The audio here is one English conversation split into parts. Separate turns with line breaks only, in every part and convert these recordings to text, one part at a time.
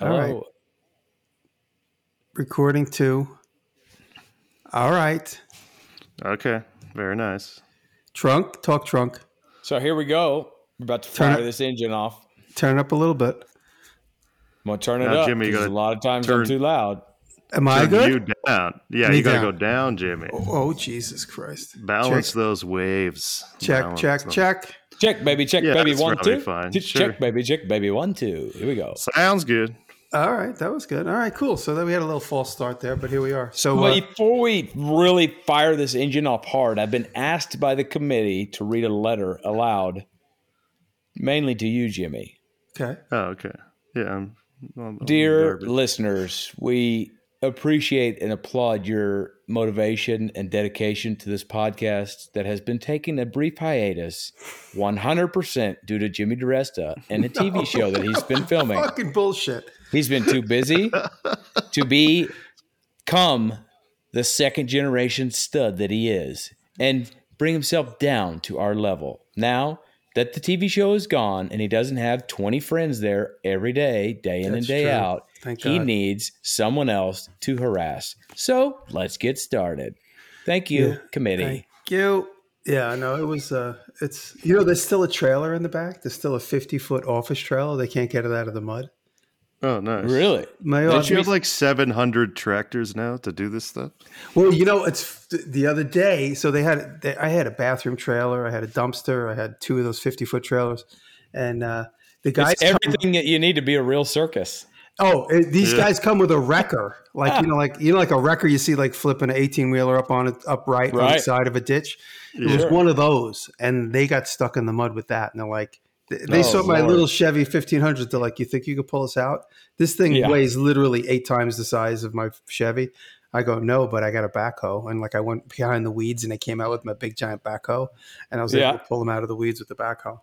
All right.
Oh,
Recording two. All right.
Okay, very nice.
Trunk, talk trunk.
so here we go. We're about to
Turn
fire
it-
this engine off.
Turn it up a little bit.
I'm gonna turn it
Now,
up.
Jimmy, you
'cause a
gotta
lot of times I'm
turn-
too loud.
Am I
Turn You
good?
down. Yeah,
Me
you gotta
down.
go down, Jimmy.
Oh, Jesus Christ.
Balance those waves.
Check,
Balance
check,
them.
check.
Check baby, check
Yeah,
baby
that's
one
probably
two.
fine.
Check
Sure.
baby, check baby one two. Here we go.
Sounds good.
All right. That was good. All right, cool. So then we had a little false start there, but here we are. So, uh,
Before we really fire this engine off hard, I've been asked by the committee to read a letter aloud, mainly to you, Jimmy.
uh, okay.
Oh, okay. Yeah. I'm, I'm- I'm
Dear
nervous.
listeners, we appreciate and applaud your motivation and dedication to this podcast that has been taking a brief hiatus 100% due to Jimmy DiResta and the TV show that he's been filming.
Fucking bullshit.
He's been too busy to be come the second generation stud that he is and bring himself down to our level. Now that the TV show is gone and he doesn't have 20 friends there every day, day in
That's
and day
true.
out,
Thank
he
God.
needs someone else to harass. So let's get started. Thank you,
Yeah,
committee.
Thank you. Yeah, I know. It was, uh, it's, you know, there's still a trailer in the back. There's still a 50 foot office trailer. They can't get it out of the mud.
Oh, nice.
Really?
My
Don't you have like 700 tractors now to do this stuff?
Well, you know, it's th- the other day. So they had, they, I had a bathroom trailer, I had a dumpster, I had two of those fifty foot trailers, and uh, the guys.
It's everything that you need to be a real circus.
oh, eh, these
Yeah.
guys come with a wrecker,
Ah.
like you know, like you know, like a wrecker you see like flipping an eighteen wheeler up on it, upright on the
Right.
side of a ditch. It was
Sure.
one of those, and they got stuck in the mud with that, and they're like. They they
Oh,
saw my
Lord.
little Chevy 1500. They're like, "You think you could pull us out? This thing
Yeah.
weighs literally eight times the size of my Chevy." I go, no, but I got a backhoe. And like I went behind the weeds and I came out with my big giant backhoe and I was
Yeah.
able to pull them out of the weeds with the backhoe.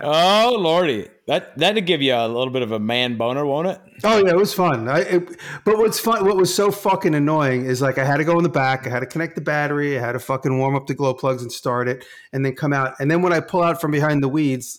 Oh, Lordy. That, that'd give you a little bit of a man boner, won't it?
Oh yeah, it was fun. I, it, but what's fun, what was so fucking annoying is like I had to go in the back, I had to connect the battery, I had to fucking warm up the glow plugs and start it, and then come out. And then when I pull out from behind the weeds,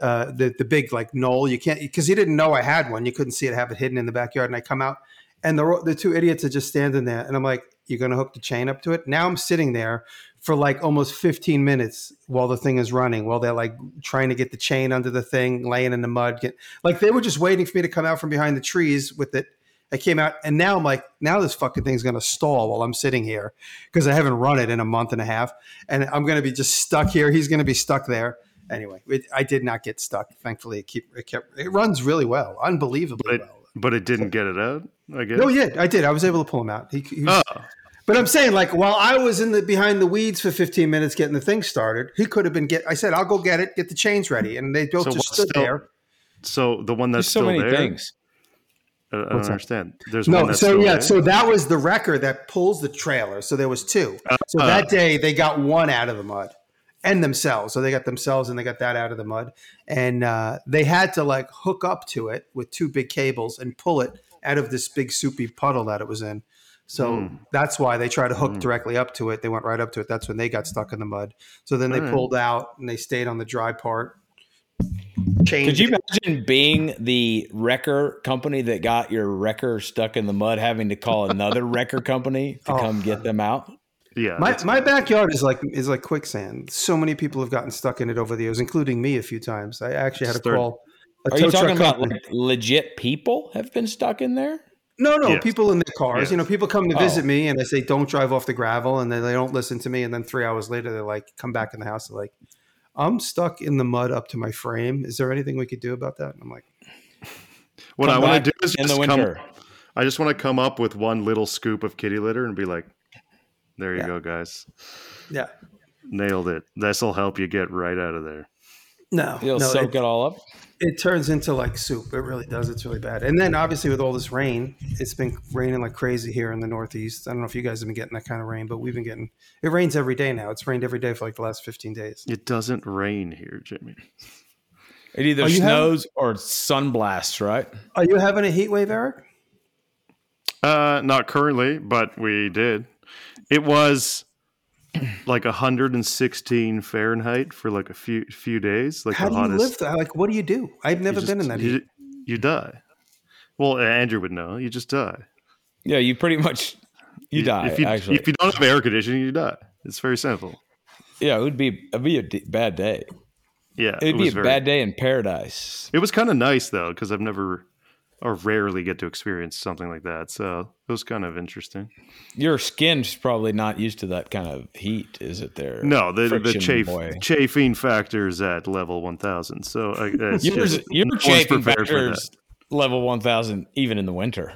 uh, the the big like knoll, you can't because he didn't know I had one. You couldn't see it, have it hidden in the backyard. And I come out, and the ro- the two idiots are just standing there, and I'm like, "You're gonna hook the chain up to it?" Now I'm sitting there for like almost 15 minutes while the thing is running, while they're like trying to get the chain under the thing, laying in the mud. Get, like they were just waiting for me to come out from behind the trees with it. I came out and now I'm like, now this fucking thing's gonna stall while I'm sitting here because I haven't run it in a month and a half, and I'm gonna be just stuck here. He's gonna be stuck there. Anyway, it, I did not get stuck. Thankfully, it keep it kept it runs really well, unbelievably
But,
well.
but it didn't get it out, I guess.
No, yeah, I did. I was able to pull him out. He, he was
Oh,
but I'm saying, like, while I was in the behind the weeds for 15 minutes getting the thing started, he could have been get. I said, "I'll go get it, get the chains ready," and they both
So
just
what's
stood
still-
there.
so the one that's
There's so
still
many
there?
things.
I, I don't
What's that?
understand. There's one
No,
that's
so
still
yeah,
there?
so that was the wrecker that pulls the trailer. So there was two. So
Uh,
that day they got one out of the mud and themselves. So they got themselves and they got that out of the mud, and uh, they had to like hook up to it with two big cables and pull it out of this big soupy puddle that it was in. So
Hmm.
that's why they tried to hook directly up to it. They went right up to it. That's when they got stuck in the mud. So then they
Alright.
pulled out and they stayed on the dry part. Changed
Could you imagine being the wrecker company that got your wrecker stuck in the mud, having to call another wrecker company to
Oh.
come get them out?
yeah,
My,
that's-
my backyard is like is like quicksand. So many people have gotten stuck in it over the years, including me a few times. I actually had to
Start-
call. A
Are you
tow truck
talking about
company.
like legit people have been stuck in there?
no, no,
Yes.
people in their cars. You know,
Yes.
people come to
Oh.
visit me, and I say, "Don't drive off the gravel," and then they don't listen to me. And then three hours later, they're like, "Come back in the house." They're like, "I'm stuck in the mud up to my frame. Is there anything we could do about that?" And I'm like,
what I
Come back
want to do is
in the
just come,
winter.
I just want to come up with one little scoop of kitty litter and be like, there you
Yeah.
go, guys.
"Yeah,
Nailed it. This'll help you get right out of there.
no,
It'll
no."
soak
it-
it, all up.
it turns into like soup. It really does. It's really bad. And then obviously with all this rain, it's been raining like crazy here in the Northeast. I don't know if you guys have been getting that kind of rain, but we've been getting it rains every day now. It's rained every day for like the last 15 days.
It doesn't rain here, Jimmy.
It either
Are Oh, you
snows or sunblasts, right?
Are you having a heat wave, Eric?
Uh, not currently, but we did. It was like 116 Fahrenheit for like a few few days. Like
How
the
do you
hottest.
live? That? Like, what do you do? I've never
you
been
just-
in that
you,
heat.
you die. Well, Andrew would know. You just die.
Yeah, you pretty much you
If-
die.
If you,
actually,
if you don't have air conditioning, you die. It's very simple.
yeah, it would be it'd be a d- bad day.
Yeah,
It'd be
was
a
very-
bad day in paradise.
It was kind of nice though, because I've never or rarely get to experience something like that. So it was kind of interesting.
Your skin's probably not used to that kind of heat, is it? There,
No, the the
Friction
chafe,
boy.
chafing factor is at level one thousand. So I, it's
Yours,
just,
your
no one's
chafing
prepared for
factors level one thousand even in the winter.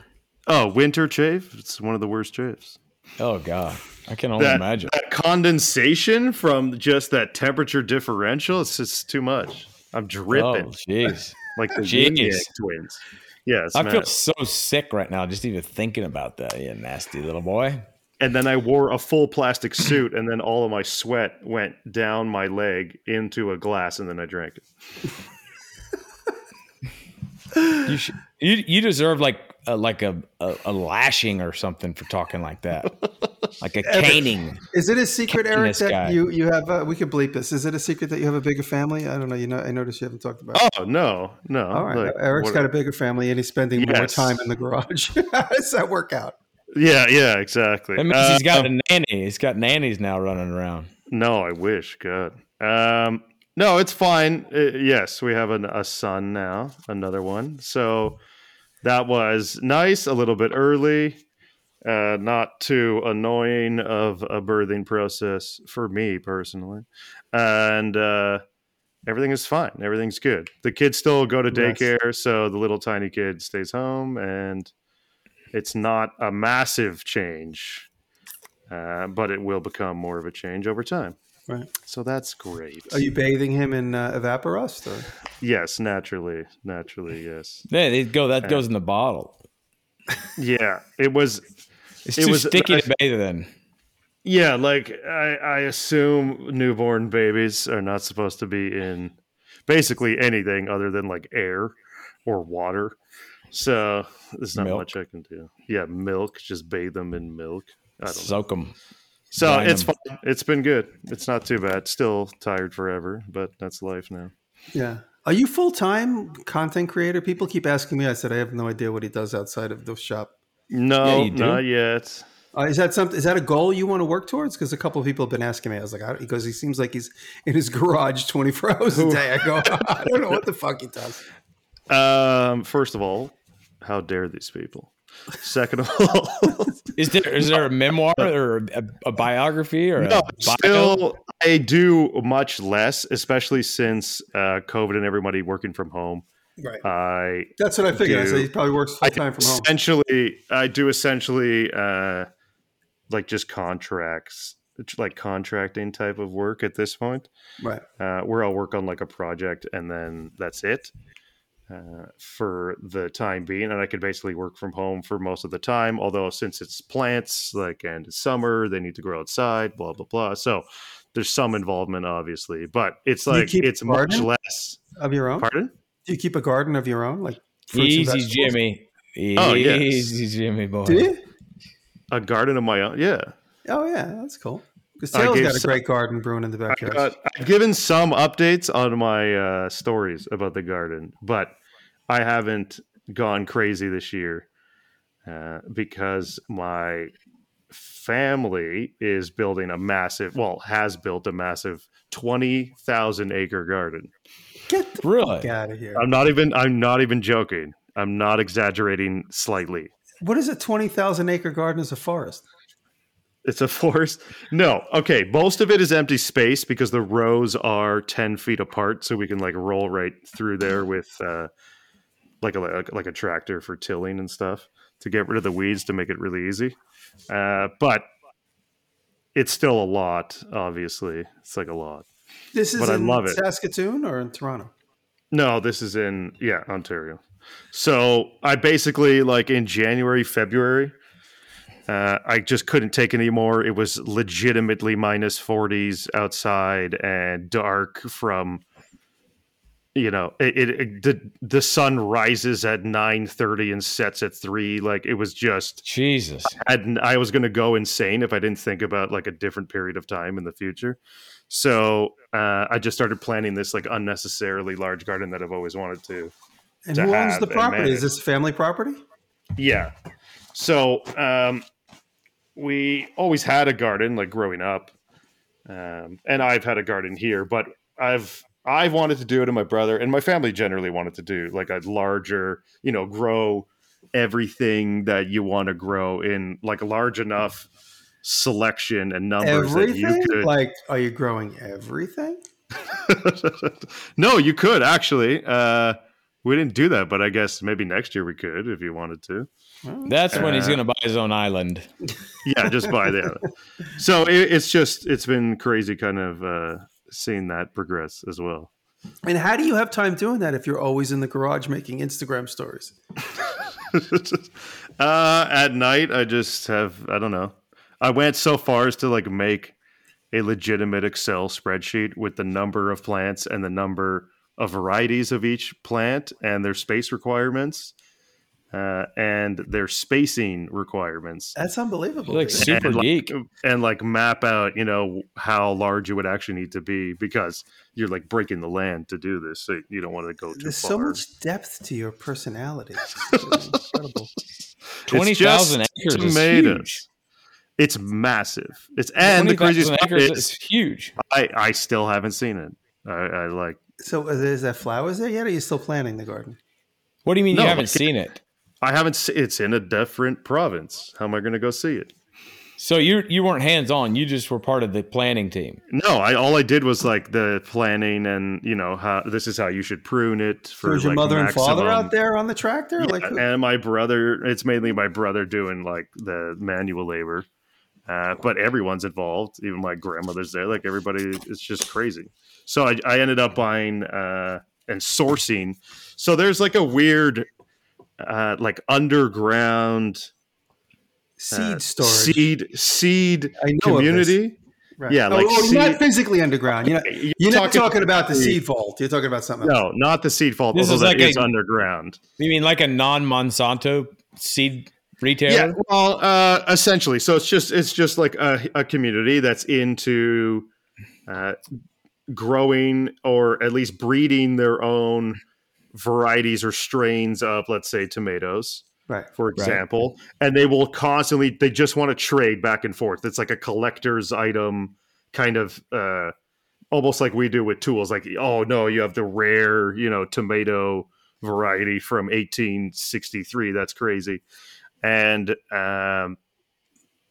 that. Oh, winter chafe. It's one of the worst chafes.
Oh god, I can only
That-
imagine.
that condensation from just that temperature differential. It's just too much. I'm dripping
Oh jeez,
like the
Jeez.
Yin Yang twins. Yes,
I feel so sick right now just even thinking about that. You nasty little boy.
and then I wore a full plastic suit, and then all of my sweat went down my leg into a glass, and then I drank it.
You should, you you deserve like a, like a, a a lashing or something for talking like that, like a caning.
Is it a secret,
Catching
Eric,
this
that
guy.
you you have? Uh, we could bleep this. Is it a secret that you have a bigger family? I don't know. You know, I noticed you haven't talked about. it.
Oh no, no!
All right,
like,
Eric's
what-
got a bigger family, and he's spending more
Yes.
time in the garage. How does that work out?
yeah, yeah, exactly.
That means
Uh,
he's got a nanny. He's got nannies now running around.
no, I wish. God. Um, no, it's fine. Uh, yes, we have an, a son now, another one. So that was nice. A little bit early. Uh, not too annoying of a birthing process for me personally. and uh, everything is fine. Everything's good. The kids still go to
Yes.
daycare, so the little tiny kid stays home, and it's not a massive change, uh, but it will become more of a change over time.
Right.
So that's great.
Are you bathing him in uh, evaporust? Or?
yes, naturally, naturally, yes.
Yeah, they go. That goes in the bottle.
Yeah, it was.
It's
It
too
was-
sticky to bathe in.
Yeah, like I, I assume newborn babies are not supposed to be in basically anything other than like air or water. So there's not
Milk.
much I can do. Yeah, milk. Just bathe them in milk. I don't know.
Soak them.
So
brine
it's
them.
fine. It's been good. It's not too bad. Still tired forever, but that's life now.
Yeah. Are you full time content creator? People keep asking me. I said I have no idea what he does outside of the shop.
No,
you do.
not yet.
Uh, is that something? Is that a goal you want to work towards? Because a couple of people have been asking me. I was like, I, don't- he goes, he seems like he's in his garage twenty four hours a day. I go, I don't know what the fuck he does.
Um, first of all, how dare these people? Second of all,
Is there is there a memoir or a, a biography or
uh,
No,
a bio?
still, I do much less, especially since uh, COVID and everybody working from home.
Right.
I
That's what I figured. I
do-
said he probably works full time from home.
essentially, I do essentially uh, like just contracts, like contracting type of work at this point,
Right.
uh, where I'll work on like a project and then that's it uh, for the time being. And I could basically work from home for most of the time. Although since it's plants, like and it's summer, they need to grow outside, blah blah blah. So there's some involvement, obviously, but it's
Do you
like
keep
it's
a
much
garden?
less.
Of your own?
Pardon?
Do you keep a garden of your own? Like fruits and
Easy,
vegetables?
Jimmy. Easy,
Oh, yes.
Jimmy boy.
Do you?
A garden of my own? Yeah.
Oh yeah, that's cool. Because
I
Taylor's
gave
got a
some-
great garden brewing in the
I
backyard.
got, I've given some updates on my uh, stories about the garden, but I haven't gone crazy this year uh, because my family is building a massive, well, has built a massive 20,000 acre garden.
Get the fuck
Really?
out of here.
I'm not even, I'm not even joking. I'm not exaggerating slightly.
What is a twenty thousand acre garden as a forest?
It's a forest. No, okay. Most of it is empty space because the rows are ten feet apart, so we can like roll right through there with uh, like a like, like a tractor for tilling and stuff to get rid of the weeds to make it really easy. Uh, but it's still a lot. Obviously, it's like a lot.
This is
But I
in
love it.
Saskatoon or in Toronto?
No, this is in yeah, Ontario. So I basically like in January, February, uh, I just couldn't take it anymore. It was legitimately minus forties outside and dark from you know it, it, it- the the sun rises at 9:30 and sets at 3 like it was just
Jesus.
I had I was going to go insane if I didn't think about like a different period of time in the future. So uh, I just started planning this like unnecessarily large garden that I've always wanted to
And
to
who owns
have
the
and
property?
manage.
Is this family property?
Yeah. So um, we always had a garden, like growing up, um, and I've had a garden here, but I've I've wanted to do it, and my brother and my family generally wanted to do like a larger, you know, grow everything that you want to grow in like a large enough selection and numbers that
Everything?
you could
Like, are you growing everything?
no, you could actually. Uh, we didn't do that, but I guess maybe next year we could if you wanted to.
That's when he's
Uh,
going to buy his own island.
Yeah, just by the other. So it, it's just it's been crazy, kind of uh, seeing that progress as well.
And how do you have time doing that if you're always in the garage making Instagram stories?
uh, at night, I just have I don't know. I went so far as to like make a legitimate Excel spreadsheet with the number of plants and the number of varieties of each plant and their space requirements uh, and their spacing requirements.
That's unbelievable.
Like
dude.
super
and, like,
geek.
and like map out you know how large you would actually need to be because you're like breaking the land to do this so you don't want to go too
There's
far
so much depth to your personality. It's incredible.
It's
Twenty thousand
just
acres
tomatoes.
is
it's massive it's
huge.
and the
20,000
craziest part
acres
is
is huge.
I, I still haven't seen it I, I like
So, uh, is, there flowers there yet? Or are you still planting the garden?
What do you mean
No,
you haven't
like-
seen it?
I haven't se- it's in a different province how am I gonna go see it
So you you weren't hands on. You just were part of the planning team.
no I all I did was like the planning and you know how this is how you should prune it for
So is your
like,
mother and father
maximum-
out there on the tractor?
Yeah,
like, who-
and my brother, it's mainly my brother doing like the manual labor. Uh, but everyone's involved. Even my grandmother's there. Like everybody, it's just crazy. So I, I ended up buying uh, and sourcing. So there's like a weird, uh, like underground
seed
uh,
storage.
seed seed
I know of this.
community.
Right.
yeah,
Oh,
like
oh, you're not
seed-
physically underground. You're not,
You're,
you're not talking about the seed vault. You're talking about something. else.
No, not the seed fault.
This
Although
is
that
like a-
is underground.
You mean like a non Monsanto seed retailer?
Yeah, well, uh, essentially. So it's just it's just like a, a community that's into uh, growing or at least breeding their own varieties or strains of, let's say, tomatoes,
Right.
for example. And they will constantly they just want to trade back and forth. It's like a collector's item kind of. Uh, Almost like we do with tools, like oh no, you have the rare, you know, tomato variety from 1863. That's crazy and um,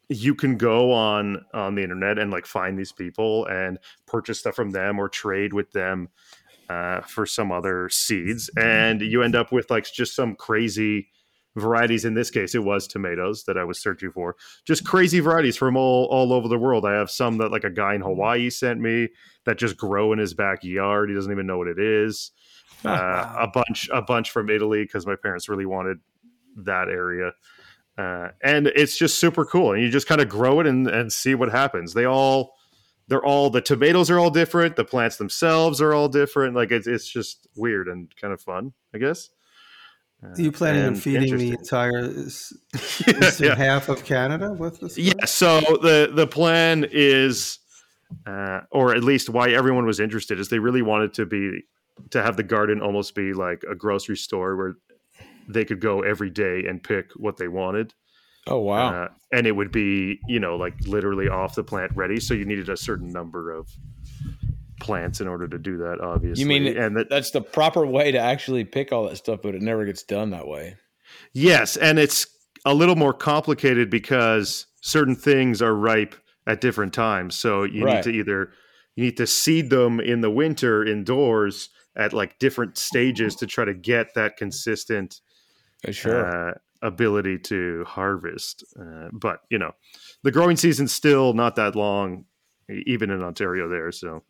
you can go on on the internet and like find these people and purchase stuff from them or trade with them uh, for some other seeds and you end up with like just some crazy varieties in this case it was tomatoes that i was searching for just crazy varieties from all all over the world i have some that like a guy in hawaii sent me that just grow in his backyard he doesn't even know what it is
Oh,
uh, a bunch a bunch from italy because my parents really wanted that area uh, and it's just super cool and you just kind of grow it and, and see what happens they all they're all the tomatoes are all different the plants themselves are all different like it's, it's just weird and kind of fun i guess Uh,
Are you planning on
And
feeding the
interesting.
entire s- eastern
yeah.
half of Canada with this?
Yeah. So the the plan is, uh, or at least why everyone was interested is they really wanted to be to have the garden almost be like a grocery store where they could go every day and pick what they wanted,
Oh wow.
uh, and it would be you know like literally off the plant ready. So you needed a certain number of plants in order to do that. Obviously,
you mean
and that
that's the proper way to actually pick all that stuff, but it never gets done that way.
Yes, and it's a little more complicated because certain things are ripe at different times. So you
Right.
need to either you need to seed them in the winter indoors at like different stages to try to get that consistent
Uh, Sure.
uh, ability to harvest. Uh, but you know, the growing season's still not that long, e- even in Ontario. There, so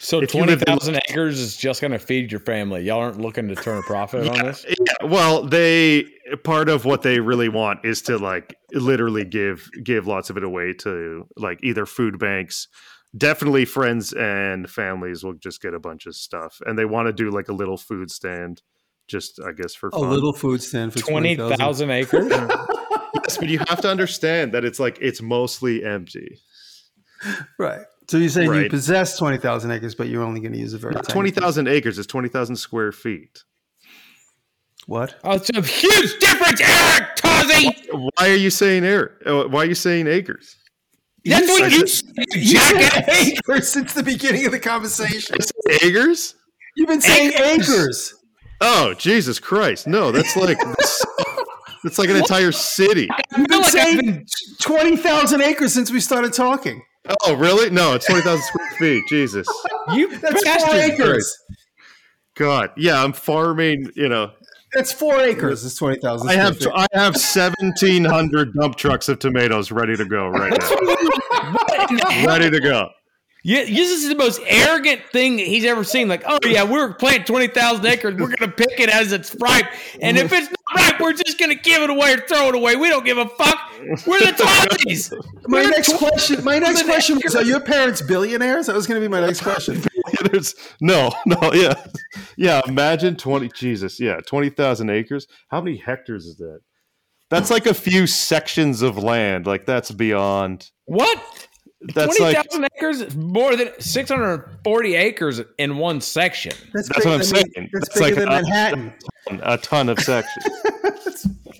so
if you lived
twenty
in-
thousand acres is just going to feed your family. Y'all aren't looking to turn a profit on this.
Yeah, well, they part of what they really want is to like literally give give lots of it away to like either food banks, definitely friends and families will just get a bunch of stuff, and they want to do like a little food stand, just I guess for
A
fun.
little food stand for
Twenty
20,000.
thousand acres.
Yes, but you have to understand that it's like it's mostly empty.
Right. So you're saying you
Right.
possess 20,000 acres, but you're only going to use a very tiny-
Twenty thousand acres is twenty thousand square feet.
What?
Oh, it's a huge difference, Eric Tozzy.
Why are you saying air? uh, Why are you saying acres?
That's
said
what you
it.
said,
You said
jackass.
acres since the beginning of the conversation.
I said Acres?
You've been saying acres.
Oh, Jesus Christ! No, that's like that's, that's like an entire city.
I feel
You've been
like I've
saying
been
20,000 acres since we started talking.
Oh, really? No, it's twenty thousand square feet. Jesus,
you
That's four
bastard.
acres.
God, yeah, I'm farming. You know,
That's four acres. It's 20,000.
I
square
have
feet.
I have seventeen hundred dump trucks of tomatoes ready to go right now. ready to go.
Yeah, this is the most arrogant thing that he's ever seen. Like, oh yeah, we're planting twenty thousand acres. We're gonna pick it as it's ripe, and if it's not ripe, we're just gonna give it away or throw it away. We don't give a fuck. We're the Tossies.
My
We're
next
tw-
question. My next
an
question was:
acre.
Are your parents billionaires? That was going to be my next question.
There's no, no, yeah, yeah. Imagine twenty, Jesus, yeah, twenty thousand acres. How many hectares is that? That's like a few sections of land. Like that's beyond.
What?
That's
twenty
like
thousand acres? is More than six hundred forty acres in one section.
That's what
bigger
I'm
than-
saying.
That's,
That's
bigger
like
than
a-
Manhattan.
a ton of sections.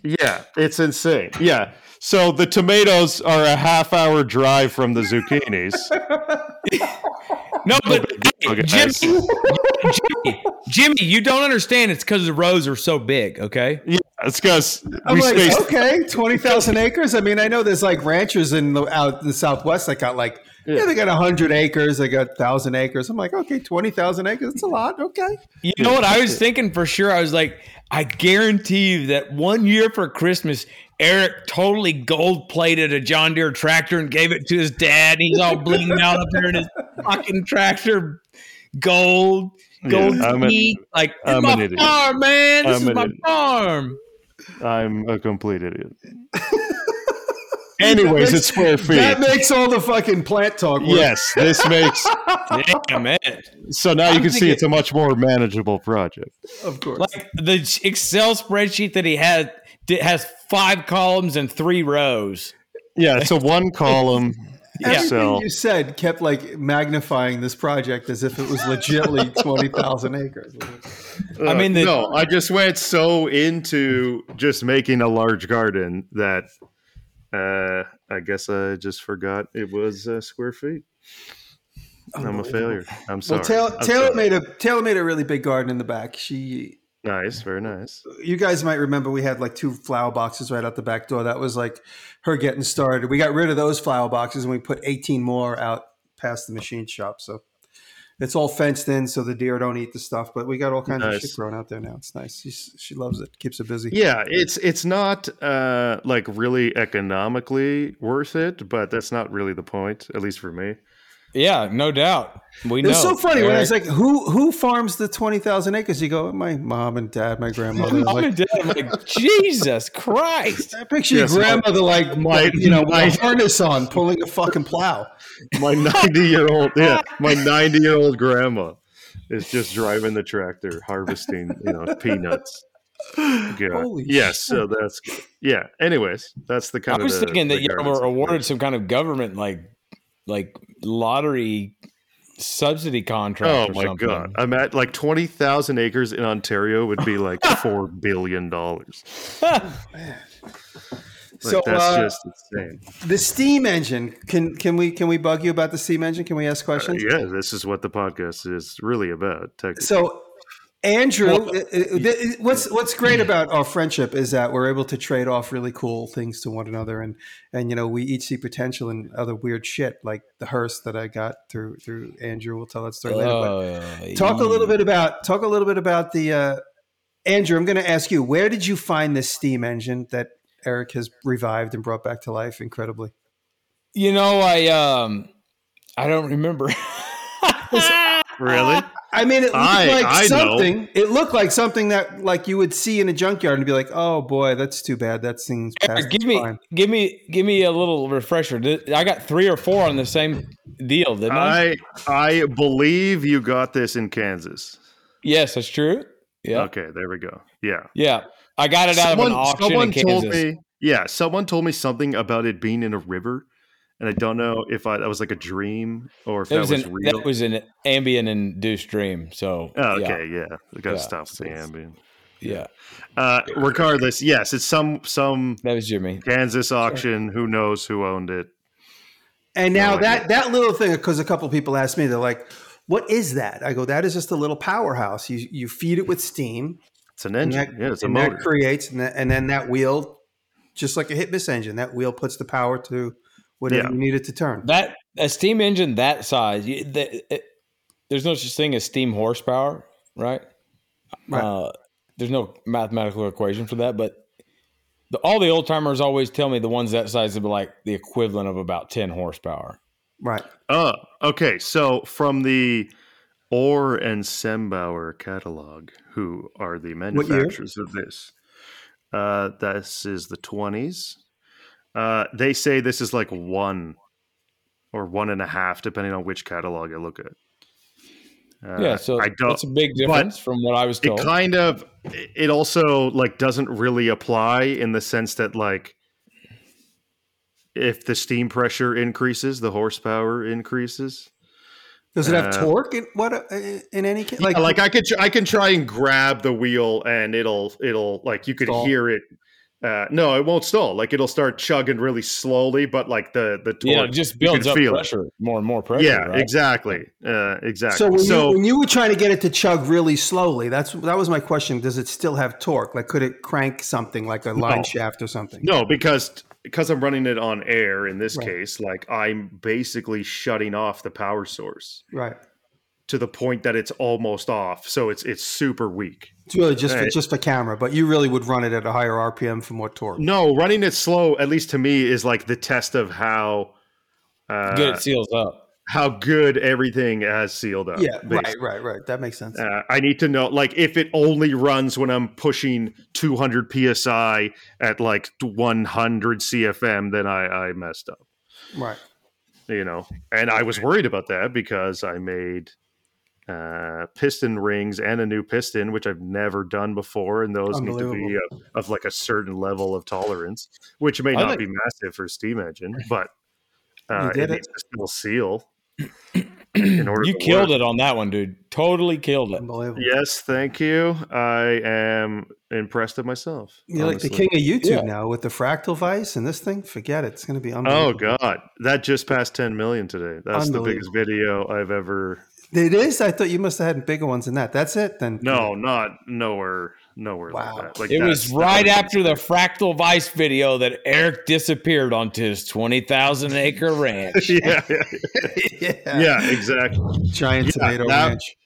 yeah, it's insane. Yeah. So the tomatoes are a half hour drive from the zucchinis.
No, but hey,
Okay,
Jimmy,
guys.
Jimmy, Jimmy, you don't understand. It's because the rows are so big. Okay.
Yeah, it's because
I'm
we
like,
spaced.
okay, twenty thousand acres. I mean, I know there's like ranchers in the out in the Southwest that got like. Yeah, they got hundred acres. They got thousand acres. I'm like, okay, twenty thousand acres. That's a lot. Okay,
You know what I was thinking for sure? I was like, I guarantee you that one year for Christmas, Eric totally gold plated a John Deere tractor and gave it to his dad. He's all blinged out up there in his fucking tractor, gold, gold
Yeah, I'm an-
teeth. like this is
I'm an
my
idiot.
farm, man. This
I'm
is
an
my
idiot.
farm.
I'm a complete idiot. Anyways, it's square feet.
that makes all the fucking plant talk. Work.
yes, this makes
Damn man.
so now you
I'm
can see
thinking-
it's a much more manageable project.
of course.
Like the Excel spreadsheet that he had that has five columns and three rows.
Yeah, it's a one column
Everything
Excel.
you said kept like magnifying this project as if it was legitly twenty thousand acres.
I mean, the,
Uh, no, I just went so into just making a large garden that uh, I guess I just forgot it was uh, square feet. I'm a failure. I'm sorry.
Well, Taylor,
I'm
Taylor
sorry.
made a Taylor made a really big garden in the back. She,
nice, very nice.
you guys might remember, we had like two flower boxes right out the back door. That was like her getting started. We got rid of those flower boxes and we put eighteen more out past the machine shop. So it's all fenced in, so the deer don't eat the stuff. But we got all kinds of
Nice.
shit growing out there now. It's nice. She's, she loves it. Keeps her busy.
Yeah, it's it's not uh, like really economically worth it, but that's not really the point, at least for me.
yeah, no doubt. We
It
know.
was so funny when I
Eric-
was like, "Who who farms the twenty thousand acres?" You go, "My mom and dad, my grandmother." I was
Mom
like,
and dad, I'm like, Jesus Christ.
I picture
Yes,
your grandmother like,
my-
you know, with
my-
a harness on, pulling a fucking plow.
My ninety year old, yeah, my ninety year old grandma is just driving the tractor, harvesting you know peanuts. God.
Holy
yes, so that's yeah. Anyways, that's the kind
I
of
was
the-
thinking
the
that you
gardens.
were awarded some kind of government like like lottery subsidy
Oh
contract or
my
something.
god! I'm at like twenty thousand acres in Ontario would be like four billion dollars. Like,
so
that's
uh,
just insane.
the steam engine. Can can we can we bug you about the steam engine? Can we ask questions?
Uh, Yeah, this is what the podcast is really about. Technically.
So. Andrew, uh, uh, th- what's what's great about our friendship is that we're able to trade off really cool things to one another, and and you know we each see potential in other weird shit like the hearse that I got through through Andrew. We'll tell that story later. But
Uh,
talk a little bit about talk a little bit about the uh, Andrew. I'm going to ask you, where did you find this steam engine that Eric has revived and brought back to life? Incredibly,
You know, I um I don't remember.
really?
I mean, it looked
I-
like
I know.
something. It looked like something that like you would see in a junkyard and be like, "Oh boy, that's too bad. That thing's past
give
its
me
prime."
give me give me a little refresher. Did- I got three or four on the same deal, didn't I?
I I believe you got this in Kansas.
yes, that's true. Yeah.
Okay, there we go. Yeah,
Yeah. I got it out of an auction in Kansas.
told me. Yeah, someone told me something about it being in a river, and I don't know if I, that was like a dream or if
That
that
was,
was,
an
real.
that was an ambient induced dream. So
oh,
yeah.
okay, yeah, I
Yeah,
gotta stop
so
the
it's-
ambient.
Yeah.
Uh, regardless, yes, it's some some
That was Jimmy.
Kansas auction. Who knows who owned it?
And now
No
that that little thing, because a couple people asked me, they're like, "What is that?" I go, "That is just a little powerhouse. You you feed it with steam,
It's an
and
engine.
that,
yeah, it's a
and
motor.
that creates, and, that, and then that wheel, just like a hit miss engine, that wheel puts the power to whatever
Yeah.
you need it to turn.
That a steam engine that size, you, the, it, there's no such thing as steam horsepower, right?
Right.
Uh, there's no mathematical equation for that, but the, all the old timers always tell me the ones that size would be like the equivalent of about 10 horsepower.
right?
Oh, okay. So from the Orr and Sembauer catalog, who are the
year?
manufacturers of this? Uh, this is the twenties. Uh, they say this is like one or one and a half, depending on which catalog I look at. Uh,
yeah, so
I don't.
that's a big difference from what I was
It
told.
kind of. It also like doesn't really apply in the sense that like. If the steam pressure increases, the horsepower increases.
Does it have
Uh,
torque? In, what uh, in any case? Like,
Yeah, like I could tr- I can try and grab the wheel and it'll it'll like you could
Stall.
hear it. Uh, no, it won't stall. Like it'll start chugging really slowly, but like the the
yeah, it
torque.
just builds
can
up
feel it.
pressure, more and more pressure.
Yeah,
right?
exactly, uh,
so
exactly. So,
when, you, when you were trying to get it to chug really slowly, that's that was my question. Does it still have torque? Like, could it crank something like a line
No.
shaft or something?
no, because because I'm running it on air in this
Right.
case, like I'm basically shutting off the power source
Right.
to the point that it's almost off. So it's it's super weak.
It's really just for,
Right.
just for camera, but you really would run it at a higher RPM for more torque.
No, running it slow, at least to me, is like the test of how. Uh,
Good, it seals up.
how good everything has sealed up.
yeah, right,
basically.
right, right. That makes sense.
Uh, I need to know, like, if it only runs when I'm pushing 200 psi at like 100 CFM, then I, I messed up,
right.
you know. And I was worried about that because I made uh, piston rings and a new piston, which I've never done before, and those need to be
Unbelievable.
of, of like a certain level of tolerance, which may
I
not
like-
be massive for a steam engine, but uh,
did
it,
it.
needs to still seal. In order
You
to
killed
work.
it on that one, dude. Totally killed it.
Unbelievable.
Yes, thank you. I am impressed with myself.
You're like the
honestly.
king of YouTube
Yeah.
now with the fractal vice and this thing. Forget it. It's going to be
Oh
unbelievable.
god, that just passed 10 million today. That's the biggest video I've ever.
It is? I thought you must have had bigger ones than that. That's it? Then
No, not nowhere, nowhere.
Wow.
Like that. Like
It was
that's-
right
that
after the Fractal Vice video that Eric disappeared onto his 20,000 acre ranch.
yeah, yeah,
yeah.
yeah, exactly.
Giant
Yeah,
tomato
that-
ranch.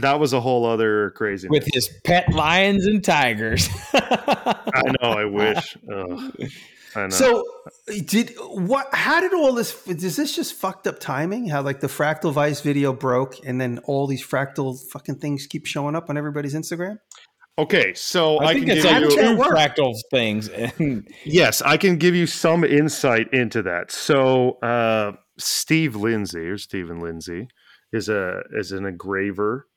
That was a whole other crazy.
With his pet lions and tigers.
I know. I wish. Ugh. I know.
So did what? How did all this? Is this just fucked up timing? How like the fractal vice video broke, and then all these fractal fucking things keep showing up on everybody's Instagram?
okay, so I,
I
can
think it's
give
like
you.
How
two
does that work?
fractal things. And
Yes, I can give you some insight into that. So, uh, Steve Lindsay or Stephen Lindsay is a is an engraver,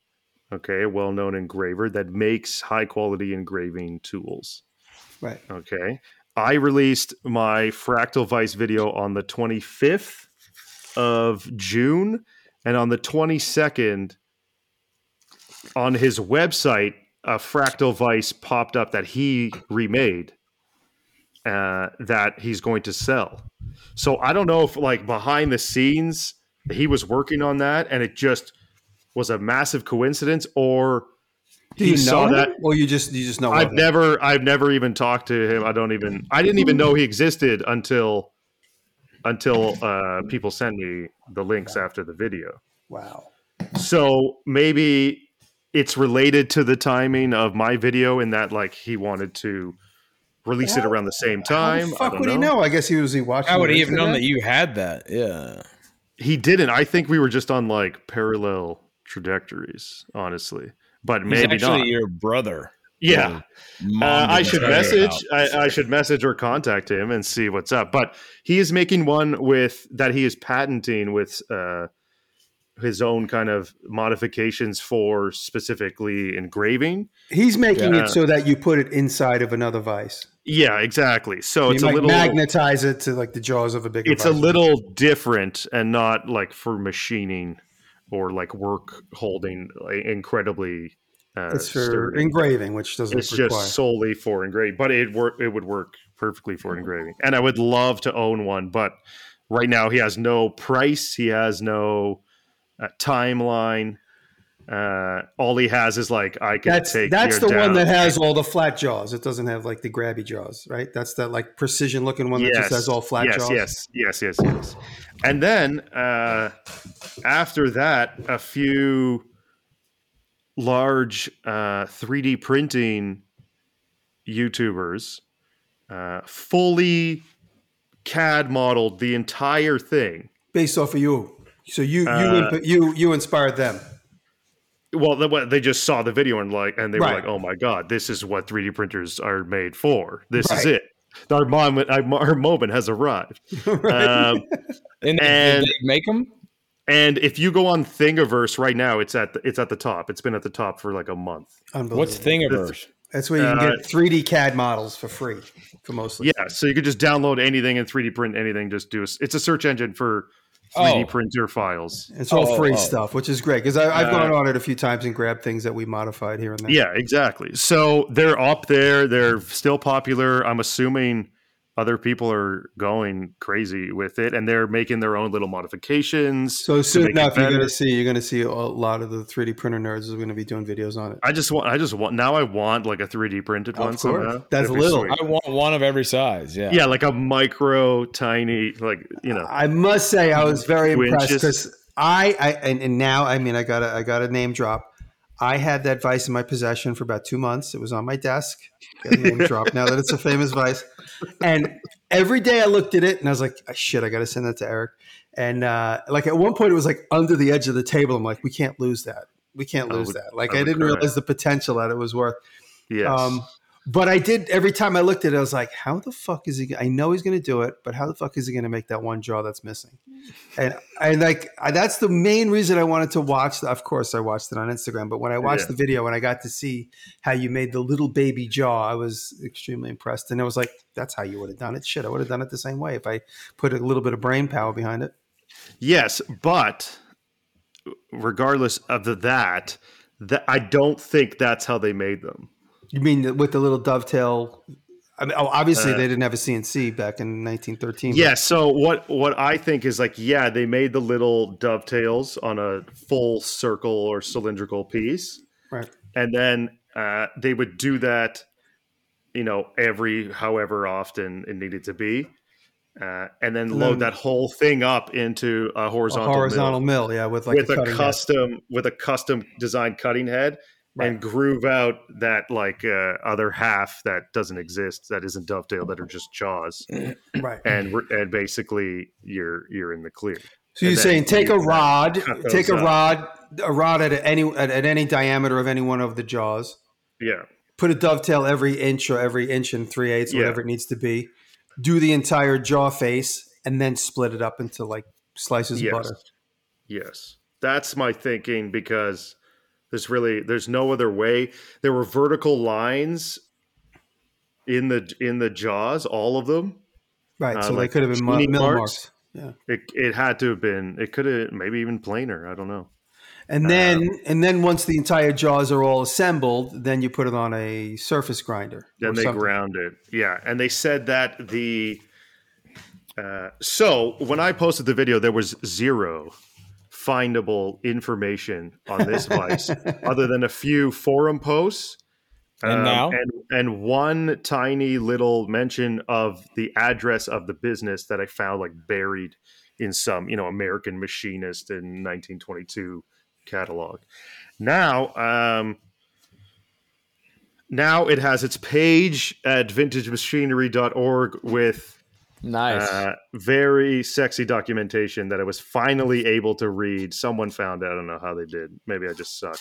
okay, a well known engraver that makes high quality engraving tools.
Right.
Okay, I released my fractal vice video on the twenty fifth of June, and on the twenty second, on his website, a fractal vice popped up that he remade uh, that he's going to sell. So I don't know if like behind the scenes he was working on that and it just was a massive coincidence or
Do
He
you know
saw
him?
that-
or you just you just know?
I've
of him?
never I've never even talked to him. I don't even I didn't even know he existed until until uh, people sent me the links after the video.
Wow.
So maybe it's related to the timing of my video in that like he wanted to release it around the same
How
time.
the
I
fuck
don't
would he know? I guess he was he watching.
how would
the
he have known
Instagram?
that you had that? Yeah.
He didn't. I think we were just on like parallel trajectories, honestly. But
He's
maybe
actually
not.
your brother.
Yeah, uh,
Mom
I
didn't
should
figure it
message.
out.
I, uh, I should message or contact him and see what's up. But he is making one with that he is patenting with uh, his own kind of modifications for specifically engraving.
He's making
Yeah.
it so that you put it inside of another vice.
Yeah, exactly. So
you
Oh, it's a
might
little.
magnetize it to like the jaws of a bigger.
it's a
vice.
little different and not like for machining or like work holding like, incredibly Uh,
it's for
sturdy.
engraving, which doesn't
It's
require.
just solely for engraving, but it work it would work perfectly for engraving. And I would love to own one, but right now he has no price, he has no uh, timeline. Uh, all he has is like I can
that's
take.
that's
your
the one
down-
that has all the flat jaws. It doesn't have like the grabby jaws, right? That's that like precision looking one that just has all flat
yes,
jaws.
Yes, yes, yes, yes, And then uh, after that, a few large uh, 3D printing YouTubers uh, fully CAD modeled the entire thing.
Based off of you, so you you
Uh,
imp- you you inspired them.
Well, they, what- they just saw the video and like, and they
Right.
were like, "Oh my god, this is what 3D printers are made for. This is
Right.
it. Our moment, our moment has arrived." um,
And,
And-
did they make them?
And if you go on Thingiverse right now, it's at the, it's at the top. It's been at the top for like a month.
Unbelievable.
What's Thingiverse?
That's where you can
uh,
get 3D CAD models for free for mostly.
Yeah, so you could just download anything and 3D print anything. Just do a, it's a search engine for 3D
Oh.
printer files.
It's all
Oh,
free
oh.
stuff, which is great because I've gone on it a few times and grabbed things that we modified here and there.
Uh, Yeah, exactly. So they're up there. They're still popular. I'm assuming other people are going crazy with it, and they're making their own little modifications.
So soon
make it
enough, you're going
better.
to see you're going to see a lot of the 3D printer nerds are going to be doing videos on it.
I just want. I just want. Now I want like a 3D printed
Of
one.
course.
Somehow.
That's
That'd be
little.
sweet.
I want one of every size. Yeah.
Yeah, like a micro, tiny, like you know.
I must say I was very
Two
impressed
inches.
because I, I and, and now I mean I got I got a name drop. I had that vice in my possession for about two months. It was on my desk. Got a name drop now that it's a famous vice. And every day I looked at it and I was like, "Ah, shit, I got to send that to Eric. And uh, like at one point it was like under the edge of the table. I'm like, we can't lose that. We can't
I
lose
would-
that. Like
I
I,
would
didn't
cry.
realize the potential that it was worth.
Yes.
Um, but I did every time I looked at it, I was like, "How the fuck is he? I know he's going to do it, but how the fuck is he going to make that one jaw that's missing?" And I like I, that's the main reason I wanted to watch. The, of course, I watched it on Instagram, but when I watched
Yeah.
the video and I got to see how you made the little baby jaw, I was extremely impressed. And I was like, "That's how you would have done it." Shit, I would have done it the same way if I put a little bit of brain power behind it.
Yes, but regardless of the, that, that I don't think that's how they made them.
You mean with the little dovetail? I mean, oh, obviously
Uh,
they didn't have a CNC back in 1913. but-
Yeah. So what what I think is like, yeah, they made the little dovetails on a full circle or cylindrical piece,
right.
and then uh, they would do that, you know, every however often it needed to be. Uh, and then
And
load
then-
that whole thing up into a
A
horizontal, mill.
horizontal mill. yeah, with like
with a,
cutting edge.
custom with a custom designed cutting head
Right.
and groove out that like uh, other half that doesn't exist that isn't dovetail that are just jaws
Right.
and we're- and basically you're you're in the clear
So you're
and then
saying take
you
a rod,
cut those
take a
up.
rod, a rod at any at, at any diameter of any one of the jaws.
yeah
Put a dovetail every inch or every inch and three eighths,
Yeah.
whatever it needs to be. Do the entire jaw face and then split it up into like slices
Yes.
of butter.
yes that's my thinking because there's really there's no other way there were vertical lines in the in the jaws all of them
Right.
Uh,
so
like
they could have been mu-
tuning
mill
marks.
marks. Yeah.
it, it had to have been it could have maybe even planar i don't know Uh,
And then and then once the entire jaws are all assembled, then you put it on a surface grinder.
Then
or
they
something.
ground it. Yeah, and they said that the. Uh, so when I posted the video, there was zero findable information on this vice, other than a few forum posts. um,
And now?
and, and one tiny little mention of the address of the business that I found like buried in some, you know, American machinist in 1922 catalog. Now, um, now it has its page at vintagemachinery.org with
Nice.
uh, very sexy documentation that I was finally able to read. Someone found it. I don't know how they did. Maybe I just suck.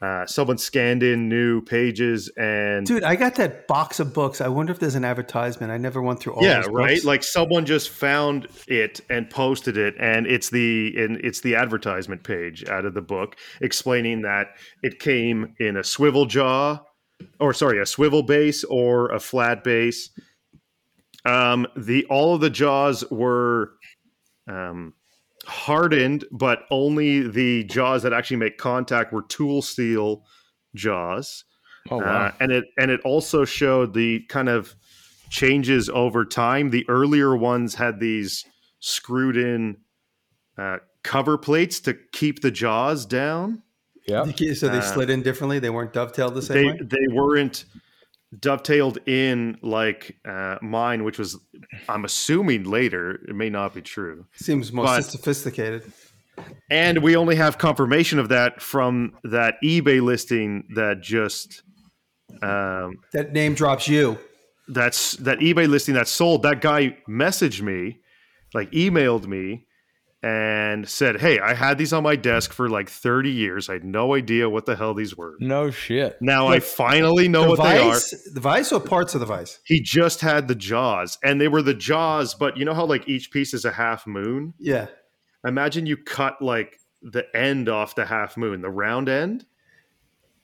Uh, someone scanned in new pages and
Dude, I got that box of books. I wonder if there's an advertisement. I never went through all
yeah,
those books.
right. Like someone just found it and posted it, and it's the and it's the advertisement page out of the book explaining that it came in a swivel jaw, or sorry, a swivel base or a flat base. Um, the all of the jaws were um, hardened, but only the jaws that actually make contact were tool steel Jaws.
Oh, wow.
Uh, and it and it also showed the kind of changes over time. The earlier ones had these screwed in uh, cover plates to keep the jaws down.
yeah.
So they
Uh,
slid in differently. They weren't dovetailed the same
They
way.
they weren't dovetailed in like uh, mine, which was I'm assuming later. It may not be true.
Seems more
but-
sophisticated.
And we only have confirmation of that from that eBay listing that just um,
That name drops you.
that's that eBay listing that sold. That guy messaged me, like emailed me, and said, "Hey, I had these on my desk for like 30 years. I had no idea what the hell these were.
No shit.
Now I finally know
the
Oh, what they are."
vice, the vice or parts of the vice?
He just had the jaws, and they were the jaws, but you know how like each piece is a half moon.
Yeah.
imagine you cut like the end off the half moon, the round end.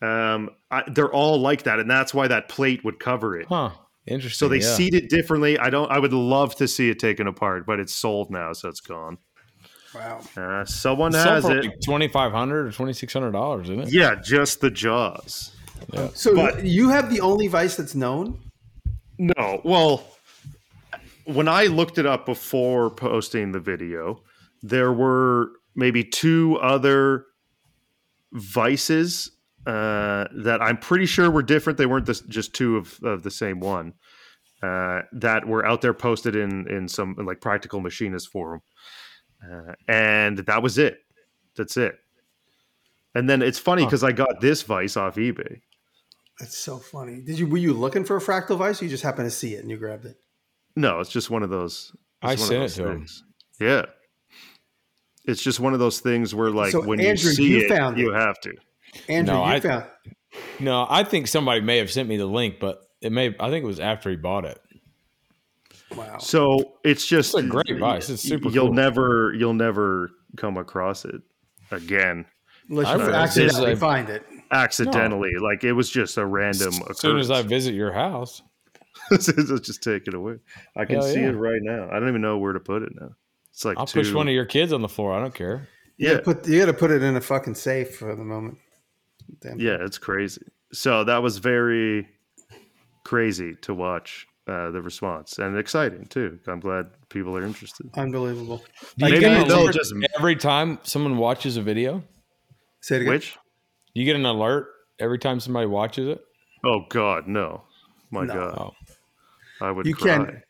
Um, I, they're all like that, and that's why that plate would cover it.
Huh. Interesting.
So they
yeah.
seat it differently. I don't. I would love to see it taken apart, but it's sold now, so it's gone.
Wow.
Uh, someone
Sold
has
for
it.
Like twenty five hundred or twenty six hundred dollars, isn't it?
Yeah, just the jaws.
So
But-
you have the only vice that's known.
No, well, when I looked it up before posting the video, there were maybe two other vices uh, that I'm pretty sure were different. They weren't this, just two of, of the same one uh, that were out there posted in in some like practical machinist forum, uh, and that was it. That's it. And then it's funny because I got this vice off eBay.
That's so funny. Did you were you looking for a fractal vice? Or you just happened to see it and you grabbed it.
No, it's just one of those.
I
it's one of
sent it
those
to him.
things. Yeah, it's just one of those things where, like,
So,
when
Andrew,
you see
you
it,
found
you
it.
have to.
Andrew,
No,
you
I-
found.
No, I think somebody may have sent me the link, but it may I think it was after he bought it.
Wow.
So it's just
It's a great vice. It's super
You'll
cool.
never, you'll never come across it again
Unless
I
you
read
accidentally
this, I-
find it.
accidentally. Like it was just a random
As soon as I
occurrence.
visit your house.
It's just take it away. I can
Hell
see
yeah.
it right now. I don't even know where to put it now. It's like
I'll
two,
push one of your kids on the floor. I don't care.
yeah,
Put you got to put it in a fucking safe for the moment. Damn.
yeah it's crazy so that was very crazy to watch uh, the response and exciting too i'm glad people are interested
Unbelievable.
Do you
Maybe
get an
they'll
alert
just-
every time someone watches a video?
Say it again.
which
You get an alert every time somebody watches it?
oh god no my
No.
god
Oh.
i would
you
cry.
can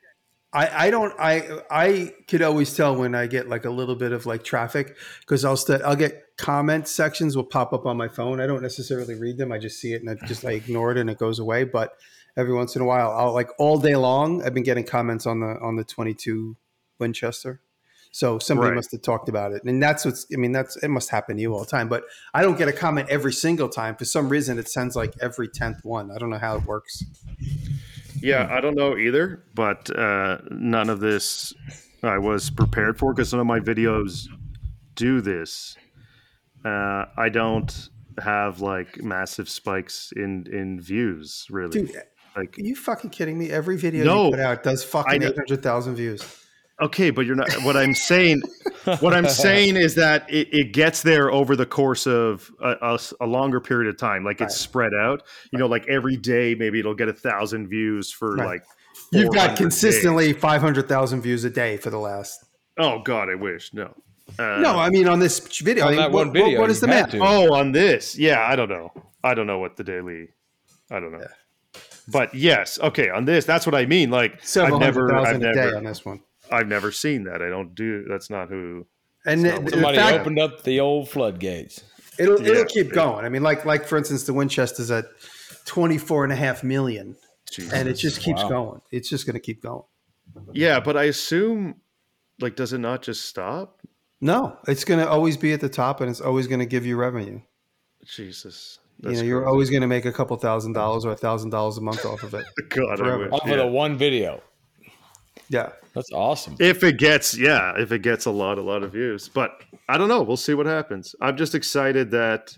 I, I don't I I could always tell when I get like a little bit of like traffic because I'll st- I'll get comment sections will pop up on my phone. I don't necessarily read them. I just see it and I just I ignore it and it goes away. But every once in a while, I'll like all day long. I've been getting comments on the on the twenty two Winchester. So somebody
Right.
must have talked about it, and that's what's. I mean, that's it must happen to you all the time. But I don't get a comment every single time for some reason. It sends like every tenth one. I don't know how it works.
yeah i don't know either but uh, none of this i was prepared for because none of my videos do this uh, i don't have like massive spikes in in views really
Dude,
like
Are you fucking kidding me? Every video
No.
you put out does
I
fucking
know.
eight hundred thousand views.
Okay, but you're not. What I'm saying, what I'm saying is that it, it gets there over the course of a, a s- a longer period of time. Like it's
Right.
spread out. You know, like every day, maybe it'll get a thousand views for
Right.
like.
You've
400
got
days.
consistently five hundred thousand views a day for the last.
Oh God, I wish no. Uh,
no, I mean on this video.
on
I mean,
that
what-
one video,
what- what is
you
the
had
math?
to.
Oh, on this, yeah, I don't know. I don't know what the daily. I don't know. But yes, okay. On this, that's what I mean. Like I've
Several hundred
never, I've
thousand a day on
never,
this one.
I've never seen that. I don't do. That's not who.
And the, the
Somebody
fact
opened up the old floodgates.
it'll
Yeah.
it'll keep going. I mean, like like for instance, the Winchester's at twenty four and a half million,
Jesus.
and it just keeps
Wow.
going. It's just going to keep going.
Yeah, but I assume, like, does it not just stop?
No, it's going to always be at the top, and it's always going to give you revenue.
Jesus,
you know, you're always going to make a couple thousand dollars or a thousand dollars a month off of it.
God, I
forever.
wish.
Off of
Yeah.
the one video.
Yeah.
That's awesome.
If it gets, yeah, if it gets a lot, a lot of views, but I don't know. We'll see what happens. I'm just excited that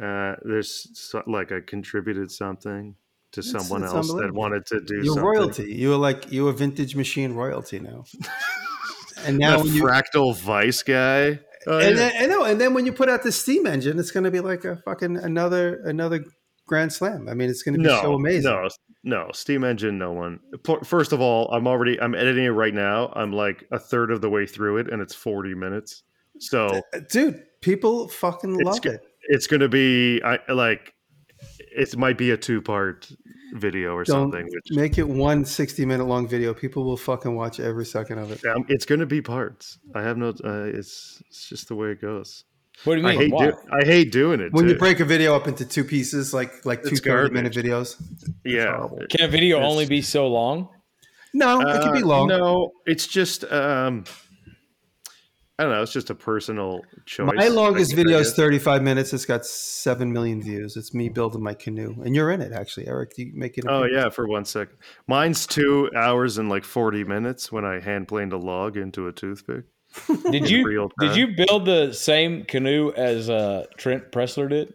uh, there's so, like I contributed something to someone
it's
else that
unbelievable.
wanted to do
You're
something.
royalty. You are like you are vintage machine royalty now. and now
That
when you
fractal vice guy. Uh,
and
yeah.
then, and, no, and then when you put out the steam engine, it's going to be like a fucking another another grand slam. I mean, it's going to be so amazing.
No, no, Steam Engine, no one. P- First of all, I'm already I'm editing it right now. I'm like a third of the way through it, and it's 40 minutes. So
Uh, Dude, people fucking love
go-
it.
it's going to be I like it might be a two part video or
Don't
something. Which
make it one 60 minute long video. People will fucking watch every second of it.
um, it's going to be parts. I have no. Uh, it's it's just the way it goes.
What do you
I
mean?
hate
Why?
do, I hate doing it.
When you
too.
break a video up into two pieces, like like two
It's
30 minute videos.
yeah,
Can a video
It's-
only be so long?
No, it could be
Uh,
long.
No, it's just um, I don't know. It's just a personal choice.
My longest
I guess.
video is 35 minutes. It's got 7 million views. It's me building my canoe. And you're in it, actually, Eric. You make it.
Oh yeah, for one second. Mine's two hours and like forty minutes when I hand planed a log into a toothpick.
Did you
real
did
time.
you build the same canoe as uh, Trent Pressler did?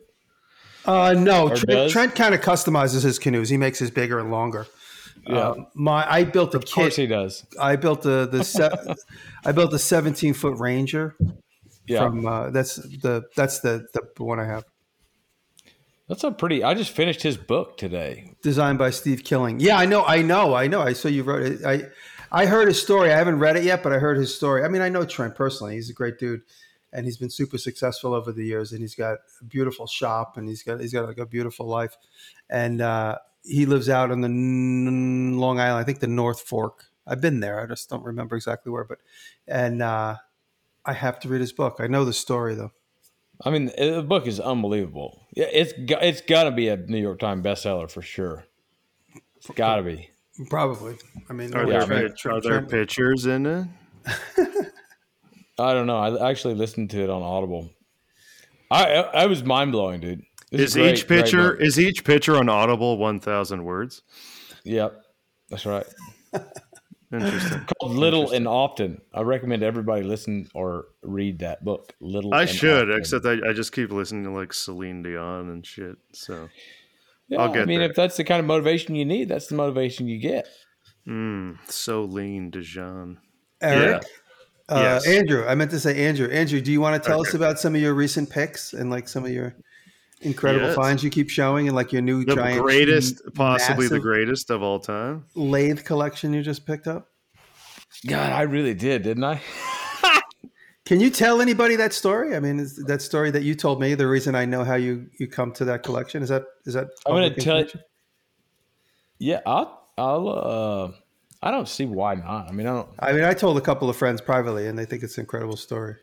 Uh, no, Trent,
does?
Trent kind of customizes his canoes. He makes his bigger and longer. Um, my I built a
Of course
kit.
he does.
I built the the se- I built the 17 foot Ranger
Yeah,
from uh, that's the that's the the one I have
that's a pretty. I just finished his book today.
designed by Steve Killing. Yeah, I know, I know, I know. I saw you wrote it. I I heard his story. I haven't read it yet, but I heard his story. I mean, I know Trent personally. He's a great dude, and he's been super successful over the years. And he's got a beautiful shop, and he's got he's got like a beautiful life. And uh, he lives out on the n- Long Island. I think the North Fork. I've been there. I just don't remember exactly where, but and uh, I have to read his book. I know the story though.
I mean, uh, the book is unbelievable. Yeah, it's go- it's got to be a New York Times bestseller for sure. It's got to be.
Probably. I
Oh,
mean,
Are
no,
there,
Trent-
pic- are
Trent-
there pictures in it?
I don't know. I actually listened to it on Audible. I I, I was mind blowing, dude. This
Is
great,
each
great
picture
book.
is each picture on Audible one thousand words?
Yep, that's right.
Interesting.
Called Little and Often. I recommend everybody listen or read that book. Little.
I
and
should,
Often.
except I, I just keep listening to like Celine Dion and shit. So
Yeah,
I'll
I
get
mean,
there.
if that's the kind of motivation you need, that's the motivation you get.
mm, Celine Dion.
Eric, uh,
Yes.
Andrew. I meant to say Andrew. Andrew, do you want to tell us
Okay.
about some of your recent picks and like some of your incredible
Yes.
finds you keep showing and like your new
The
giant
greatest, possibly the
massive-
greatest of all time.
lathe collection you just picked up?
God, I really did, didn't I?
Can you tell anybody that story? I mean, is that story that you told me the reason I know how you you come to that collection is that is that
I'm gonna
public
tell you.
information?
Yeah, I'll. I'll. Uh, I don't see why not. I mean, I don't.
I mean, I told a couple of friends privately, and they think it's an incredible story.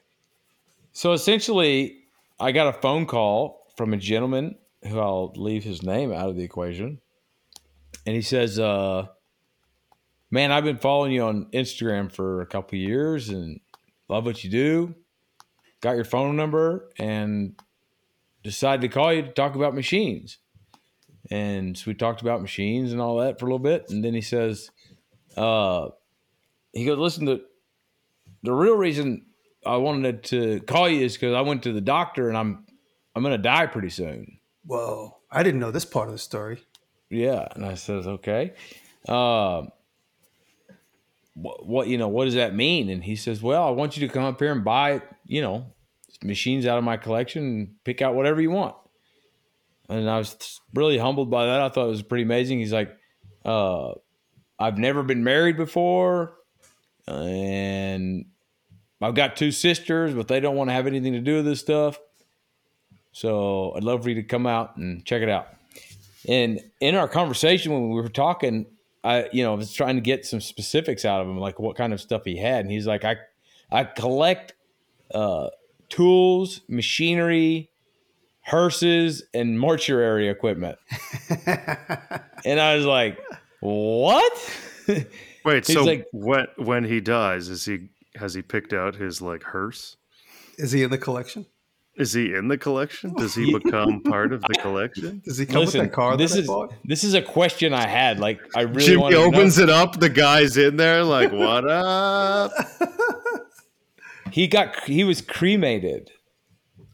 So essentially, I got a phone call from a gentleman who I'll leave his name out of the equation. And he says, uh, Man, I've been following you on Instagram for a couple of years and love what you do. Got your phone number and decided to call you to talk about machines. And so we talked about machines and all that for a little bit. And then he says, uh, He goes, Listen, the, the real reason I wanted to call you is because I went to the doctor and I'm I'm gonna die pretty soon.
Whoa! I didn't know this part of the story.
Yeah, and I says okay. Um, what, what you know? What does that mean? And he says, well, I want you to come up here and buy you know machines out of my collection and pick out whatever you want. And I was really humbled by that. I thought it was pretty amazing. He's like, uh, I've never been married before, and I've got two sisters, but they don't want to have anything to do with this stuff. So I'd love for you to come out and check it out. And in our conversation when we were talking, I you know I was trying to get some specifics out of him, like what kind of stuff he had, and he's like, I I collect uh, tools, machinery, hearses, and mortuary equipment. and I was like, what?
Wait,
He's
so
like-
when when he dies, is he has he picked out his like hearse?
Is he in the collection?
Is he in the collection? Does he become part of the collection?
Does he come
Listen,
with that car
this
that I
is
bought?
this is a question I had. Like I really
Jimmy
wanted
opens
to
it up. The guy's in there, like, what up?
know. He got he was cremated.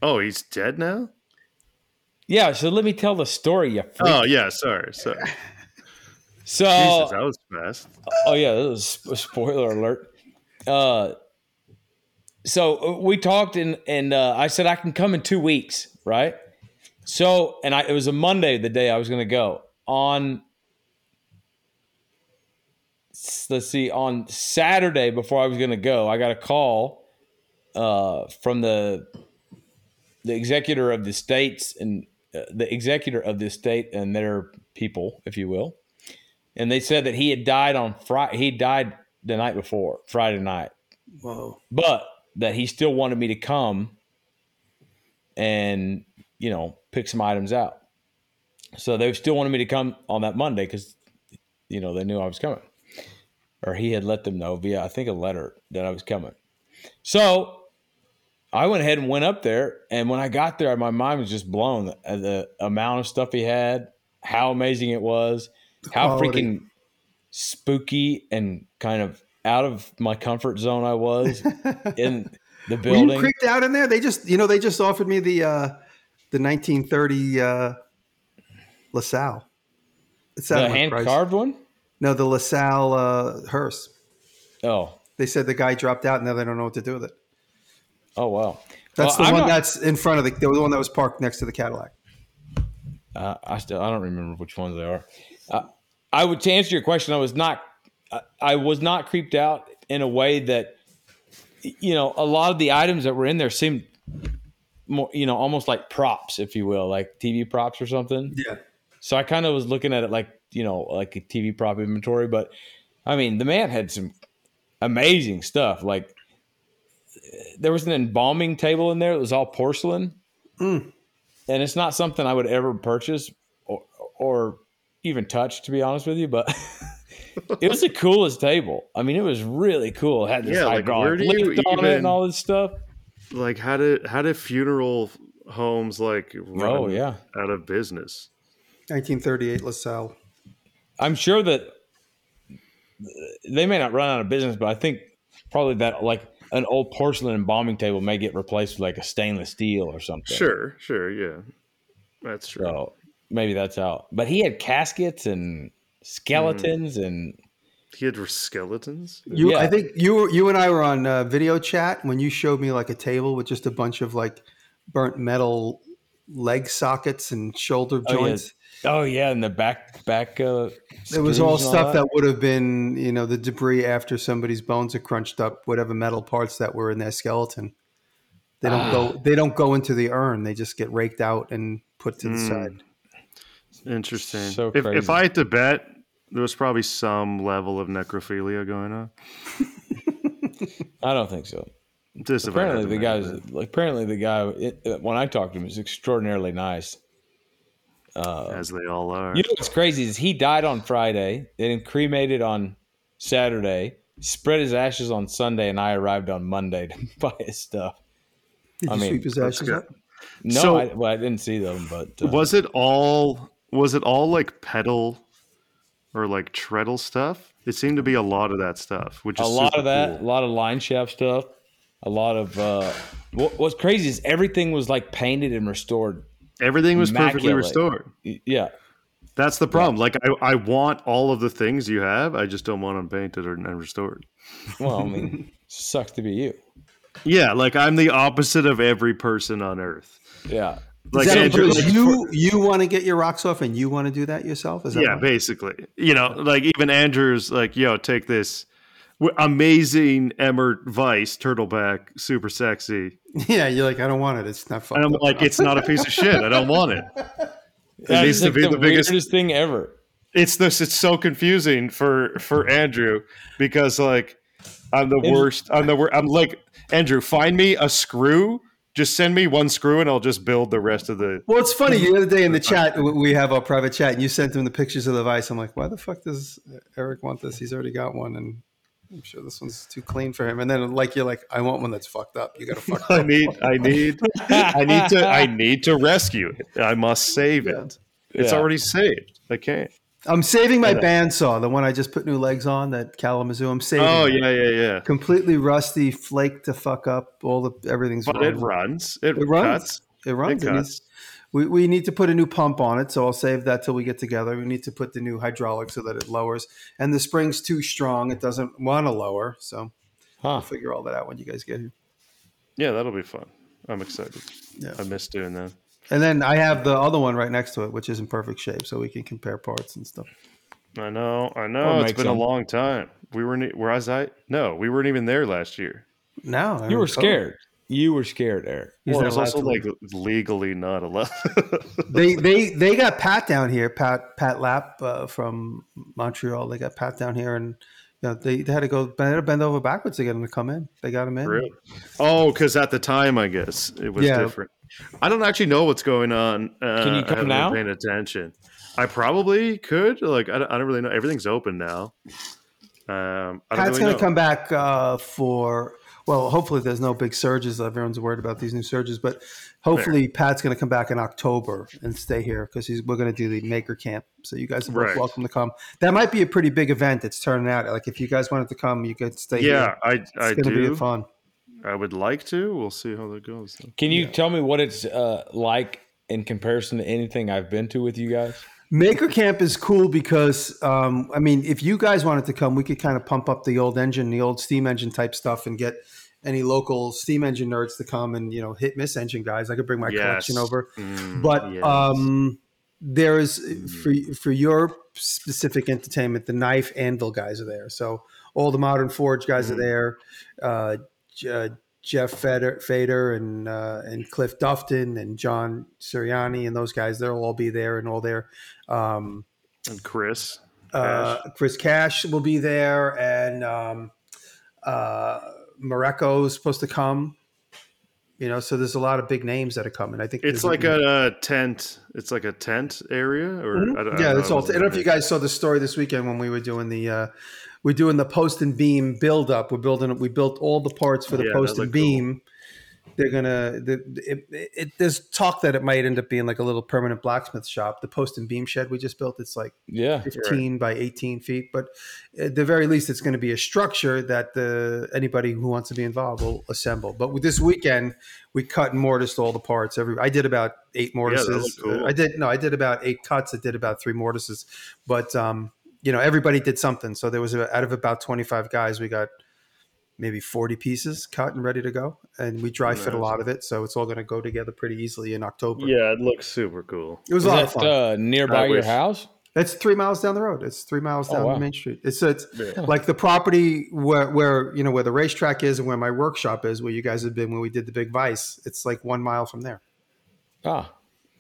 Oh, he's dead now.
Yeah, so let me tell the story. You freak.
Oh yeah, sorry, sorry.
so
Jesus, that was fast.
oh yeah, that was a spoiler alert. Uh, so uh, we talked and and uh, I said I can come in two weeks, right? So and I it was a Monday the day I was going to go on. s- Let's see, on Saturday before I was going to go, I got a call uh, from the the executor of the states and uh, the executor of the state and their people, if you will, and they said that he had died on Friday. He died the night before Friday night
Whoa.
but that he still wanted me to come and you know pick some items out so they still wanted me to come on that monday because you know they knew i was coming or he had let them know via i think a letter that i was coming so i went ahead and went up there and when i got there my mind was just blown at the amount of stuff he had how amazing it was how
quality.
freaking spooky and kind of out of my comfort zone i was in the
Were you
building.
creeped out in there? They just, you know, they just offered me the uh, the 1930 uh, LaSalle. It's out
the
of my
hand
price.
carved one?
No, the LaSalle uh, hearse.
Oh,
They said the guy dropped out. and Now they don't know what to do with it.
oh wow. Well,
That's the
I'm
one
not-
that's in front of the, the one that was parked next to the Cadillac.
uh, I still I don't remember which ones they are. Uh, I would to answer your question. I was not I, I was not creeped out in a way that you know a lot of the items that were in there seemed more you know almost like props, if you will, like TV props or something.
Yeah.
So I kind of was looking at it like, you know, like a TV prop inventory. But I mean, the man had some amazing stuff. Like there was an embalming table in there that was all porcelain.
Mm.
And it's not something I would ever purchase or, or even touch, to be honest with you. But it was the coolest table. I mean, it was really cool. It had this
Yeah, like, where
hydraulic
do you
lift on it
even-
and all this stuff.
Like how did how did funeral homes like run
Oh, yeah.
out of business?
1938 LaSalle.
I'm sure that they may not run out of business, but I think probably that like an old porcelain embalming table may get replaced with like a stainless steel or something.
Sure, sure, yeah, that's true.
So maybe that's out. But he had caskets and skeletons
Mm-hmm.
and
He had skeletons.
You,
Yeah.
I think you were- you and I were on uh, video chat when you showed me like a table with just a bunch of like burnt metal leg sockets and shoulder
yeah.
joints.
oh yeah, and the back back uh
It was all
screws and
stuff that. would have been, you know, the debris after somebody's bones are crunched up, whatever metal parts that were in their skeleton. They don't
Ah.
go they don't go into the urn. They just get raked out and put to the
Hmm.
side.
Interesting.
So
if, if
crazy.
I had to bet, there was probably some level of necrophilia going on.
I don't think so.
Just if I had
Apparently
to
the
bet,
guy's
but-
apparently the guy it, when I talked to him is extraordinarily nice.
as they all are.
uh, You know what's crazy is he died on Friday, then cremated on Saturday, spread his ashes on Sunday, and I arrived on Monday to buy his stuff.
Did
I
you
mean,
sweep his ashes
good.
up?
No,
So-
I, well, I didn't see them, but uh,
Was it all? Was it all like pedal or like treadle stuff? It seemed to be a lot of that stuff, which
a
is
lot
super
of that, a
cool.
lot of line shaft stuff, a lot of uh, what, what's crazy is everything was like painted and restored.
Everything was perfectly
Immaculate.
restored.
Y- Yeah,
That's the problem. Like I, I want all of the things you have. I just don't want them painted or and restored.
well, I mean, sucks to be you.
Yeah, like I'm the opposite of every person on earth.
Yeah,
Like
Is that
Andrew,
because
like,
you you want to get your rocks off and you want to do that yourself? Is that
yeah,
why?
basically. You know, like even Andrew's like, yo, take this w- amazing Emmer Vice turtleback, super sexy.
yeah, you're like, I don't want it. It's not fun.
And I'm like, it's not a piece of shit. I don't want it.
that is
needs to
like
be
the,
the biggest-
weirdest thing ever.
It's this. It's so confusing for for Andrew because like I'm the worst. I'm the worst. I'm like Andrew. Find me a screw. Just send me one screw, and I'll just build the rest of the.
Well, it's funny. The other day in the chat, w- we have our private chat, and you sent them the pictures of the vice. I'm like, why the fuck does Eric want this? He's already got one, and I'm sure this one's too clean for him. And then, like, you're like, I want one that's fucked up. You got to fuck.
I need. I need. I need to. I need to rescue it. I must save it. It's
Yeah.
already saved. I can't.
I'm saving my bandsaw, the one I just put new legs on, that Kalamazoo. I'm saving.
Oh
it.
yeah, yeah, yeah.
Completely rusty, flaked to fuck up. All the everything's.
But
wrong.
it runs. It,
Um, It runs.
Cuts.
It
It
runs. It needs-
cuts.
we, we need to put a new pump on it, so I'll save that till we get together. We need to put the new hydraulic so that it lowers, and the spring's too strong; it doesn't want to lower. So
Huh?
I'll figure all that out when you guys get here.
Yeah, that'll be fun. I'm excited.
Yeah.
I miss doing that.
And then I have the other one right next to it, which is in perfect shape, so we can compare parts and stuff.
I know. I
Or
know. It's
make
been
some.
a long time. We weren't. e- Was I? No, we weren't even there last year.
No, I
You were
mean,
scared. You were scared, Eric.
He's
Well,
not
it was
allowed
also
to
like legally not allowed.
They they they got Pat down here. Pat Pat Lap uh, from Montreal. They got Pat down here, and you know, they, they had to go they had to bend over backwards to get him to come in. They got him in.
Really? Oh, because at the time, I guess it was
Yeah.
different. I don't actually know what's going on. Uh,
Can you come
I haven't been
now?
Paying attention. I probably could. Like, I don't, I don't really know. Everything's open now. Um, I don't
Pat's
really
going
know.
to come back uh, for well, hopefully there's no big surges. Everyone's worried about these new surges, but hopefully Pat's going to come back in October and stay here because we're going to do the Maker Camp. So you guys are both
Right.
welcome to come. That might be a pretty big event. It's turning out like if you guys wanted to come, you could stay.
Yeah,
here.
I, I
it's going to be
do.
fun.
I would like to. We'll see how that goes.
Can you tell me what it's uh, like in comparison to anything I've been to with you guys?
Maker Camp is cool because, um, I mean, if you guys wanted to come, we could kind of pump up the old engine, the old steam engine type stuff, and get any local steam engine nerds to come and you know hit miss engine guys. I could bring my collection
Yes.
over,
Mm,
but
yes. Mm-hmm.
um, there is for for your specific entertainment, the knife anvil guys are there. So all the modern forge guys
Mm-hmm.
are there. Uh, J- uh, Jeff Fader, Fader and uh, and Cliff Dufton and John Siriani and those guys, they'll all be there and all there. Um,
and Chris,
uh, Chris Cash will be there, and um, uh, Mareko is supposed to come. You know, so there's a lot of big names that are coming. I think
it's
there's-
like a, uh, tent. It's like a tent area, or I
Mm-hmm.
don't- I
yeah,
don't
that's
know
all. I
what
don't know if you
it is.
guys saw the story this weekend when we were doing the uh, we're doing the post and beam build up. We're building. We built all the parts for the
Yeah, that
post and
looked cool.
beam. They're gonna. The, it, it, there's talk that it might end up being like a little permanent blacksmith shop. The post and beam shed we just built. It's like
Yeah.
15 by 18 feet but at the very least it's going to be a structure that the anybody who wants to be involved will assemble but with this weekend we cut and mortised all the parts every i did about eight mortises
looked cool.
i did no i did about eight cuts i did about three mortises but um you know everybody did something so there was a, out of about 25 guys we got maybe 40 pieces cut and ready to go and we dry fit a
Nice.
lot of it so it's all going to go together pretty easily in october
Yeah, it looks super cool.
it was a
Is
lot of
that
fun
uh, nearby
I
your
wish-
house?
it's three miles down the road. It's three miles
Oh,
down
wow.
the main street. It's it's
Yeah.
like the property where where you know where the racetrack is and where my workshop is, where you guys have been when we did the big vice. It's like one mile from there
Ah,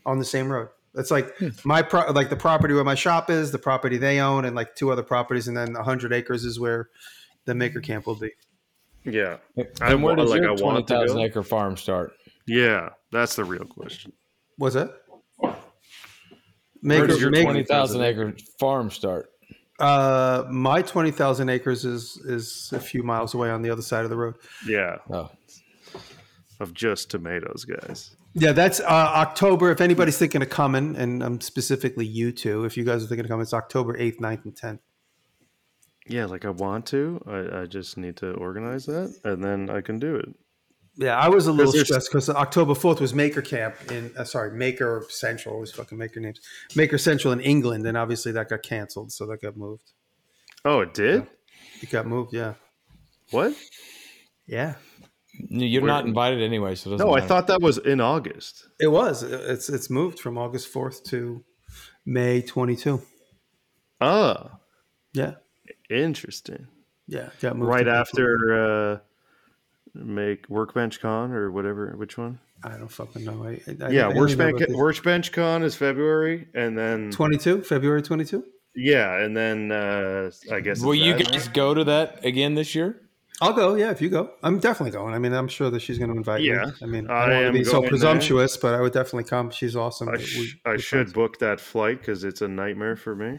on the same road. It's like
Hmm.
my pro- like the property where my shop is, the property they own, and like two other properties, and then hundred acres is where the maker camp will be.
Yeah, I
and where
wa-
does
like, I
your twenty
want to
thousand
go.
acre farm start?
yeah. That's the real question.
Was it?
Where
Maker,
does your
maker-
twenty thousand acre farm start?
uh, my twenty thousand acres is is a few miles away on the other side of the road.
Yeah,
Oh,
of just tomatoes, guys.
Yeah, that's uh, October. If anybody's thinking of coming, and um, specifically you two, if you guys are thinking of coming, it's October 8th, 9th, and 10th.
Yeah, like I want to. I, I just need to organize that, and then I can do it.
Yeah, I was a little
there's-
stressed because October 4th was Maker Camp in, uh, sorry, Maker Central. I was fucking Maker names. Maker Central in England, and obviously that got canceled, so that got moved.
Oh, it did.
It got moved, yeah.
What?
Yeah.
you're not invited anyway, so it doesn't
No, I
matter.
thought that was in August.
It was. It's it's moved from August 4th to May 22.
Ah,
Yeah.
interesting.
Yeah. it Got moved
Right
to-
after uh, make Workbench Con or whatever. Which one?
I don't fucking know. I, I, I
Yeah,
don't
Workbench
remember the-
Workbench Con is February, and then
22, February 22.
yeah, and then uh, I guess.
Will
it's
you
that.
guys go to that again this year?
I'll go. Yeah, if you go, I'm definitely going. I mean, I'm sure that she's going to invite
Yeah.
me. I mean,
I
I don't
am
want to be so
going there.
presumptuous, but I would definitely come. She's awesome.
I,
But, we-
sh- I should book that flight because it's a nightmare for me.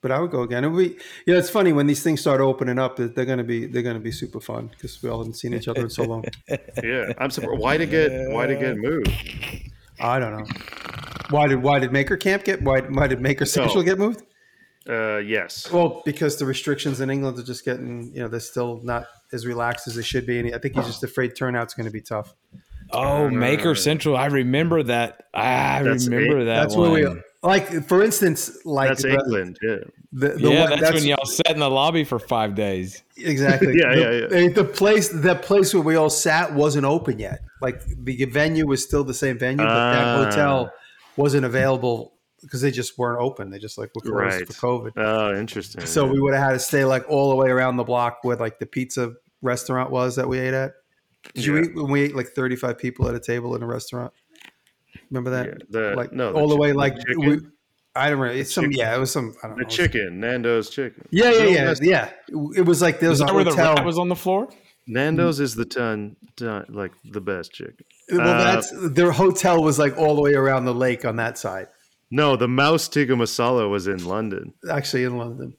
but I would go again. And we, yeah, it's funny when these things start opening up. that They're going to be they're going to be super fun because we all haven't seen each other in so long.
Yeah, I'm surprised. Why to get why to get moved?
I don't know why did why did Maker Camp get why why did Maker Central get moved?
Uh, yes,
Well, because the restrictions in England are just getting you know they're still not as relaxed as they should be, and I think he's just afraid turnout's going to be tough.
Oh, Maker Central. I remember that. I
That's
remember
eight-
that.
Uh, That's
one.
where we Like for instance, like
that's
the,
England. Yeah.
The, the
yeah,
one-
that's, when y'all sat in the lobby for five days.
exactly.
Yeah,
the,
yeah,
eh, The place, the place where we all sat wasn't open yet. Like the venue was still the same venue, but
Ah.
that hotel wasn't available because they just weren't open. They just like were closed
Right.
for COVID.
Oh, interesting.
So we would have had to stay like all the way around the block where like the pizza restaurant was that we ate at. Did you
Yeah.
eat when we ate like 35 people at a table in a restaurant? Remember that?
Yeah, the-
like
no, the
all the
chi-
way
the
like
chicken-
we, I don't remember. It's some
chicken-
yeah, it was some I don't
the
know.
chicken, Nando's chicken.
Yeah, yeah,
No,
yeah,
that's-
yeah. It was like there
Is
was a
that where the
hotel.
rat was on the floor?
Nando's is the ton, ton like the best chicken.
well,
uh,
that's their hotel was like all the way around the lake on that side,
No, the mouse tikka masala was in London.
actually in London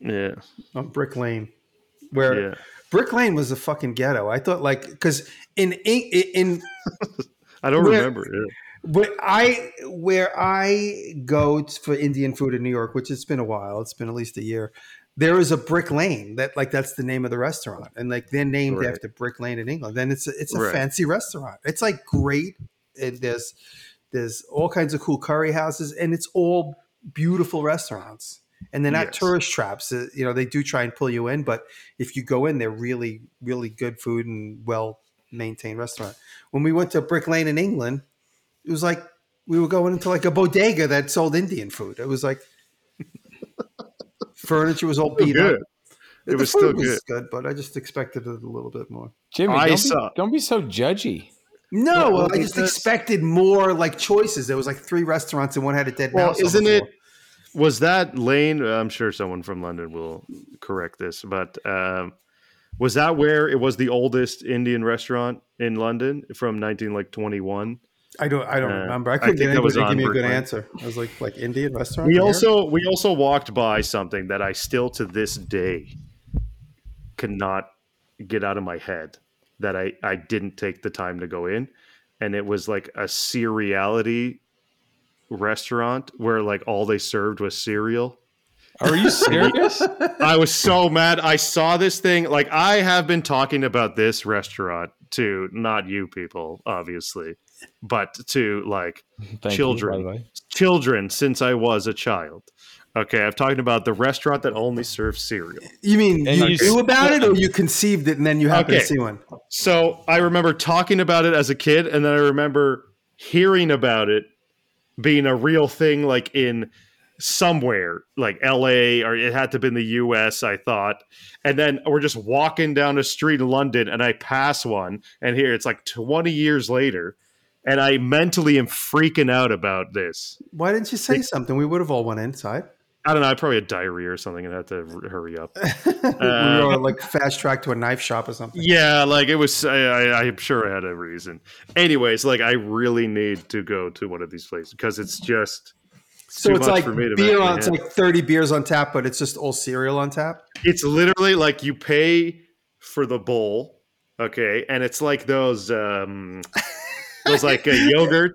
Yeah,
on Brick Lane, where
yeah.
Brick Lane was the fucking ghetto. I thought like because in Eng- in
I don't
Where-
remember. it.
But I where I go t- for Indian food in New York, which it's been a while, it's been at least a year. There is a brick lane that like that's the name of the restaurant, and like they're named
Right.
after Brick Lane in England. Then it's a, it's a
Right.
fancy restaurant. It's like great. And there's there's all kinds of cool curry houses, and it's all beautiful restaurants. And they're not
Yes.
tourist traps. Uh, You know they do try and pull you in, but if you go in, they're really really good food and well maintained restaurant. When we went to Brick Lane in England, it was like we were going into like a bodega that sold Indian food. It was like furniture was all beat
good.
up.
It
The
was
food
still
was good, but I just expected it a little bit more.
Jimmy,
I
don't,
saw-
be, don't be so judgy.
No,
Well,
I just
because-
expected more like choices. There was like three restaurants and one had a dead
Well,
mouse. on the
isn't it-
floor.
Was that Lane? uh, I'm sure someone from London will correct this, but um, was that where it was the oldest Indian restaurant in London from 19 like 21?
I don't. I don't
Uh,
remember. I
I
couldn't
think
get
that
anybody
was
to give
on
me a good
Brooklyn.
answer. I was like, like Indian restaurant.
We
here?
also we also walked by something that I still to this day cannot get out of my head that I I didn't take the time to go in, and it was like a cereality restaurant where like all they served was cereal.
Are you serious?
I was so mad. I saw this thing. Like I have been talking about this restaurant to not you people, obviously, but to like
Thank you,
Children.
by the way.
children since I was a child. Okay, I'm talking about the restaurant that only serves cereal.
you mean
And
you
you
knew about it,
saw-
or you conceived it and then you happened
Okay.
to see one?
So I remember talking about it as a kid, and then I remember hearing about it being a real thing, like in somewhere, like LA, or it had to have been the US, I thought. And then we're just walking down a street in London, and I pass one, and here it's like 20 years later, and I mentally am freaking out about this.
Why didn't you say something? We would have all went inside.
I don't know, I probably had diarrhea or something, and I had to r- hurry up.
we were like fast track to a knife shop or something.
Yeah, like it was. I, I, I'm sure I had a reason. Anyways, like I really need to go to one of these places because it's just
So
too
it's
much
like
for me to
beer on.
comprehend.
It's like thirty beers on tap, but it's just all cereal on tap.
it's literally like you pay for the bowl, okay, and it's like those um those like uh, yogurt,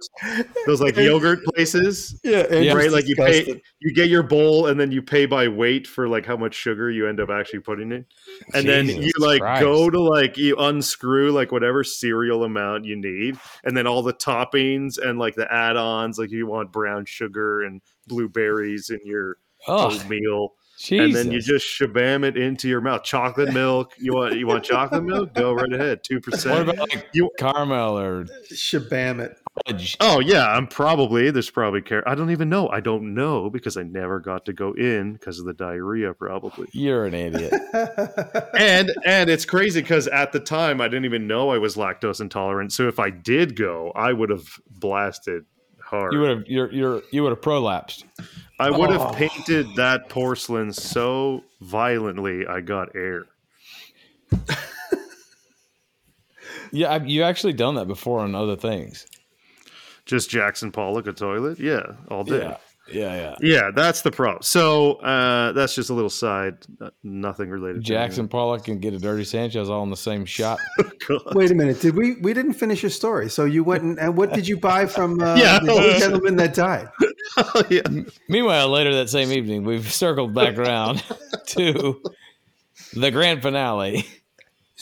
those like yogurt places,
Yeah,
Yeah.
right? Like you pay, you get your bowl, and then you pay by weight for like how much sugar you end up actually putting in. and then
Jesus
you like
Christ.
go to like you unscrew like whatever cereal amount you need and then all the toppings and like the add-ons like you want brown sugar and blueberries in your
Oh,
oatmeal
Jesus.
and then you just shabam it into your mouth chocolate milk you want you want chocolate milk go right ahead 2%
what about like
You-
caramel or
Shabam it.
fudge?
Oh yeah, I'm probably there's probably care. I don't even know. I don't know because I never got to go in because of the diarrhea, probably.
You're an idiot.
and and it's crazy because at the time I didn't even know I was lactose intolerant. So if I did go, I would have blasted hard.
You would have you're you're you would have prolapsed.
I would
Oh.
have painted that porcelain so violently I got air.
Yeah, I've, you've actually done that before on other things.
Just Jackson Pollock a toilet, yeah, all day. Yeah.
yeah,
that's the problem. So uh, that's just a little side, n- nothing
yeah.
related.
Jackson Pollock can get a dirty Sanchez all in the same shot.
to anything.
Wait a minute. Did we? We didn't finish your story. So you went and, and what did you buy from uh,
Yeah.
the old gentleman that died?
yeah.
Meanwhile, later that same evening, we've circled back around to the grand finale.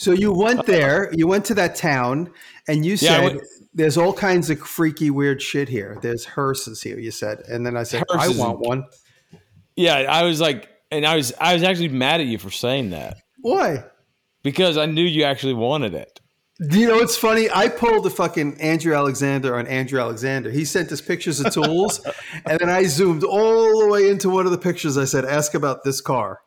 So you went there. You went to that town, and you
Yeah, I
said
went-
there's all kinds of freaky, weird shit here. There's hearses here, you said, and then I said,
Hearses
I want one.
Yeah, I was like, and I was I was actually mad at you for saying that
Why?
because I knew you actually wanted it.
Do You know, it's funny. I pulled the fucking Andrew Alexander on Andrew Alexander. He sent us pictures of tools, and then I zoomed all the way into one of the pictures. I said, "Ask about this car,"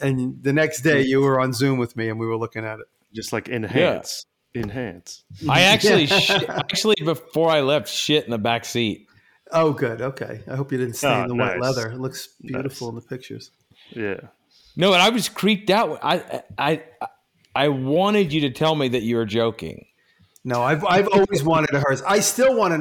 and the next day you were on Zoom with me, and we were looking at it.
Just like enhance, enhance.
I actually sh- actually before I left, shit in the back seat.
Oh, good. Okay. I hope you didn't stain
Ah,
the white
nice.
leather. It looks beautiful in the pictures.
Yeah,
No, and I was creeped out. I I I- I wanted you to tell me that you were joking.
No, I've I've always wanted a hearse. I still want a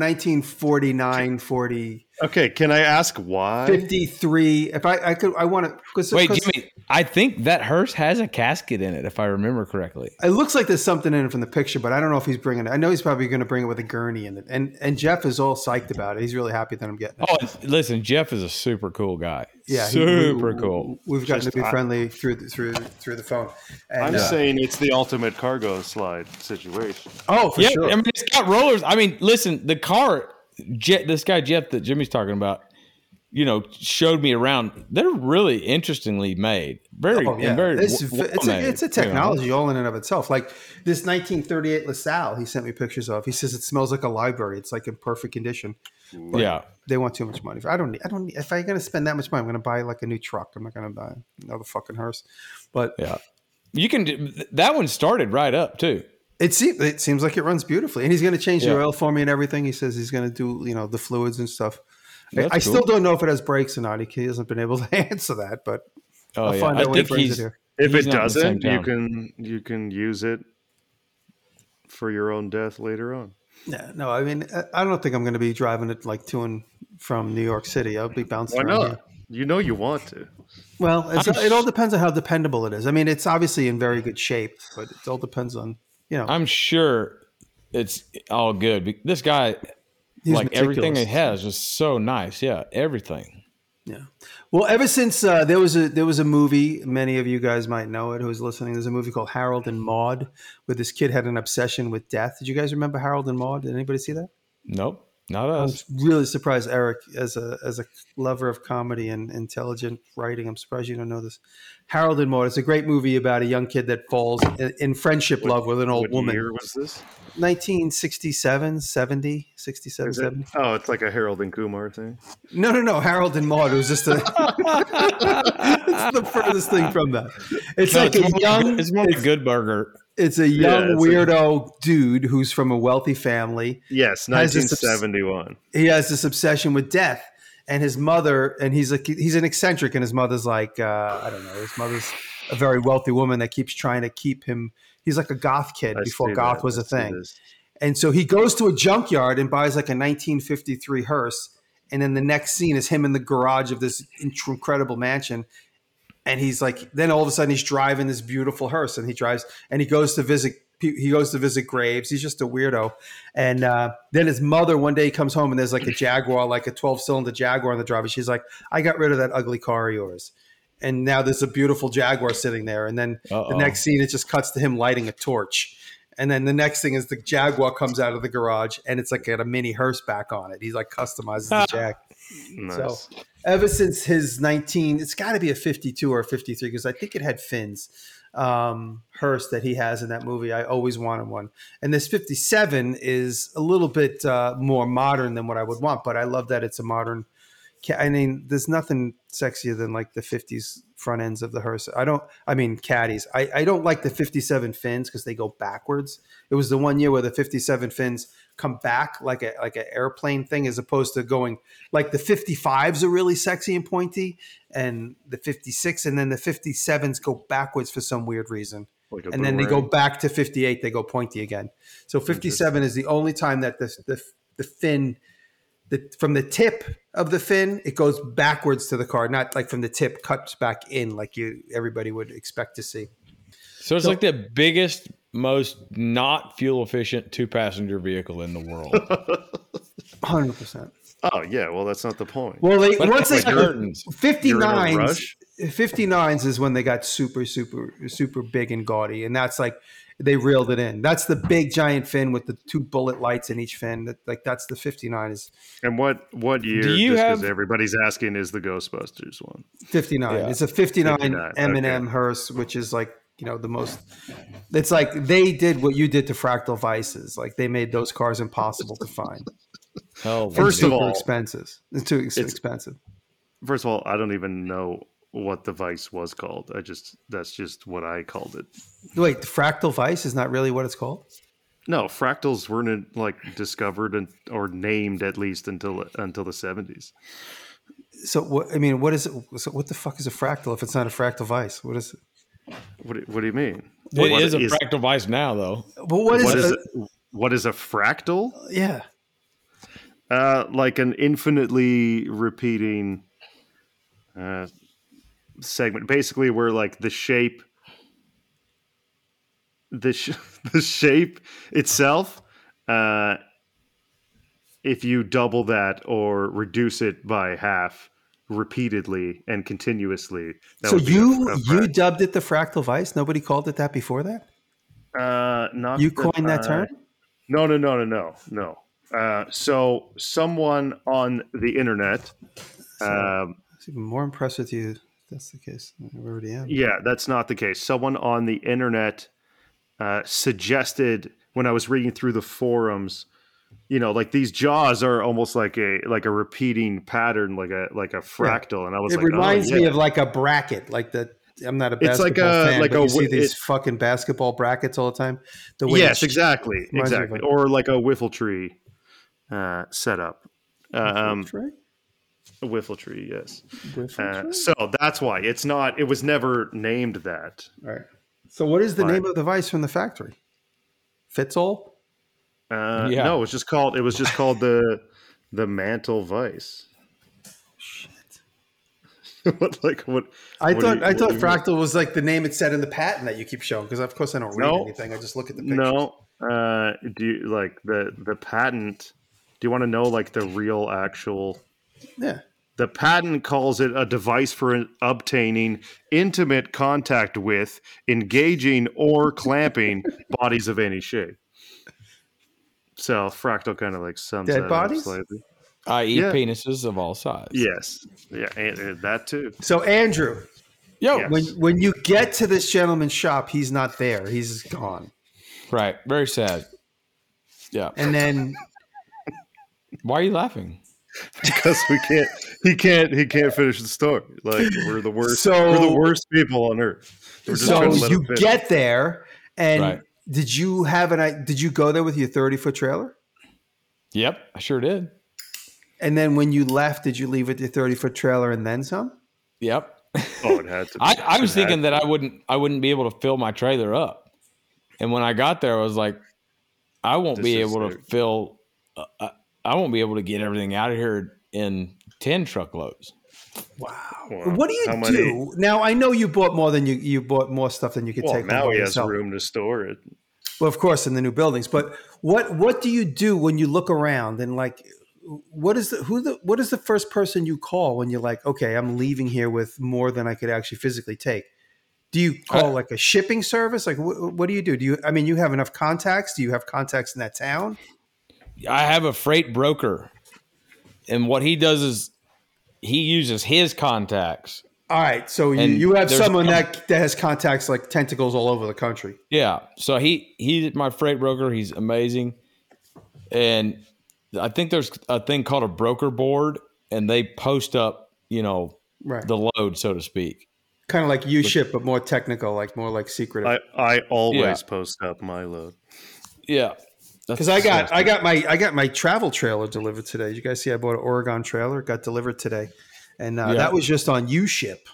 1949, 40,
Okay, can I ask why?
53. If I, I could, I want to.
Wait, Jimmy, I think that hearse has a casket in it, if I remember correctly.
It looks like there's something in it from the picture, but I don't know if he's bringing it. I know he's probably going to bring it with a gurney in it. And and Jeff is all psyched about it. He's really happy that I'm getting it.
Oh, listen, Jeff is a super cool guy.
Yeah, he-
super
we-
cool.
We've gotten
Just-
to be
I-
friendly through the, through through the phone.
I'm
And, uh,
saying it's the ultimate cargo slide situation.
oh, for
yeah,
sure.
I mean, it's got rollers. I mean, listen, the car, Je- this guy Jeff that Jimmy's talking about, you know, showed me around. They're really interestingly made. Very,
Oh, yeah.
and very.
it's,
w-
it's,
well-made,
a, it's a
you know.
technology all in and of itself. Like this 1938 LaSalle, he sent me pictures of. He says it smells like a library. It's like in perfect condition.
Yeah.
They want too much money. I don't. need- I don't. need- If I'm going to spend that much money, I'm going to buy like a new truck. I'm not going to buy another fucking hearse. But
Yeah. You can do that one started right up too.
it seems it seems like it runs beautifully, and he's going to change
Yeah.
the oil for me and everything. He says he's going to do you know the fluids and stuff. I,
That's cool.
I still don't know if it has brakes or not. He- He hasn't been able to answer that, but
Oh,
I'll find out when he brings it here.
If
He's
it
not in the same
doesn't, you
town.
can you can use it for your own death later on.
Yeah, no, I mean, I- I don't think I'm going to be driving it like to and from New York City. I'll be bouncing.
Why
around
not?
here.
You know you want to.
Well, it's,
I'm
it all depends on how dependable it is. I mean, it's obviously in very good shape, but it all depends on you know.
I'm sure it's all good. Be- This guy,
he's
like everything he
meticulous.
has, was so nice. Yeah, everything.
Yeah. Well, ever since uh, there was a there was a movie, many of you guys might know it. Who was listening? There's a movie called Harold and Maude, where this kid had an obsession with death. Did you guys remember Harold and Maude? Did anybody see that?
Nope, not
I
us.
was really surprised, Eric, as a as a lover of comedy and intelligent writing. I'm surprised you don't know this. Harold and Maude. It's a great movie about a young kid that falls in, in friendship love with an old
What
woman.
year was this?
1967, 70, 67,
Is it-
70.
Oh, it's like a Harold and Kumar thing.
No, no, no. Harold and Maude. It was just a. it's the furthest thing from that. It's
No,
like
it's
a
more-
young.
It's more like Good Burger.
It's a young
Yeah, it's a-
weirdo dude who's from a wealthy family.
Yes,
Has this-
1971.
He has this obsession with death, and his mother. And he's like he's an eccentric, and his mother's like uh, I don't know. His mother's a very wealthy woman that keeps trying to keep him. He's like a goth kid
I
before
see
goth
that.
was
I
a
see
thing.
this.
And so he goes to a junkyard and buys like a 1953 hearse. And then the next scene is him in the garage of this int- incredible mansion. And he's like, then all of a sudden he's driving this beautiful hearse, and he drives, and he goes to visit. He goes to visit graves. He's just a weirdo. And uh, then his mother one day comes home, and there's like a Jaguar, like a 12 cylinder Jaguar in the driver. She's like, "I got rid of that ugly car of yours." And now there's a beautiful Jaguar sitting there. And then the
Uh-oh.
next scene, it just cuts to him lighting a torch. And then the next thing is the Jaguar comes out of the garage and it's like got a mini hearse back on it. He's like customizes the Jag.
Nice.
So ever since his 19, it's got to be a 52 or a 53 because I think it had fins um, hearse that he has in that movie. I always wanted one. And this 57 is a little bit uh, more modern than what I would want, but I love that it's a modern. ca- I mean, there's nothing sexier than like the 50s front ends of the hearse. I don't, I mean, caddies. I, I don't like the 57 fins because they go backwards. It was the one year where the 57 fins come back like a like an airplane thing as opposed to going like the 55s are really sexy and pointy and the 56 and then the 57s go backwards for some weird reason
Like a
and then they go
boomerang.
back to 58 they go pointy again so 57 is the only time that the the, the fin the, from the tip of the fin it goes backwards to the car not like from the tip cuts back in like you everybody would expect to see
So it's like the biggest, most not fuel efficient two passenger vehicle in the world.
100%
Oh yeah, well that's not the point.
well they
But
once they
it's like
got
curtains.
59s
rush?
59s is when they got super super super big and gaudy and that's like they reeled it in. That's the big giant fin with the two bullet lights in each fin. That like that's the 59 is
And what what year?
Do you
just 'cause
have-
everybody's asking is the Ghostbusters one.
59.
Yeah.
It's a 59,
59,
M&M hearse, which is like, you know, the most it's like they did what you did to fractal vices. Like they made those cars impossible to find.
Oh, my
First of
Super
all-
expensive. It's too ex-
It's-
expensive.
First of all, I don't even know what the vice was called. I just that's just what I called it.
Wait, the fractal vice is not really what it's called.
No, fractals weren't like discovered and or named at least until until the seventies.
So what I mean, what is it? So what the fuck is a fractal if it's not a fractal vice? What is it?
What do, what do you mean?
God.
What
it is a
is-
fractal vice now, though.
But what is,
What is
a-
a- what is a fractal?
yeah.
Uh, like an infinitely repeating uh, segment, basically where like the shape, the sh- the shape itself, uh, if you double that or reduce it by half repeatedly and continuously, that
So
would be a-
you
a
you
fract-
dubbed it the fractal vice. Nobody called it that before that.
uh, not
You coined that
I-
term.
No, no, no, no, no, no. Uh, so someone on the internet, um,
It's even more impressed with you. if That's the case. I already am.
yeah, that's not the case. Someone on the internet uh, suggested when I was reading through the forums, you know, like these jaws are almost like a like a repeating pattern, like a like a fractal, and I was
It
like, oh,
reminds
yeah.
me of like a bracket, like the. I'm not a
It's
basketball
like a-
fan,
like
but
a
you see
wi-
these
it-
fucking basketball brackets all the time. The it's-
yes, exactly,
me of
exactly,
a-
or like a wiffle tree uh, setup. Um,
Right?
a wiffle tree, yes.
Different,
Uh,
right?
so that's why it's not. It was never named that.
All right. So, what is the
Fine.
name of the vice from the factory? Fitzol.
Uh,
Yeah.
No, it was just called. It was just called the the mantle vice. Shit. what like what?
I
what do
thought
you-
I
what
thought
do you-
fractal was like the name it said in the patent that you keep showing because of course I don't read
No.
anything. I just look at the picture.
No. Uh, do you like the the patent? Do you want to know like the real actual?
Yeah.
The patent calls it a device for obtaining intimate contact with, engaging, or clamping bodies of any shape. So fractal kind of like sums
Dead
that up
bodies?
slightly.
I.e.,
Yeah.
e penises of all sizes.
Yes, yeah, and, and that too.
So Andrew,
Yo,
Yeah.
when when you get to this gentleman's shop, he's not there. He's gone.
right. Very sad. Yeah.
And then
Why are you laughing?
because we can't. He can't. He can't finish the story. Like we're the worst.
So-
we're the worst people on earth. We're just
so
trying to let
you
him finish.
get there, and
Right.
did you have an? i- Did you go there with your thirty foot trailer?
Yep, I sure did.
And then when you left, did you leave with your thirty foot trailer and then some?
Yep.
Oh, it had to. Be.
I, I was
It had-
thinking that I wouldn't I wouldn't be able to fill my trailer up, and when I got there, I was like, I won't be
This is
able to
it.
fill. Uh, uh, I won't be able to get everything out of here in ten truckloads.
Wow.
Wow.
What do you
How many-
do now? I know you bought more than you you bought more stuff than you could
Well,
take.
now
home by
he has
yourself.
room to store it.
Well, of course, in the new buildings. But what what do you do when you look around and like, what is the who the what is the first person you call when you're like, okay, I'm leaving here with more than I could actually physically take? Do you call
Uh,
like a shipping service? Like, wh- what do you do? Do you? I mean, you have enough contacts. Do you have contacts in that town?
I have a freight broker, and what he does is he uses his contacts.
All right, so you,
And
you have
there's
someone
com-
that that has contacts like tentacles all over the country.
Yeah, so he he's my freight broker. He's amazing, and I think there's a thing called a broker board, and they post up you know
Right,
the load, so to speak.
kind of like you ship, but more technical, like more like secretive.
I I always
Yeah.
post up my load.
Yeah,
Because I got I got my I got my travel trailer delivered today. You guys see I bought an Oregon trailer. It got delivered today, and uh,
Yeah.
that was just on U Ship.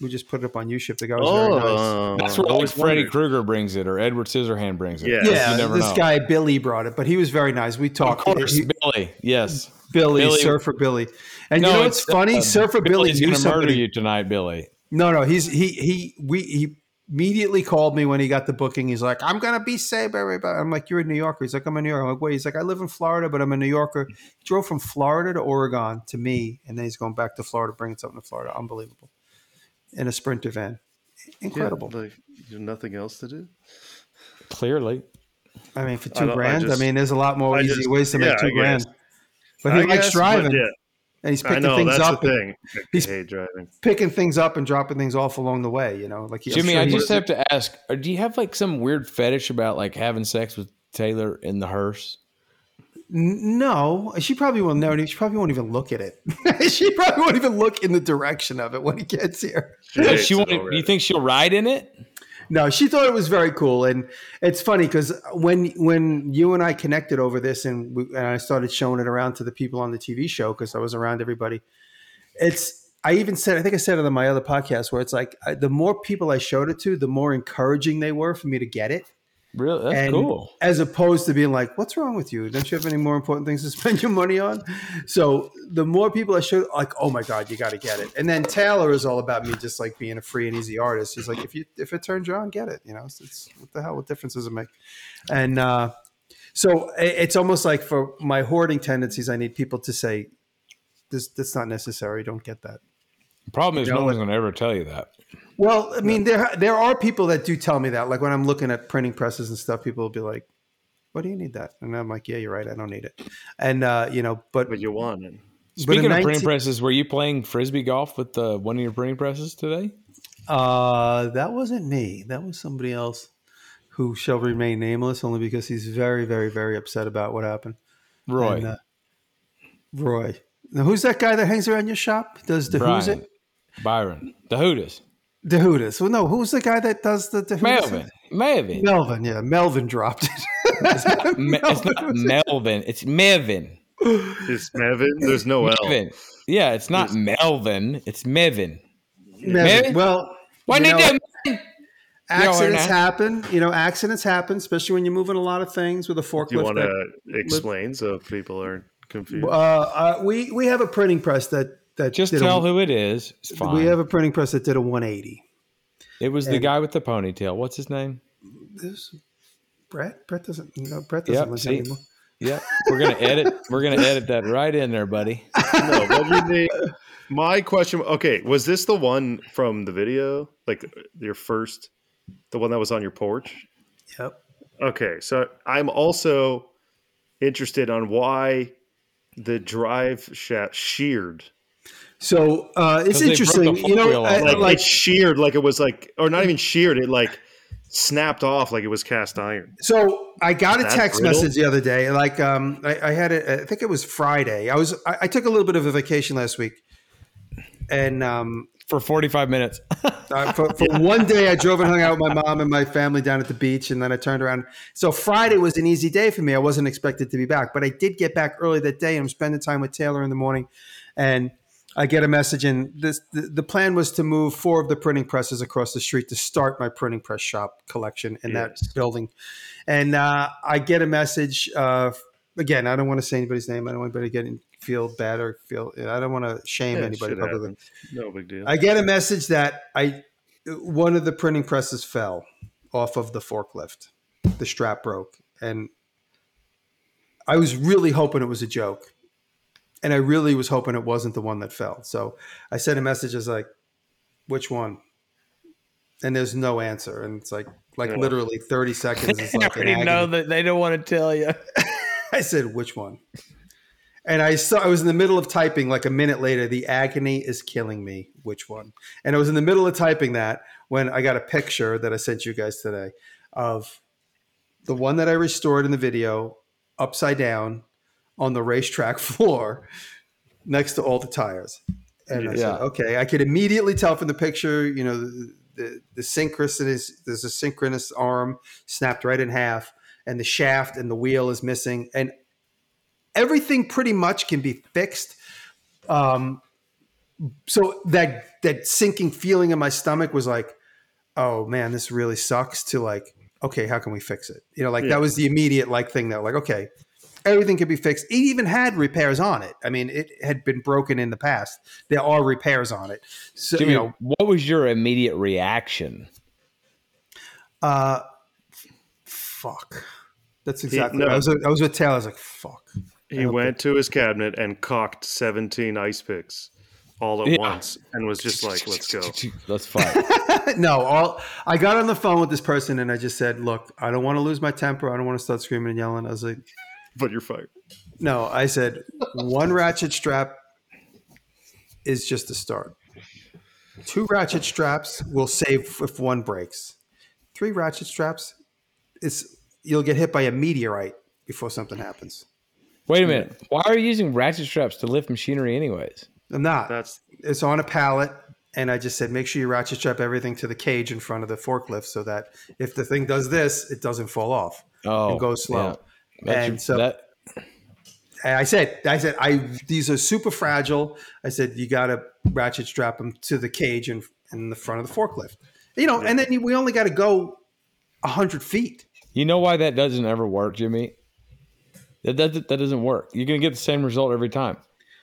We just put it up on U Ship. The guy was
Oh,
very nice.
Um,
That's where like Freddy Krueger brings it, or Edward Scissorhand brings it.
Yeah.
Yeah,
you never
this
know.
guy Billy brought it, but he was very nice. We
of
talked.
course,
He-
Billy. Yes,
Billy,
Billy-
Surfer Billy, and you
No,
know what's
it's,
funny?
uh,
Surfer Billy
Billy's
knew
gonna murder
somebody.
you tonight, Billy.
No, no, he's he he we he immediately called me when he got the booking. He's like, "I'm gonna be saved, everybody." I'm like, "You're a New Yorker." He's like, "I'm a New Yorker." I'm like, "Wait," he's like, "I live in Florida, but I'm a New Yorker." He drove from Florida to Oregon to me, and then he's going back to Florida, bringing something to Florida. Unbelievable, in a Sprinter van, incredible.
Like, you have nothing else to do.
Clearly.
I mean, for
I
two
don't- I
grand, I,
just-
mean, there's a lot more
I
easy
just-
ways to make
yeah, I
two grand.
guess.
But he
I
likes
guess, but
driving,
yeah,
and he's
I
picking
know
things
that's
up,
the
and
thing.
He's-
I hate driving.
picking things up, and dropping things off along the way. You know, like he- I'm
Jimmy,
sure
I
he-
just have to ask: or Do you have like some weird fetish about like having sex with Taylor in the hearse?
N- No, she probably will know. She probably won't even look at it. she probably won't even look in the direction of it when he gets here.
Does
hates
she
it
want? Do
already.
you think she'll ride in it?
No, she thought it was very cool, and it's funny because when when you and I connected over this, and, we, and I started showing it around to the people on the TV show because I was around everybody. It's I even said I think I said it on my other podcast where it's like I, the more people I showed it to, the more encouraging they were for me to get it.
Really, that's
And-
cool.
as opposed to being like, "What's wrong with you? Don't you have any more important things to spend your money on?" So the more people I show, like, "Oh my god, you got to get it." And then Taylor is all about me just like being a free and easy artist. He's like, "If you if it turns you on, get it." You know, it's, it's what the hell? What difference does it make? And uh, so i- it's almost like for my hoarding tendencies, I need people to say, "This that's not necessary. Don't get that."
Problem is,
You know,
no one's going to ever tell you that.
Well, I mean, there there are people that do tell me that. Like when I'm looking at printing presses and stuff, people will be like, "What do you need that?" And I'm like, "Yeah, you're right. I don't need it." And uh, you know, but
But you want it.
but
Speaking
in
of
19,
printing presses, were you playing frisbee golf with uh, one of your printing presses today?
uh, that wasn't me. That was somebody else who shall remain nameless, only because he's very, very, very upset about what happened.
Roy,
And, uh, Roy. Now, who's that guy that hangs around your shop? Does the who's
Brian,
it?
Byron, the Hootas,
The Hootis. Well, no, who's the guy that does the, the Who's-
Melvin, Melvin.
Melvin, yeah, Melvin dropped it.
Me- it's not
Melvin.
Melvin. It's Mevin.
It's Mevin. There's no L.
Mevin. Yeah, Oh. it's not Melvin. It's Mevin.
Mevin.
Mevin?
Well,
Why
you
did
know,
they?
accidents
Ernest.
happen? You know, accidents happen, especially when you're moving a lot of things with a forklift.
Do you want
that-
to explain so people aren't confused?
uh, uh, we we have a printing press that that
Just
did a-
tell who it is. It's fine.
we have a printing press that did a 180.
it was the
and-
guy with the ponytail. What's his name?
This Brett Brett doesn't you know Brett
Yep,
doesn't listen
see?
anymore.
Yep. We're gonna edit. We're gonna edit that right in there, buddy.
no, what was the- my question? Okay, was this the one from the video? Like your first, the one that was on your porch?
Yep.
Okay, so I'm also interested on why the drive shaft sheared.
So uh,
'Cause
it's
they broke
interesting.
the
You know,
foil
I-
off.
Like,
like
it sheared, like it was like, or not even sheared. It like snapped off, like it was cast iron.
So I got a
That
text
brittle?
message the other day. Like um, I, I had it. I think it was Friday. I was. I, I took a little bit of a vacation last week, and um,
For forty-five minutes.
uh, for, for one day I drove and hung out with my mom and my family down at the beach, and then I turned around. So Friday was an easy day for me. I wasn't expected to be back, but I did get back early that day. and I'm spending time with Taylor in the morning, and I get a message. And this the, the plan was to move four of the printing presses across the street to start my printing press shop collection in
Yes.
that building. And uh, I get a message. Uh, again, I don't want to say anybody's name. I don't want anybody getting feel bad or feel. I don't want to shame
Yeah,
anybody
shit
publicly.
happens. No big deal.
I get a message that I one of the printing presses fell off of the forklift. The strap broke and I was really hoping it was a joke. And I really was hoping it wasn't the one that fell. So I sent a message as like which one? And there's no answer and it's like like
Yeah.
literally 30 seconds is like an agony.
that they don't want to tell you.
I said, which one? And I saw I was in the middle of typing like a minute later, the agony is killing me. Which one? And I was in the middle of typing that when I got a picture that I sent you guys today of the one that I restored in the video upside down on the racetrack floor next to all the tires. And I
Yeah.
said, okay, I could immediately tell from the picture, you know, the, the, the synchronous, there's a synchronous arm snapped right in half and the shaft and the wheel is missing and everything pretty much can be fixed um so that that sinking feeling in my stomach was like oh man this really sucks to like okay how can we fix it you know like
Yeah.
that was the immediate like thing that like okay everything could be fixed it even had repairs on it i mean it had been broken in the past there are repairs on it so
Jimmy,
you know
what was your immediate reaction?
uh fuck that's exactly
no.
I, was, I was with taylor i was like fuck
He went to his cabinet and cocked 17 ice picks all at
Yeah.
once and was just like, let's go.
Let's fight.
no, all I got on the phone with this person and I just said, "Look, I don't want to lose my temper. I don't want to start screaming and yelling." I was like,
But you're fired.
"No," I said, "One ratchet strap is just the start. Two ratchet straps will save if one breaks. Three ratchet straps, it's you'll get hit by a meteorite before something happens."
Wait a minute. Why are you using ratchet straps to lift machinery, anyways?
I'm not.
That's
it's on a pallet and i just said make sure you ratchet strap everything to the cage in front of the forklift so that if the thing does this it doesn't fall off
Oh,
and go slow
yeah. That's
and
your-
so
that-
and i said i said i these are super fragile i said you gotta ratchet strap them to the cage in, in the front of the forklift you know and then you, we only gotta go 100 feet
you know why that doesn't ever work, Jimmy? That that, that doesn't work. You're gonna get the same result every time.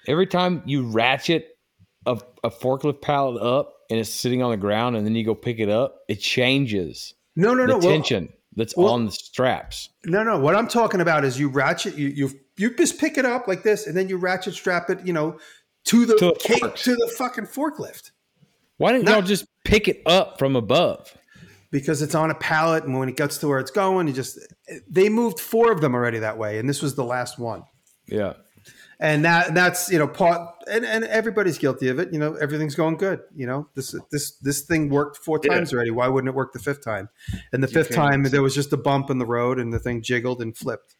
Every time you ratchet a, a forklift pallet up and it's sitting on the ground, and then you go pick it up, it changes
no no
the
no well-
tension that's on the straps.
No, no. What I'm talking about is you ratchet you you you just pick it up like this, and then you ratchet strap it, you know, to the
To the
cake,
forks.
to the fucking forklift
Why didn't
Not-
y'all just pick it up from above?
because it's on a pallet, and when it gets to where it's going, you just they moved four of them already that way, and this was the last one.
Yeah.
And that that's you know part, and, and everybody's guilty of it. You know, everything's going good. You know, this this this thing worked four
Yeah.
times already. Why wouldn't it work the fifth time? And the fifth
can't-
time, there was just a bump in the road, and the thing jiggled and flipped,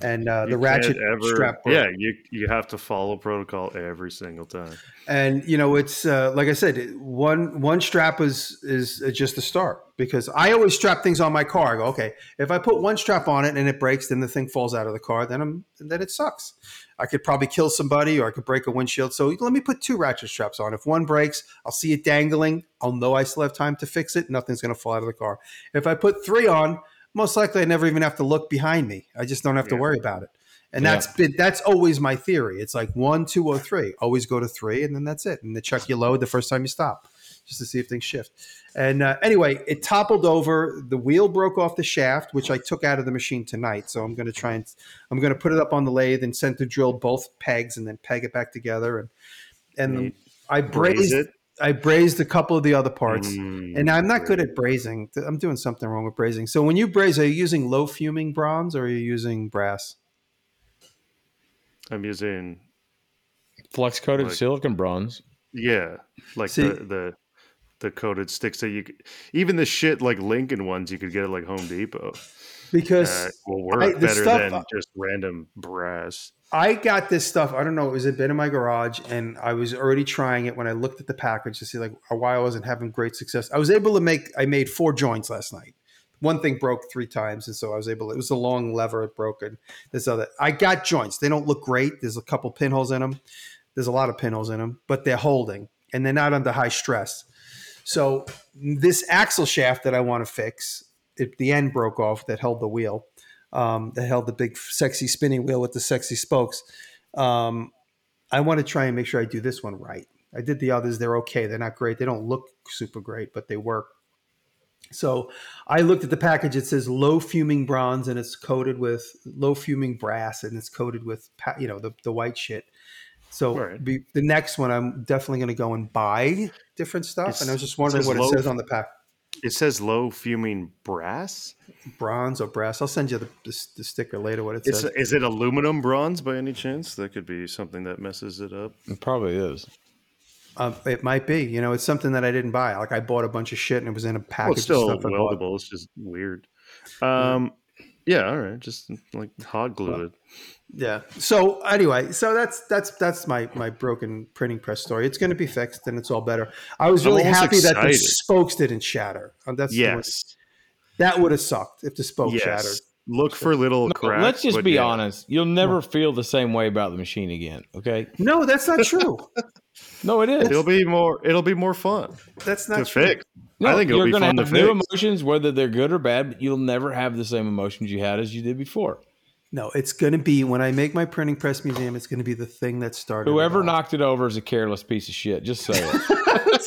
and uh, the
you
ratchet
can't ever-
strap. worked.
Yeah, you you have to follow protocol every single time.
and you know it's uh, like i said it- one one strap is is uh, just a start because i always strap things on my car I go okay if i put one strap on it and it breaks then the thing falls out of the car then i'm then it sucks i could probably kill somebody or i could break a windshield so let me put two ratchet straps on if one breaks i'll see it dangling i'll know i still have time to fix it nothing's going to fall out of the car if i put three on most likely i never even have to look behind me i just don't have to
Yeah.
worry about it and
Yeah.
that's been that's always my theory. It's like one, two, or three. Always go to three, and then that's it. And they check you load the first time you stop, just to see if things shift. And uh, anyway, it toppled over. The wheel broke off the shaft, which I took out of the machine tonight. So I'm going to try and I'm going to put it up on the lathe and send to drill both pegs and then peg it back together. And and
You
I
braise
braised
it.
I braised a couple of the other parts.
Mm,
And I'm not good at brazing. Th- I'm doing something wrong with brazing. So when you braze, are you using low fuming bronze or are you using brass?
I'm using
Flux coated
Like-
silicon bronze.
yeah, like
See-
the the the coated sticks that you could, even the shit like Lincoln ones you could get at like Home Depot
Because
uh, will work
I- the
better
stuff- uh
than just random brass.
I got this stuff. I don't know. It was a bit in my garage, and I was already trying it when I looked at the package to see like why I wasn't having great success. I was able to make. I made four joints last night. One thing broke three times, and so I was able. It was a long lever. It broke, and this other. I got joints. They don't look great. There's a couple pinholes in them. There's a lot of pinholes in them, but they're holding, and they're not under high stress. So this axle shaft that I want to fix, if the end broke off that held the wheel, um, that held the big sexy spinning wheel with the sexy spokes. Um, I want to try and make sure I do this one right. I did the others; they're okay. They're not great. They don't look super great, but they work. So I looked at the package. It says low fuming bronze, and it's coated with low fuming brass, and it's coated with pa- you know the the white shit. So
Right.
be, the next one, I'm definitely going to go and buy different stuff.
It's-
and I was just
it
wondering
says
what
low-
it says on the pack.
It says low fuming brass.
Bronze or brass? I'll send you the, the, the sticker later. What it
It's,
says?
is it aluminum bronze by any chance? That could be something that messes it up.
It probably is.
Um, it might be. You know, it's something that I didn't buy. Like I bought a bunch of shit and it was in a package.
Well, it's still
of stuff I bought.
weldable. It's just weird. Um, yeah, all right. Just like hot glue it.
Yeah. So anyway, so that's that's that's my my broken printing press story. It's going to be fixed and it's all better. I was
I'm
really
almost
happy that the
excited.
spokes didn't shatter. Um, That's the one-
Yes.
that would have sucked if the spoke
Yes.
shattered.
Look for little cracks.
Let's just
but
be
yeah.
honest. You'll never feel the same way about the machine again. Okay.
No, that's not true.
No, it is.
It'll be more. It'll be more fun
that's
to
not true.
fix.
No,
I think it'll
you're
be
gonna
fun to
have new
fix.
emotions, whether they're good or bad. But you'll never have the same emotions you had as you did before.
No, it's going to be when I make my printing press museum. It's going to be the thing that started. it
Whoever
all.
knocked it over is a careless piece of shit. Just say it.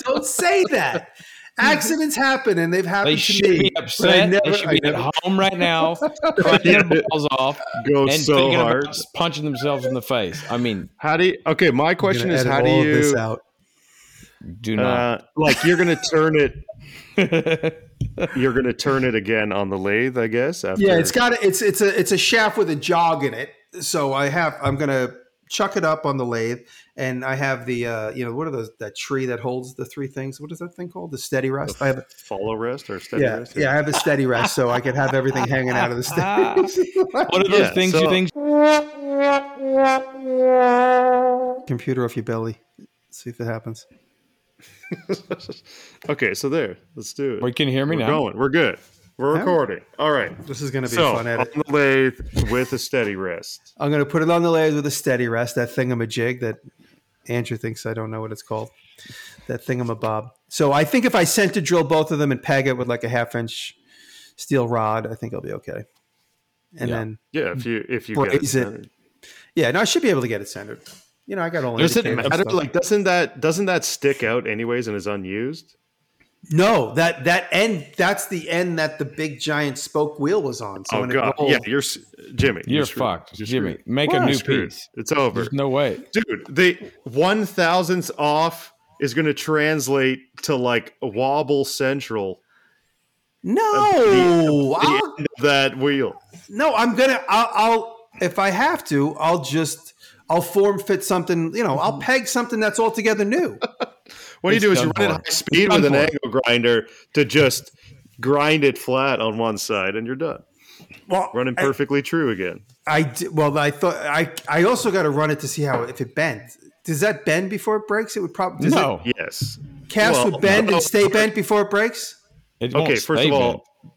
Don't say that. Accidents happen, and they've happened
They
to
should
me.
be
but I
upset.
never-
they should be
I
at
never-
home right now, crying their balls off,
Go
and
so
thinking
hard.
about punching themselves in the face. I mean,
How do you, okay? My
I'm
question
gonna
is,
edit
how do
all of this
you
out?
do not.
uh, like you're gonna turn it? You're gonna turn it again on the lathe, I guess. After,
Yeah, it's got it's it's a it's a shaft with a jog in it. So I have I'm gonna chuck it up on the lathe, and I have the uh, you know what are those that tree that holds the three things? What is that thing called? The steady rest. I have
follow rest or steady
yeah
rest.
yeah I have a steady rest, so I can have everything hanging out of the steady
what are those
yeah,
things you
so-
think?
computer off your belly. See if it happens.
Okay, so there. Let's do it.
Well, you can hear me
We're
now.
going. We're good. We're
Yeah.
recording. All right.
This is gonna be
So
a fun
on
edit.
the lathe with a steady rest.
I'm gonna put it on the lathe with a steady rest. That thingamajig that Andrew thinks I don't know what it's called. That thingamabob. So I think if I sent to drill both of them and peg it with like a half inch steel rod, I think I'll be okay. And
Yeah.
then
Yeah, if you if you get
Braise it.
centered.
yeah, no, I should be able to get it centered. You know, I got all
Does it
indicators and
matter?
stuff.
Like, doesn't that doesn't that stick out anyways and is unused?
no that that end that's the end that the big giant spoke wheel was on. So
Oh
when
god,
it rolled,
yeah, you're s- Jimmy.
You're
screwed.
fucked,
You're
Jimmy.
screwed.
Make a
You're
new
screwed.
piece.
It's over,
There's no way.
dude. The one thousandths off is going to translate to like wobble central
no,
the
I'll-
end of that wheel.
No, I'm gonna. I'll, I'll if I have to, I'll just I'll form fit something. You know, I'll peg something that's altogether new.
What
It's
you do is you
done
run it
for.
high speed
done
with an
for.
angle grinder to just grind it flat on one side, and you're done.
Well,
Running perfectly true again.
I, I di- well, I thought I I also got to run it to see how if it bent. Does that bend before it breaks? It would probably
No.
Yes.
Cast
Well,
would bend
no.
and stay bent before it breaks.
It won't
Okay. First
stay
of all,
bent.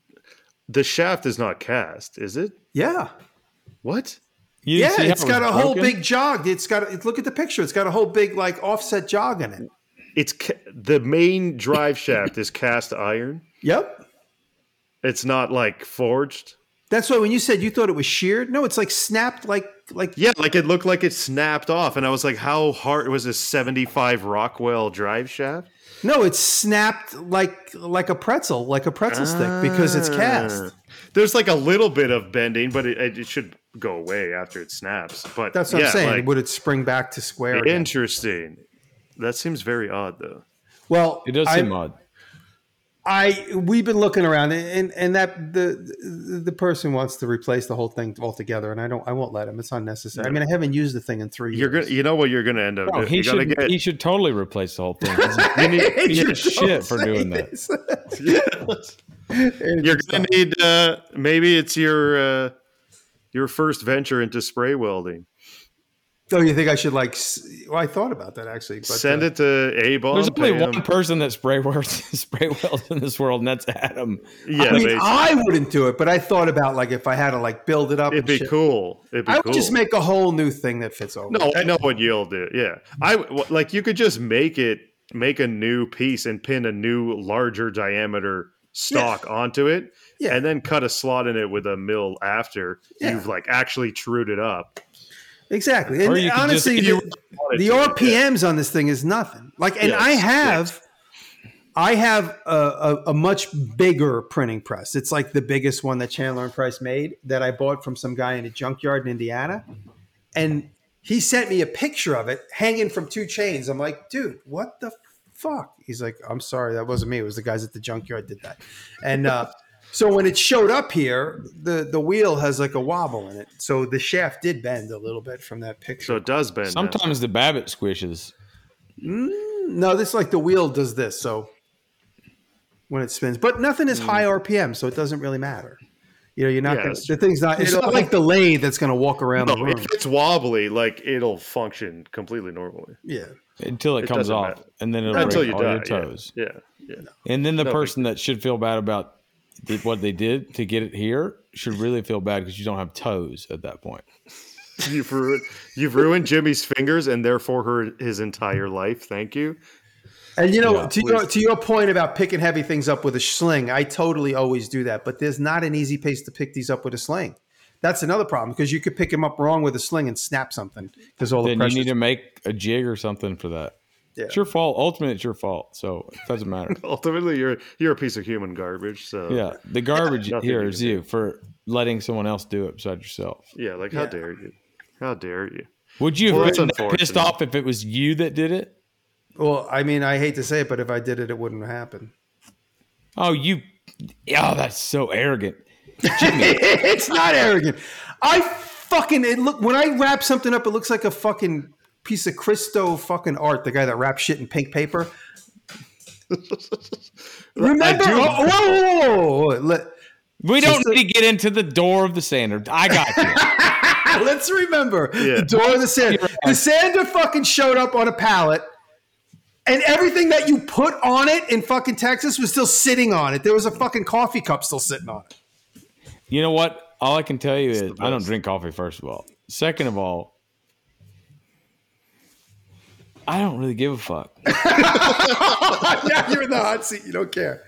the shaft is not cast, is it?
Yeah,
What?
You didn't
yeah.
see how
It's
it
got
was
a whole
broken?
big jog. It's got. Look at the picture. It's got a whole big like offset jog in it.
It's ca- the main drive shaft is cast iron.
Yep.
It's not like forged.
That's why when you said you thought it was sheared, no, it's like snapped like like
Yeah, like it looked like it snapped off, and I was like, "How hard was this seventy-five Rockwell drive shaft?"
No, it's snapped like like a pretzel, like a pretzel stick, because it's
Ah.
cast.
There's like a little bit of bending, but it, it it should go away after it snaps. But
That's what
yeah,
I'm saying.
like,
Would it spring back to square? again?
interesting. That seems very odd, though.
Well,
It does
I,
seem odd.
I we've been looking around, and and that the the person wants to replace the whole thing altogether, and I don't. I won't let him. It's unnecessary. I mean, I haven't used the thing in three
You're
years.
gonna, you know what you're gonna end up.
No,
doing.
he
Oh, you gotta
should.
get.
He should totally replace the whole thing. He's a
you need-
Andrew,
piece of
don't
shit for
say
doing that.
this.
you're gonna need. Uh, maybe it's your uh, your first venture into spray welding.
Oh, you think I should like? s- Well, I thought about that actually. But,
Send
uh,
it to A Bomb.
There's only one person that spray welds, spray welds in this world, and that's Adam.
Yeah,
I mean,
basically.
I wouldn't do it, but I thought about like if I had to like build it up.
it'd
and
be
shit.
cool. It'd be
I would
cool.
just make a whole new thing that fits over.
No, I know what you'll do. Yeah, I w- like you could just make it, make a new piece and pin a new larger diameter stock onto it,
Yeah.
and then cut a slot in it with a mill after
Yeah.
you've like actually trued it up.
exactly. And
Or you could
honestly,
just-
the,
you
the RPMs on this thing is nothing. Like, and
Yes,
I have, I have a, a, a much bigger printing press. It's like the biggest one that Chandler and Price made that I bought from some guy in a junkyard in Indiana, and he sent me a picture of it hanging from two chains. I'm like, dude, what the fuck? He's like, I'm sorry, that wasn't me. It was the guys at the junkyard did that, and. uh So when it showed up here, the the wheel has like a wobble in it. So the shaft did bend a little bit from that
So
picture.
it does bend. now.
Sometimes the Babbitt squishes.
no, this like the wheel does this. So when it spins, but nothing is high RPM, so it doesn't really matter. You know, you're not
Yeah,
gonna,
that's
the thing's not. It's
It'll-
not like the lathe that's going to walk around the
No,
room.
if it's wobbly, like it'll function completely normally
yeah,
Until it,
It
comes
doesn't
off,
matter.
and then it'll
until
break
you
all
die.
your toes.
Yeah, yeah. yeah.
And then the
No,
person that should feel bad about the, what they did to get it here should really feel bad because you don't have toes at that point.
You've ruined you've ruined Jimmy's fingers and therefore her his entire life. Thank you.
and you know,
Yeah,
to your to your point about picking heavy things up with a sling, I totally always do that. But there's not an easy place to pick these up with a sling. That's another problem because you could pick them up wrong with a sling and snap something because all the
Then you
pressure.
need to make a jig or something for that. It's your fault. Ultimately, it's your fault. So it doesn't matter.
Ultimately, you're you're a piece of human garbage. So
yeah, the garbage
Nothing
here
you
is
can
you for letting someone else do it besides yourself.
yeah, like how
Yeah.
dare you? How dare you?
Would you have
Well, that's
been that pissed
unfortunate.
off if it was you that did it?
Well, I mean, I hate to say it, but if I did it, it wouldn't happen.
Oh, you. Oh, that's so arrogant. Jimmy,
it's not arrogant. I fucking it look when I wrap something up, it looks like a fucking piece of Christo fucking art. The guy that wraps shit in pink paper. Remember?
do-
Oh, whoa, whoa, whoa, whoa, whoa. Let,
we don't
Just a-
need to get into the door of the sander. I got you.
us remember
Ah. Yeah.
the door of the sander. The sander fucking showed up on a pallet. And everything that you put on it in fucking Texas was still sitting on it. There was a fucking coffee cup still sitting on it.
you know what? All I can tell you is I don't drink coffee. First of all, second of all, I don't really give a fuck.
now you're in the hot seat. You don't care.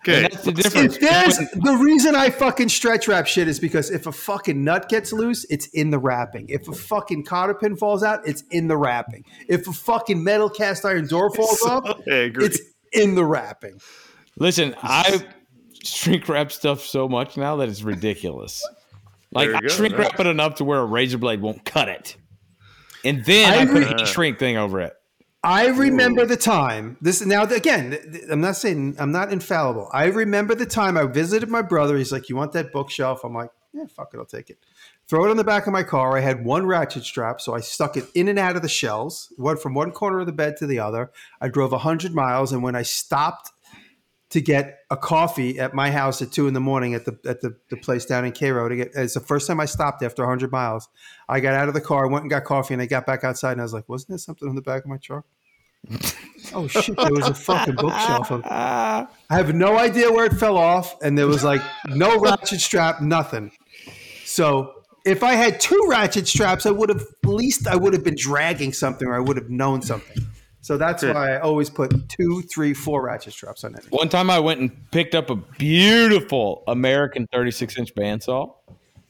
Okay,
That's the
If
difference.
there's the reason I fucking stretch wrap shit is because if a fucking nut gets loose, it's in the wrapping. If a fucking cotter pin falls out, it's in the wrapping. If a fucking metal cast iron door falls
So
up,
angry.
it's in the wrapping.
Listen, I shrink wrap stuff so much now that it's ridiculous. Like
There you
I
go,
shrink
yeah.
wrap it enough to where a razor blade won't cut it, and then I,
I
put
agree.
a shrink thing over it.
I remember the time. This now again. th- th- I'm not saying I'm not infallible. I remember the time I visited my brother. He's like, "You want that bookshelf?" I'm like, "Yeah, fuck it, I'll take it." Throw it on the back of my car. I had one ratchet strap, so I stuck it in and out of the shells. It went from one corner of the bed to the other. I drove hundred miles, and when I stopped to get a coffee at my house at two in the morning at the at the, the place down in Cairo, to get it's the first time I stopped after hundred miles. I got out of the car, went and got coffee, and I got back outside, and I was like, "Wasn't there something on the back of my truck?" Oh shit! There was a fucking bookshelf. up-
Ah,
I have no idea where it fell off, and there was like no ratchet strap, nothing. So if I had two ratchet straps, I would have at least I would have been dragging something, or I would have known something. So that's why I always put two, three, four ratchet straps on it.
one time I went and picked up a beautiful American 36 inch bandsaw,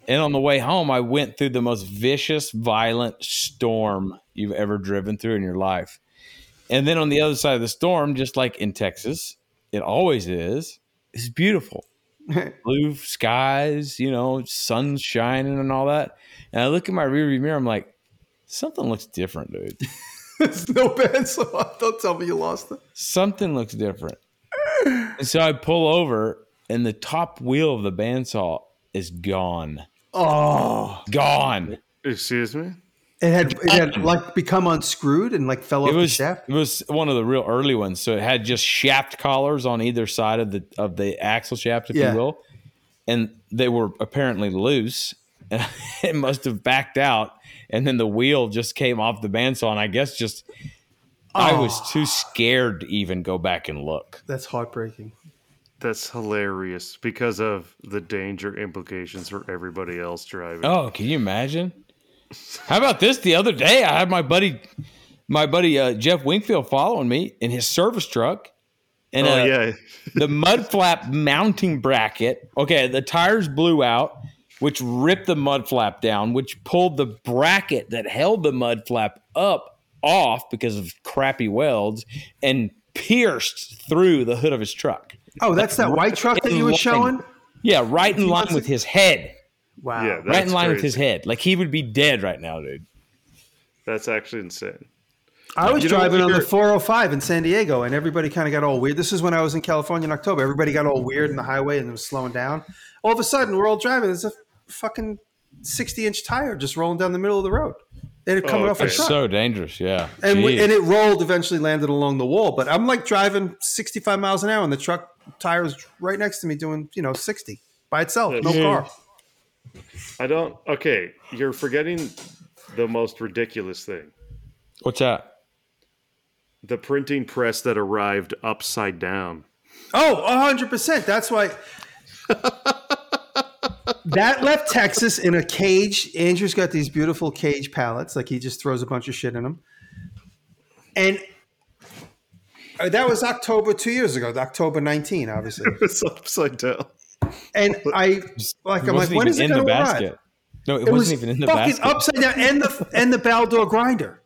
and on the way home I went through the most vicious, violent storm you've ever driven through in your life. And then on the other side of the storm, just like in Texas, it always is, it's beautiful. Blue skies, you know, sun shining and all that. And I look at my rearview mirror, I'm like, something looks different, dude.
It's no bad. So don't tell me you lost it.
Something looks different. And so I pull over and the top wheel of the bandsaw is gone.
Oh,
Gone.
Excuse me.
it had it had like become unscrewed and like fell off
It
the
was
shaft.
it was one of the real early ones. So it had just shaft collars on either side of the of the axle shaft, if
Yeah.
you will. And they were apparently loose. And it must have backed out. And then the wheel just came off the bandsaw. And I guess just I
Oh.
was too scared to even go back and look.
That's heartbreaking.
That's hilarious because of the danger implications for everybody else driving.
Oh, can you imagine? How about this? The other day, I had my buddy, my buddy uh, Jeff Wingfield, following me in his service truck, and
Oh,
uh,
yeah,
the mud flap mounting bracket. Okay, the tires blew out, which ripped the mud flap down, which pulled the bracket that held the mud flap up off because of crappy welds, and pierced through the hood of his truck.
Oh, that's that white truck that you were
Line.
showing.
Yeah, right in line
must-
with his head.
Wow.
yeah. That's
Right in line with
crazy.
his head. Like he would be dead right now, dude.
That's actually insane.
I was
You know,
driving on the
you're-
405 in San Diego, and everybody kind of got all weird. This is when I was in California in October. Everybody got all weird in the highway and it was slowing down. All of a sudden, we're all driving. There's a fucking 60 inch tire just rolling down the middle of the road. It had come
Oh,
off a
okay.
truck.
So dangerous, yeah.
and, we,
Jeez.
and it rolled, eventually landed along the wall. But I'm like driving 65 miles an hour, and the truck tire is right next to me doing, you know, 60 by itself, no
Yeah.
car.
I don't. Okay, you're forgetting the most ridiculous thing:
What's that?
the printing press that arrived upside down.
Oh, 100%. That's why. that left Texas in a cage. Andrew's got these beautiful cage pallets. Like he just throws a bunch of shit in them. And uh, that was October two years ago, October 19, obviously.
It's upside down.
And I, like, I'm like,
wasn't even
when is it
in the
going to
basket.
arrive?
No, it,
It was
wasn't even in the
fucking
basket.
upside down and the, and the Baldor grinder.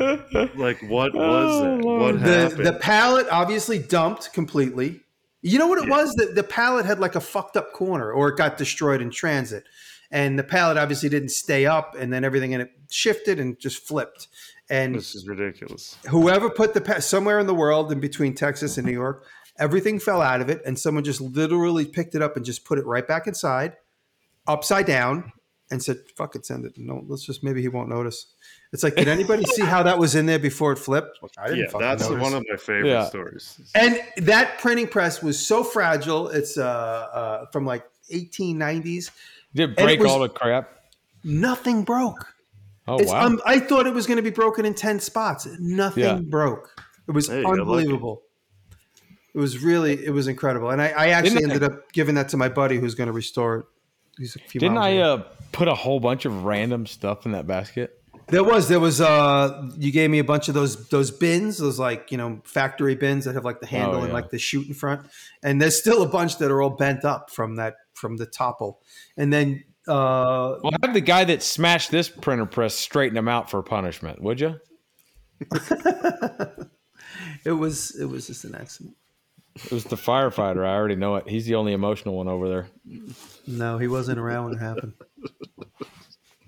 Like what was
Oh,
that?
Lord.
What
the
happened?
the pallet obviously dumped completely. You know what it
Yeah.
was? The the pallet had like a fucked up corner, or it got destroyed in transit, and the pallet obviously didn't stay up, and then everything in it shifted and just flipped. And
this is ridiculous.
whoever put the pa- somewhere in the world in between Texas and New York, everything fell out of it, and someone just literally picked it up and just put it right back inside, upside down, and said, "Fuck it, send it." No, let's just maybe he won't notice. It's like, did anybody see how that was in there before it flipped? I
Yeah,
fucking
that's
notice.
one of my favorite
Yeah.
stories.
And that printing press was so fragile. It's uh, uh, from like 1890s.
Did it
And it
break
was-
all the crap?
Nothing broke.
Oh
It's,
wow!
um, I thought it was going to be broken in 10 spots. Nothing
Yeah.
broke. It was
Hey, I like it.
unbelievable. It was really, it was incredible. And I, I actually
Didn't I-
ended up giving that to my buddy who's going to restore it. He's a few
Didn't
miles
I
away.
uh, put a whole bunch of random stuff in that basket?
There was there was uh you gave me a bunch of those those bins, those like, you know, factory bins that have like the
Oh,
handle and
yeah.
like the chute in front. And there's still a bunch that are all bent up from that from the topple. And then uh
Well, have the guy that smashed this printer press straighten him out for punishment, would you?
it was it was just an accident.
It was the firefighter. I already know it. He's the only emotional one over there.
No, he wasn't around when it happened.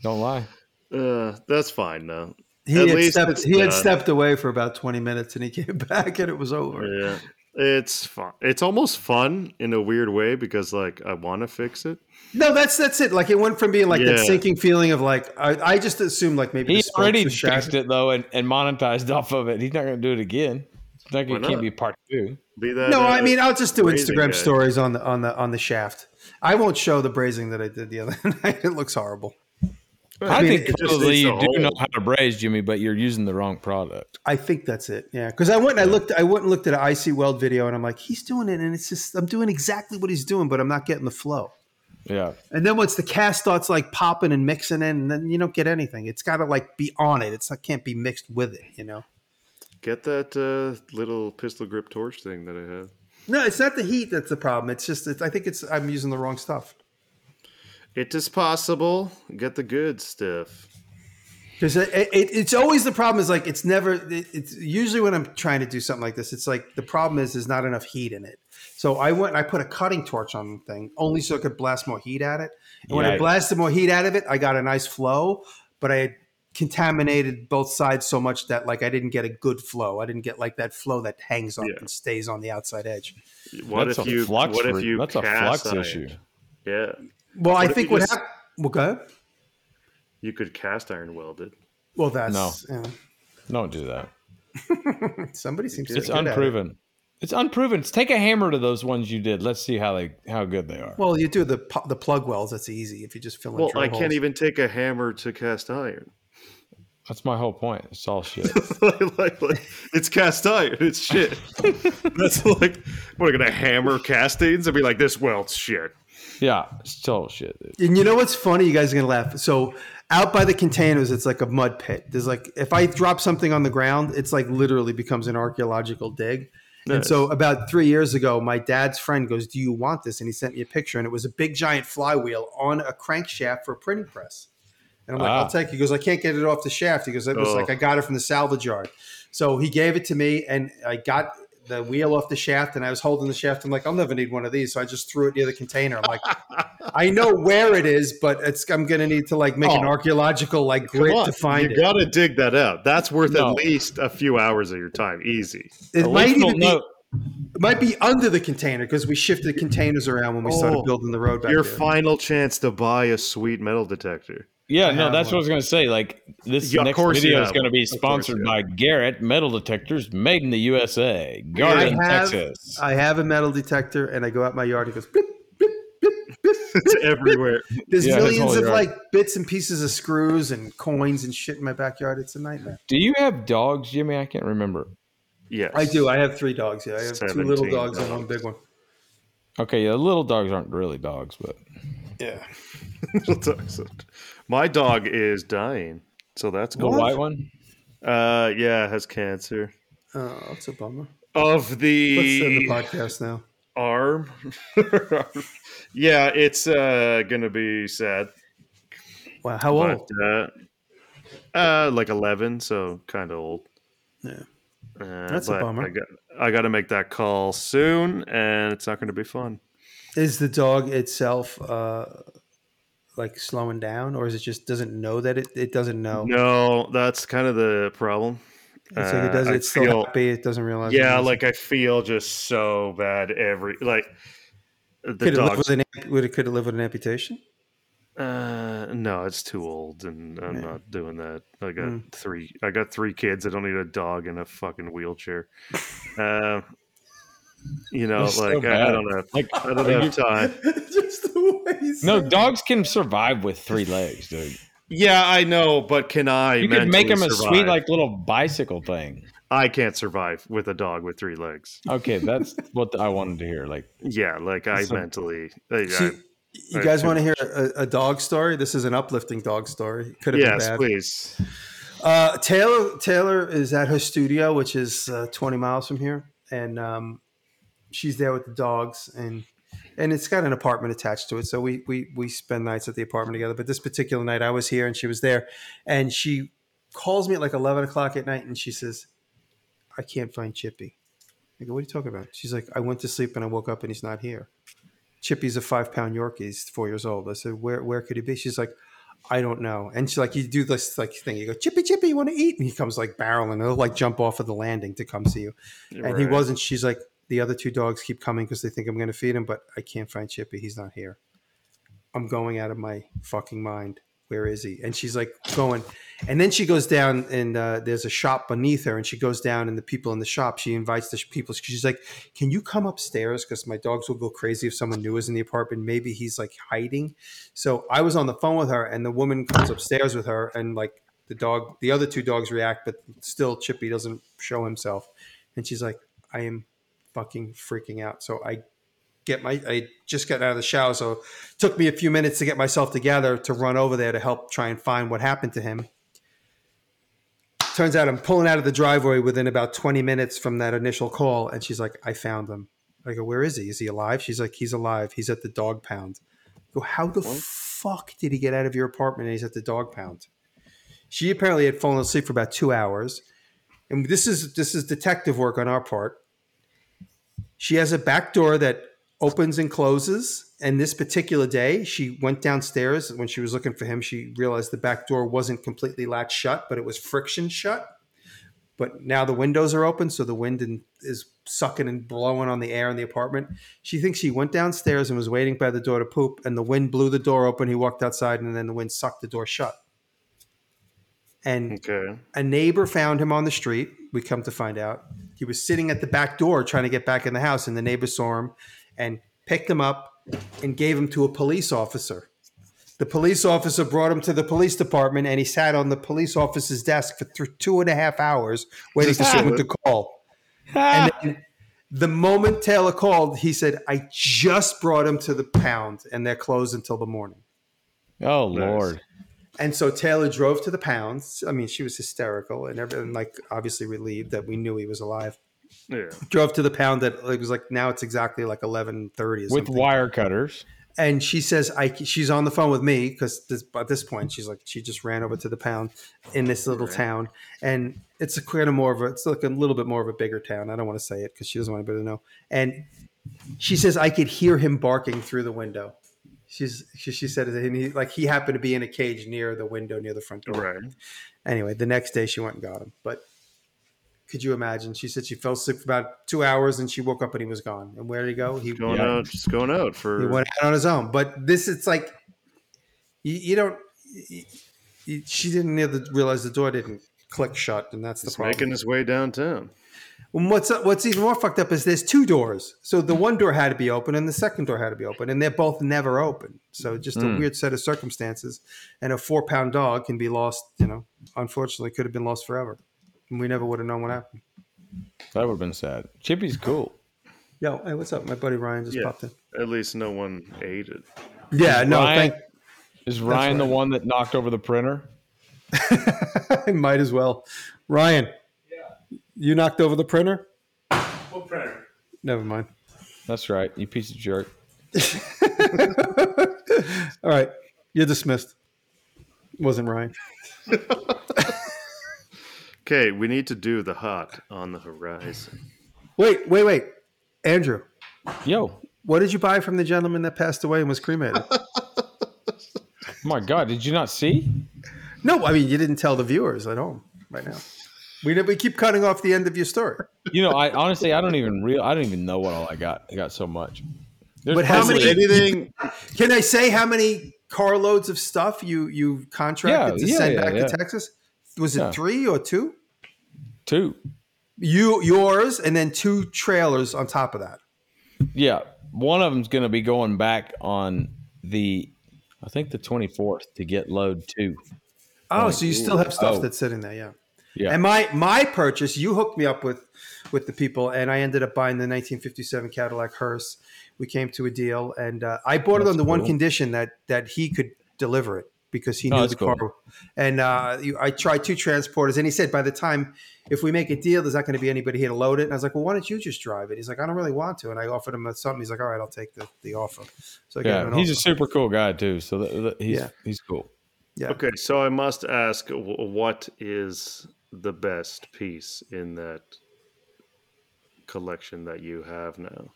Don't lie.
Uh, that's fine though.
He
At
had
least
stepped
it's
he had
done.
stepped away for about twenty minutes and he came back and it was over.
Yeah, it's fun. It's almost fun in a weird way because like I want to fix it.
No, that's that's it. Like it went from being like that
Yeah.
sinking feeling of like I, I just assumed like maybe the
He
spokes
already
were shattered.
fixed it though and, and monetized off of it. He's not going to do it again. It's not, it
Why
can't
not?
be part two.
Be that
No,
uh,
I mean I'll just do
Brazen
Instagram
guy.
stories on the on the on the shaft. I won't show the brazing that I did the other night. It looks horrible.
I,
mean, it
think
just
clearly
needs
you
a
do know
hole.
how to braise, Jimmy, but you're using the wrong product.
I think that's it. Yeah, because I went and I looked. I went and looked at an IC Weld video, and I'm like, he's doing it, and it's just I'm doing exactly what he's doing, but I'm not getting the flow.
Yeah.
And then once the cast starts like popping and mixing in, and then you don't get anything. It's got to like be on it. It's not can't be mixed with it. You know.
get that uh, little pistol grip torch thing that I have.
No, it's not the heat that's the problem. It's just it's, I think it's I'm using the wrong stuff.
It is possible. Get the good stuff.
Because it, it, it's always the problem is like it's never it, it's usually when I'm trying to do something like this it's like the problem is there's not enough heat in it. So I went and I put a cutting torch on the thing only so I could blast more heat at it. And when I
Yikes.
blasted more heat out of it, I got a nice flow, but I had contaminated both sides so much that like I didn't get a good flow. I didn't get like that flow that hangs up
Yeah.
and stays on the outside edge.
What
that's
if
a
you?
flux
what if
re-
you?
That's a flux
cast iron?
issue.
Yeah,
Well, I
if
think
you
what
just-
happened. Well, go ahead.
you could cast iron weld it.
Well, that's
No.
yeah.
Don't do that.
somebody seems to
It's
be good at it.
unproven. It's unproven. It's take a hammer to those ones you did. Let's see how they how good they are.
Well, you do the pu- the plug wells. That's easy if you just fill in.
Well,
drill
I can't
holes.
even take a hammer to cast iron.
That's my whole point. It's all shit.
like, like, like, it's cast iron. It's shit. That's like we're gonna hammer castings and be like, this welds shit.
yeah, it's total shit. Dude.
And you know what's funny? You guys are gonna laugh. So out by the containers, it's like a mud pit. There's like if I drop something on the ground, it's like literally becomes an archaeological dig. And
Nice.
so about three years ago, my dad's friend goes, "Do you want this?" And he sent me a picture, and it was a big giant flywheel on a crankshaft for a printing press. And I'm like,
Ah.
"I'll take." it." He goes, "I can't get it off the shaft." He goes, "It was
Oh.
like I got it from the salvage yard." So he gave it to me, and I got the wheel off the shaft, and I was holding the shaft. I'm like, "I'll never need one of these," so I just threw it near the container. I'm like, I know where it is, but it's I'm gonna need to like make an
Oh.
archaeological like grid to find
you
it.
gotta dig that out. That's worth
No.
at least a few hours of your time. Easy.
It
At
might
least
even
we'll
be
know-
it might be under the container because we shifted containers around when we started
Oh,
building the road back
your
there.
final chance to buy a sweet metal detector.
Yeah,
have
no, that's what
one.
I was gonna say. Like this
Yeah, of
next
course you
video is
have
gonna
one.
be
Of course
sponsored
you
by Garrett Metal Detectors, made in the USA,
I
Garden,
have,
Texas.
I have a metal detector, and I go out my yard. and It goes. Blip, blip, blip, blip.
It's everywhere.
There's
Yeah, his
millions
whole
of
yard.
like bits and pieces of screws and coins and shit in my backyard. It's a nightmare.
Do you have dogs, Jimmy? I can't remember.
Yes.
I do. I have three dogs. Yeah, I have two little
17
dogs and
dogs.
one big one.
Okay, yeah, little dogs aren't really dogs, but
Yeah.
My dog is dying, so that's
the
cool.
white one.
Uh, yeah, has cancer
Oh, that's a bummer.
of the,
Let's end the podcast now.
arm. yeah, it's uh gonna be sad.
Wow, how old?
But, uh, uh, like 11, so kind of old.
Yeah.
Uh,
That's a
but
bummer.
I got, I got to make that call soon, and it's not going to be fun.
Is the dog itself uh, like slowing down, or is it just doesn't know that it, it doesn't know?
No, that's kind of the problem.
It's like it
Uh,
does.
I
It's still
feel-
happy. It doesn't realize.
yeah,
it is.
like I feel just so bad every like the
could it live
dog.
with an amp- would it could it live with an amputation?
Uh, no, it's too old, and I'm
Yeah.
not doing that. I got
Mm.
three. I got three kids. I don't need a dog in a fucking wheelchair. Uh, you know,
That's so
like I, I
bad.
don't have.
Like,
I don't have time.
just the way he
no,
said it.
dogs can survive with three legs, dude.
Yeah, I know, but can I?
You could make them
mentally
a
survive?
sweet, like little bicycle thing.
I can't survive with a dog with three legs.
Okay, that's what I wanted to hear. Like,
Yeah, like I
So-
mentally. Like,
So,
I,
you
I-
guys want to hear a, a dog story? This is an uplifting dog story. Could have
yes,
been bad.
please.
Uh, Taylor Taylor is at her studio, which is uh, 20 miles from here, and um, she's there with the dogs and and it's got an apartment attached to it. So we we we spend nights at the apartment together. But this particular night, I was here and she was there, and she calls me at like 11 o'clock at night and she says, "I can't find Chippy." I go, "What are you talking about?" She's like, "I went to sleep and I woke up and he's not here." Chippy's a five pound Yorkie. He's four years old. I said, "Where where could he be?" She's like. I don't know. And she's like, you do this like thing. You go, Chippy, Chippy, you want to eat? And he comes like barreling. He'll like jump off of the landing to come see you. And he
Right.
wasn't. She's like, the other two dogs keep coming because they think I'm going to feed him, but I can't find Chippy. He's not here. I'm going out of my fucking mind. Where is he? And she's like going, and then she goes down, and uh, there's a shop beneath her, and she goes down, and the people in the shop, she invites the sh- people. She's like, "Can you come upstairs? Because my dogs will go crazy if someone new is in the apartment. Maybe he's like hiding." So I was on the phone with her, and the woman comes upstairs with her, and like the dog, the other two dogs react, but still Chippy doesn't show himself, and she's like, "I am fucking freaking out." So I get my, I just got out of the shower, so took me a few minutes to get myself together to run over there to help try and find what happened to him. Turns out I'm pulling out of the driveway within about 20 minutes from that initial call, and she's like, I found him. I go, Where is he? Is he alive? She's like, He's alive. He's at the dog pound. I go, How the fuck did he get out of your apartment and he's at the dog pound? She apparently had fallen asleep for about two hours. And this is this is detective work on our part. She has a back door that opens and closes. And this particular day, she went downstairs when she was looking for him. She realized the back door wasn't completely latched shut, but it was friction shut. But now the windows are open, so the wind and is sucking and blowing on the air in the apartment. She thinks she went downstairs and was waiting by the door to poop, and the wind blew the door open. He walked outside, and then the wind sucked the door shut. And
Okay.
a neighbor found him on the street. We come to find out he was sitting at the back door trying to get back in the house, and the neighbor saw him and picked him up and gave him to a police officer. The police officer brought him to the police department, and he sat on the police officer's desk for th- two and a half hours waiting for someone to call. And then the moment Taylor called, he said, "I just brought him to the pound, and they're closed until the morning."
oh
Nice.
lord,
And so Taylor drove to the pounds. I mean, she was hysterical and everyone like obviously relieved that we knew he was alive.
Yeah.
Drove to the pound that it was like now it's exactly like eleven thirty or
with
something.
wire cutters.
and she says, "I." She's on the phone with me because this, at this point she's like she just ran over to the pound in this little town, and it's a kind of more of a it's like a little bit more of a bigger town. I don't want to say it because she doesn't want anybody to know. And she says, "I could hear him barking through the window." She's she, she said, and he like he happened to be in a cage near the window near the front door
Right.
anyway, the next day she went and got him. But could you imagine? She said she fell asleep for about two hours and she woke up and he was gone. And where did he go? He,
Going
Yeah.
out. Just going out
he
for.
went out on his own. But this, it's like you, you don't. You, you- she didn't near the- realize the door didn't click shut, and that's the
He's
problem.
making his way downtown.
And what's what's even more fucked up is there's two doors. So the one door had to be open and the second door had to be open, and they're both never open. So just a
Mm.
weird set of circumstances. And a four pound dog can be lost. You know, unfortunately, could have been lost forever, and we never would have known what happened.
That would have been sad. Chippy's cool.
Yo, hey, what's up? My buddy Ryan just
Yeah.
popped in.
At least no one ate it.
Yeah, no,
Ryan-
thank.
Is Ryan the
right.
one that knocked over the printer?
I might as well. Ryan, you knocked over the printer.
What printer?
Never mind.
That's right. You piece of jerk.
All right, you're dismissed. Wasn't Ryan.
Okay, we need to do the hot on the horizon.
Wait, wait, wait. Andrew,
Yo,
what did you buy from the gentleman that passed away and was cremated?
my God, did you not see?
no, I mean you didn't tell the viewers at home right now. We we keep cutting off the end of your story.
You know, I honestly, I don't even real, I don't even know what all I got. I got so much. There's
But how
probably-
many-
Anything?
Can I say how many carloads of stuff you you contracted
Yeah,
to
yeah,
send
yeah,
back
yeah.
to Texas? Was it
Yeah.
three or two?
Two.
You yours and then two trailers on top of that.
Yeah, one of them's going to be going back on the, I think the 24th to get load two.
Oh, so you still have stuff
Oh.
that's sitting there, yeah.
Yeah.
And my my purchase, you hooked me up with with the people, and I ended up buying the 1957 Cadillac hearse. We came to a deal, and uh, I bought it
That's
on the one
cool.
condition that that he could deliver it because he
Oh,
knew
that's
the
cool.
car. And uh, you, I tried two transporters, and he said by the time if we make a deal, there's not going to be anybody here to load it. And I was like, well, why don't you just drive it? He's like, I don't really want to. And I offered him something. He's like, all right, I'll take the, the offer. So I gave him
Yeah,
an
he's a
offer.
super cool guy too. So th th he's
Yeah.
he's cool.
yeah.
Okay, so I must ask, wh- what is the best piece in that collection that you have now?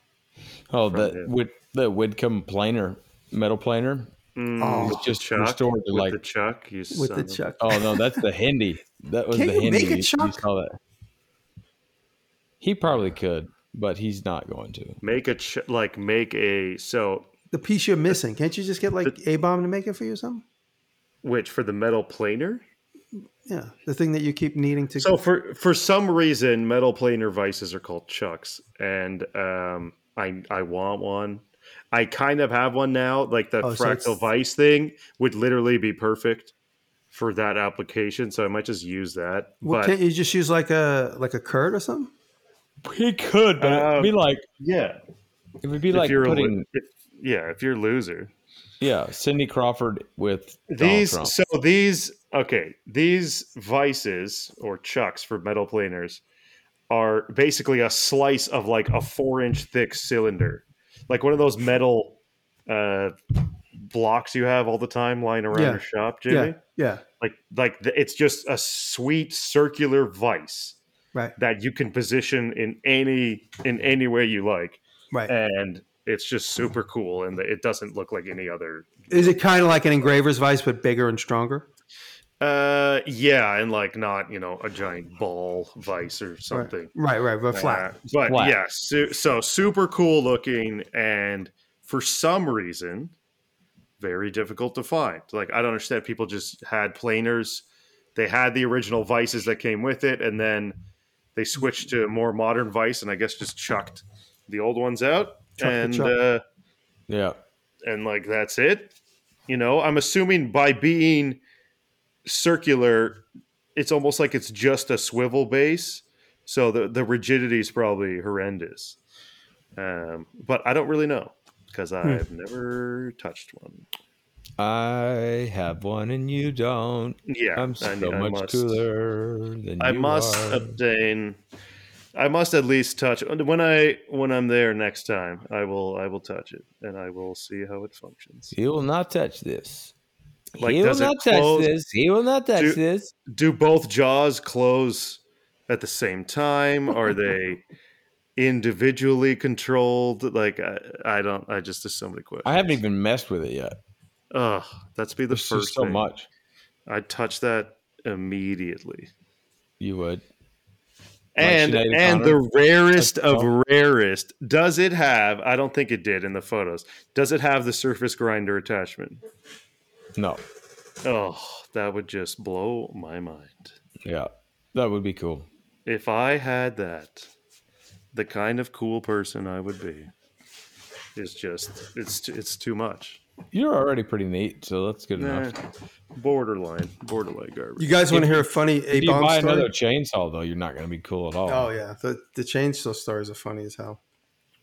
Oh, the
him.
with the Widcombe planer, metal planer.
Oh,
It's just
Mm, Chuck,
restored to
with
like.
the Chuck, you
with
son
the
of a-
chuck.
oh no, that's the Hindi. That was
Can't
the
you
Hindi.
make a
You- you
Chuck?
saw that. He probably could, but he's not going to.
Make a ch- like make a so
the piece you're missing. Can't you just get like a bomb to make it for you or something?
which for the metal planer.
Yeah, the thing that you keep needing to.
So for for some reason, metal planer vices are called chucks, and um, I I want one. I kind of have one now. Like the
Oh, so
fractal
it's-
vice thing would literally be perfect for that application. So I might just use that.
well,
but
can't you just use like a like a curd or something?
He could, but it'd be like
yeah,
it would be
if
like
you're a lo-
putting
if- yeah, if you're a loser,
yeah Cindy Crawford with
these
Donald Trump.
so these okay these vices or chucks for metal planers are basically a slice of like a four inch thick cylinder like one of those metal uh blocks you have all the time lying around
Yeah.
your shop jimmy
Yeah, yeah,
like like the, it's just a sweet circular vice
right,
that you can position in any in any way you like
right.
and it's just super cool and it doesn't look like any other
Is it kind of like an engraver's vice but bigger and stronger?
Uh, yeah, and like not you know a giant ball vice or something.
Right, right, but
Uh,
flat.
but
Flat.
yeah, su- so super cool looking, and for some reason, very difficult to find. Like I don't understand. People just had planers. They had the original vices that came with it, and then they switched to a more modern vice, and I guess just chucked the old ones out,
Chuck the
and
chuck.
uh,
yeah
and like that's it. You know, I'm assuming by being circular, it's almost like it's just a swivel base, so the the rigidity is probably horrendous. Um, but I don't really know because
Hmm.
I've never touched one.
I have one and you don't.
Yeah,
I'm so
I mean, I
much
must-
cooler than
I
you
must uh,
are.
obtain. I must at least touch when I when I'm there next time. I will I will touch it and I will see how it functions.
He will not touch this.
Like,
he will
does it
not touch
close?
this. He will not touch
Do-
this.
do both jaws close at the same time are they individually controlled like i, I don't i just there's so many questions
I haven't even messed with it yet.
Ugh, that's be the
There's
first
just so
thing.
much.
i touch that immediately
You would.
and
Sinead
and
O'Connor?
the rarest
That's
of rarest does it have i don't think it did in the photos does it have the surface grinder attachment
No.
oh that would just blow my mind
Yeah. That would be cool.
if i had that the kind of cool person i would be is just it's t- it's too much
You're already pretty neat, so that's good
Nah,
enough.
borderline borderline
You
garbage
guys want to hear a funny a
If you
bomb
buy
story?
another chainsaw, though, you're not going to be cool at all.
oh yeah, the the chainsaw stories are funny as hell.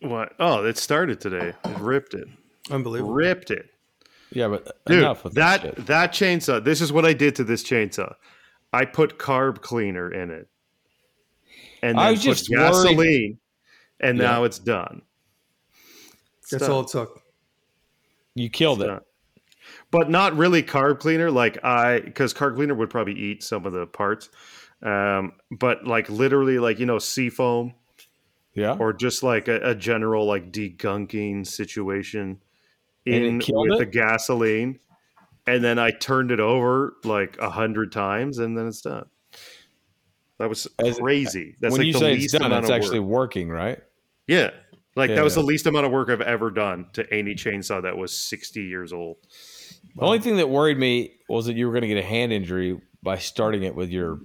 what oh it started today it ripped it
Unbelievable.
ripped it
yeah, but
dude
enough with that.
that
shit.
that chainsaw this is what i did to this chainsaw i put carb cleaner in it and then
I was
put
just worried-
gasoline and
Yeah.
now it's done
That's
Stuff.
all it took.
You killed it.
Stuff. but not really carb cleaner. Like I, because carb cleaner would probably eat some of the parts. Um, but like literally, like you know, seafoam
Yeah.
or just like a, a general like degunking situation
And it
in
killed
with
it?
the gasoline, and then I turned it over like a hundred times, and then it's done. That was
As-
crazy. That's
when
like
you
the
say
least
it's done,
amount
it's
of
actually
work.
working, right?
Yeah. Like
Yeah,
that was
yeah.
the least amount of work I've ever done to any chainsaw that was 60 years old.
The only thing that worried me was that you were going to get a hand injury by starting it with your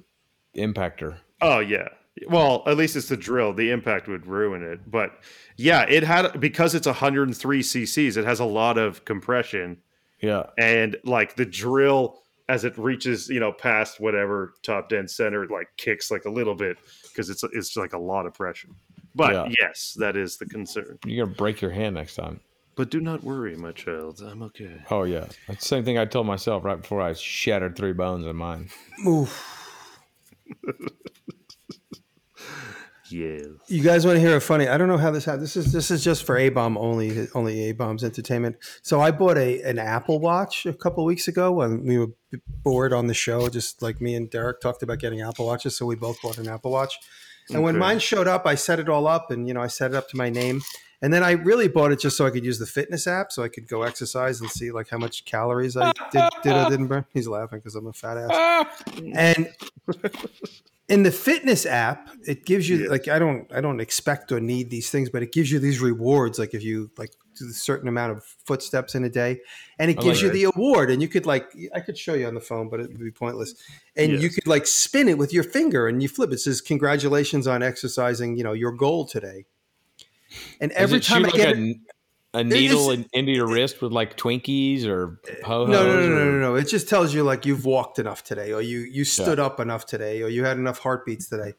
impactor.
Oh yeah. Well, at least it's the drill. The impact would ruin it, but yeah, it had because it's 103 cc's. It has a lot of compression,
Yeah.
and like the drill as it reaches, you know, past whatever top dead center, it, like kicks like a little bit because it's it's like a lot of pressure. But
Yeah.
yes, that is the concern.
You're going to break your hand next time.
But do not worry, my child. I'm okay.
Oh, yeah. That's the same thing I told myself right before I shattered three bones in mine.
Oof.
Yeah.
You guys want to hear a funny? I don't know how this happened. This is this is just for A bomb only, only A bombs entertainment. So I bought a an Apple Watch a couple weeks ago when we were bored on the show. Just like me and Derek talked about getting Apple Watches, so we both bought an Apple Watch. And when
Okay.
mine showed up, I set it all up, and you know I set it up to my name. And then I really bought it just so I could use the fitness app, so I could go exercise and see like how much calories I did, did or didn't burn. He's laughing because I'm a fat ass and in the fitness app it gives you
Yeah.
like i don't i don't expect or need these things but it gives you these rewards like if you like do a certain amount of footsteps in a day and it
I like
gives you the award and you could like i could show you on the phone but it would be pointless and you
Yes.
could like spin it with your finger and you flip it says congratulations on exercising you know your goal today and
Does
every
it
time
shoot
i
like
get
a,
it,
a needle in, into your wrist with like Twinkies or ho
no, no, no, no, no, no. It just tells you like you've walked enough today, or you you stood up enough today, or you had enough heartbeats today,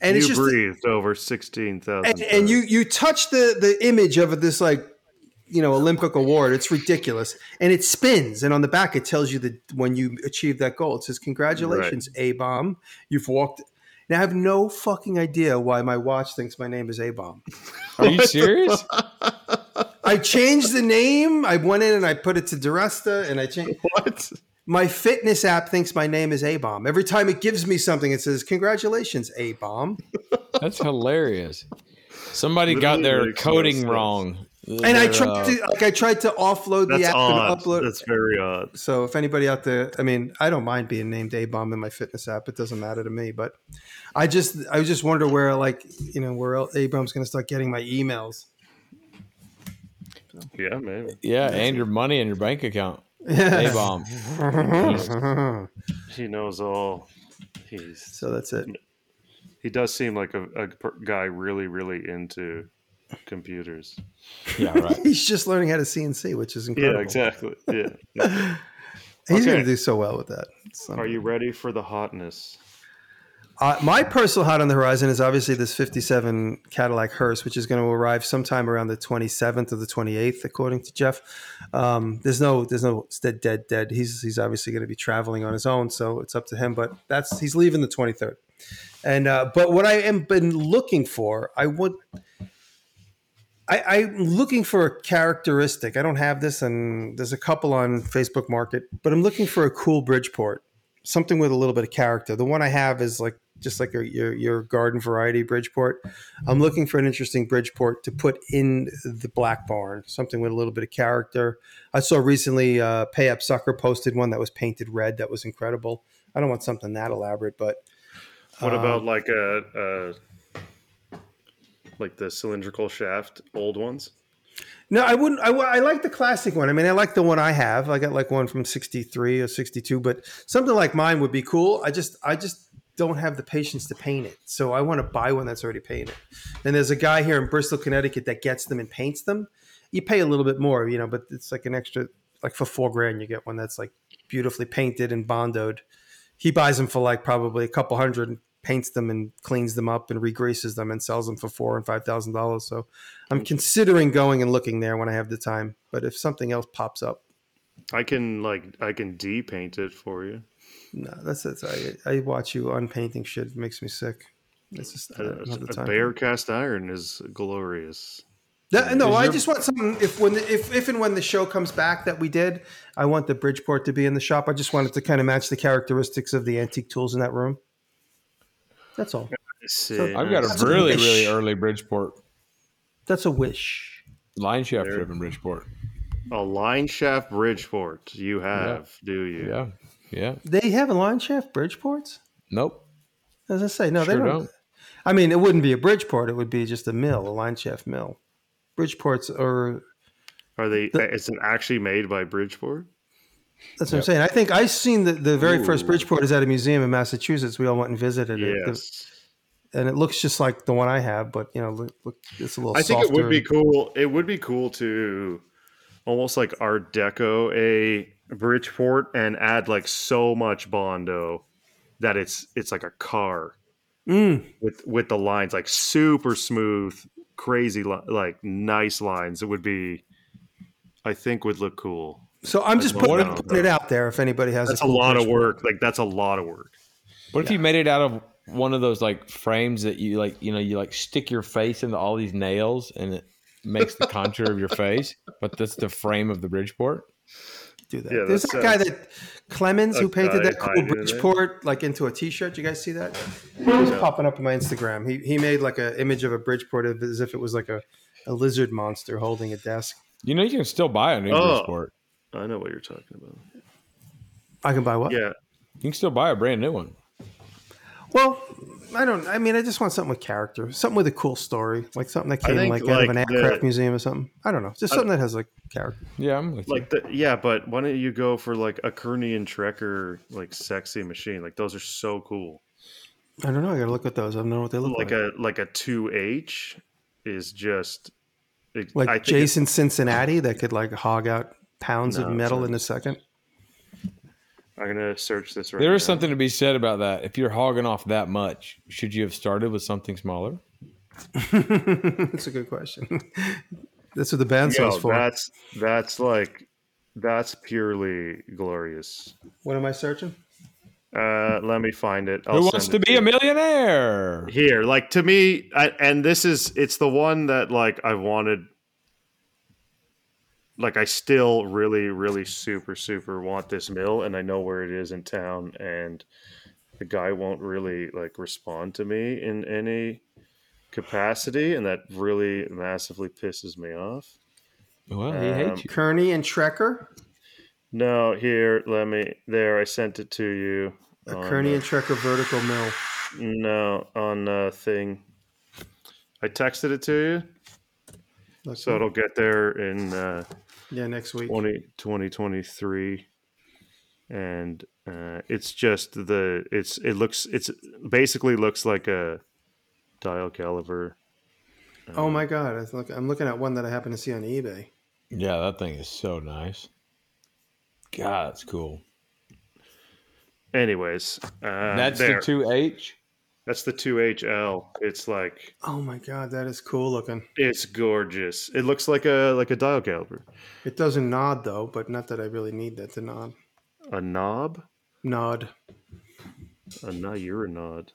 and
you
it's just
breathed over 16,000.
and, and you you touch the the image of this like you know olympic award it's ridiculous and it spins and on the back it tells you that when you achieve that goal it says congratulations a bomb you've walked now i have no fucking idea why my watch thinks my name is a bomb
Are you serious?
i changed the name i went in and i put it to duresta and i changed
what?
my fitness app thinks my name is a bomb every time it gives me something it says congratulations a bomb
That's hilarious. Somebody got
Literally
their
makes no
coding
sense.
wrong.
and i
Their,
tried
uh,
to like i tried to offload the
That's
app
odd.
and upload
That's very odd.
So if anybody out there, I mean, I don't mind being named A Bomb in my fitness app. It doesn't matter to me. But I just, I just wonder where, like, you know, where A Bomb's going to start getting my emails.
Yeah, maybe.
Yeah, and your money in your bank account. A
Yeah.
bomb.
He knows all. He's
so that's it.
he does seem like a, a per- guy really really into computers
Yeah, right.
He's just learning how to CNC, which is incredible.
exactly yeah
He's
Okay.
going to do so well with that. So-
are you ready for the hotness
Uh, my personal hot on the horizon is obviously this 57 Cadillac hearse, which is going to arrive sometime around the 27th or the 28th, according to Jeff. Um, there's no, there's no it's dead, dead, dead. He's he's obviously going to be traveling on his own, so it's up to him. But that's he's leaving the 23rd. And uh, but what I am been looking for, I would, I, I'm looking for a characteristic. I don't have this, and there's a couple on Facebook Market, but I'm looking for a cool Bridgeport something with a little bit of character. The one I have is like just like your your, your garden variety Bridgeport. I'm looking for an interesting Bridgeport to put in the black barn, something with a little bit of character. I saw recently uh, Pay Up Sucker posted one that was painted red that was incredible. I don't want something that elaborate, but
what
Uh,
about like a, a like the cylindrical shaft old ones
No, I wouldn't. I, I like the classic one. I mean, I like the one I have. I got like one from '63 or '62, but something like mine would be cool. I just, I just don't have the patience to paint it, so I want to buy one that's already painted. And there's a guy here in Bristol, Connecticut, that gets them and paints them. You pay a little bit more, you know, but it's like an extra, like for four grand, you get one that's like beautifully painted and bondoed. He buys them for like probably a couple hundred, and paints them and cleans them up and regreases them and sells them for four and five thousand dollars. So. I'm considering going and looking there when I have the time, but if something else pops up,
i can like i can de-paint it for you
no, that's it. I, I watch you unpainting shit. It makes me sick. It's just I
a,
don't have the
a
time.
bare cast iron is glorious
That, no,
Is
I
your-
just want something. If when the, if if and when the show comes back that we did, I want the Bridgeport to be in the shop. I just wanted to kind of match the characteristics of the antique tools in that room. That's all.
I've got
That's
a
a
really,
wish.
really early Bridgeport
That's a wish.
line shaft
There.
trip in Bridgeport.
a line shaft Bridgeport. You have, do you?
Yeah. Yeah.
They have a line shaft Bridgeports.
Nope.
As I say, no,
Sure
they don't.
don't.
I mean, it wouldn't be a Bridgeport. It would be just a mill, a line shaft mill. Bridgeports are.
Are they? is it actually made by Bridgeport?
That's what I'm saying. I think I've seen the, the very first Bridgeport is at a museum in Massachusetts. We all went and visited it.
Yes.
and it looks just like the one I have, but you know, look, look it's a little.
I think it would
softer.
be cool. It would be cool to almost like Art Deco a Bridgeport and add like so much Bondo that it's it's like a car
Mm.
with with the lines like super smooth, crazy li- like nice lines. It would be, I think, would look cool.
So I'm just
That's a lot
putting,
of-
putting it out there. If anybody has,
That's a
cool
lot of
Bridgeport.
work. Like that's a lot of work.
What if you made it out of one of those like frames that you like, you know, you like stick your face into all these nails and it makes the contour of your face, but that's the frame of the Bridgeport?
Do that.
Yeah,
There's
that
that guy
sounds-
that Clemens who
That
painted
guy
that cool
hiding it.
Bridgeport like into a T-shirt. You guys see that? It was popping up on my Instagram. He he made like an image of a Bridgeport of- as if it was like a, a lizard monster holding a desk.
You know, you can still buy a new
Oh.
Bridgeport.
I know what you're talking about.
I can buy what?
Yeah,
You can still buy a brand new one.
Well, I don't. I mean, I just want something with character, something with a cool story, like something that
I
came
think,
like, out of an
like, the-
aircraft museum or something. I don't know, just something that has like character.
Yeah, I'm with
like the yeah, but why don't you go for like a Kernian Trekker like sexy machine? Like those are so cool.
I don't know. I gotta look at those. I don't know what they look like.
Like a like a two H is just it-
like
I think it's-
Jason Cincinnati that could like hog out pounds
No,
of
it's
metal
not.
in a second.
I'm gonna search this right.
you. There is
now.
something to be said about that. If you're hogging off that much, should you have started with something smaller?
That's a good question. That's what the bandsaw is
Yo,
for.
that's that's like that's purely glorious.
What am I searching?
Uh, let me find it. I'll
Who wants
send
to
it
be
you.
a millionaire?
here like to me I, and this is it's the one that like i wanted like i still really really super super want this mill and i know where it is in town and the guy won't really like respond to me in any capacity and that really massively pisses me off
Well, he hates
Um,
you.
Kearney and Trekker.
no here let me there i sent it to you
A
on,
Kearney
uh,
and Trekker vertical mill.
no on uh thing i texted it to you
Let's
So it'll get there in uh,
yeah, next week.
20, 2023. And uh, it's just the it's it looks it's basically looks like a dial caliber.
Oh my god, I was look, I'm looking at one that I happen to see on eBay.
Yeah, that thing is so nice. God, it's cool.
Anyways, uh,
That's
there.
the two H.
that's the two HL. It's like
Oh my god, that is cool looking.
it's gorgeous. It looks like a like a dial caliber.
It doesn't nod though, but not that I really need that to nod.
A knob.
Nod.
A nod. You're a nod.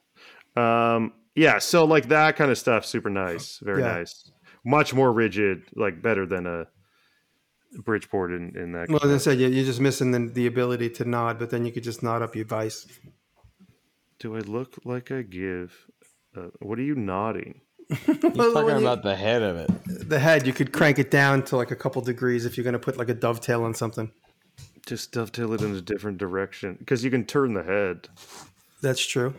Um, yeah. So like that kind of stuff. Super nice. Very
Yeah.
nice. Much more rigid. Like better than a Bridgeport in, in that.
Well, as I said, yeah, you're just missing the, the ability to nod, but then you could just nod up your vice.
Do I look like I give? Uh, what are you nodding?
He's
Well,
talking
when you-
about the head of it.
the head, you could crank it down to like a couple degrees if you're going to put like a dovetail on something.
Just dovetail it in a different direction because you can turn the head.
That's true.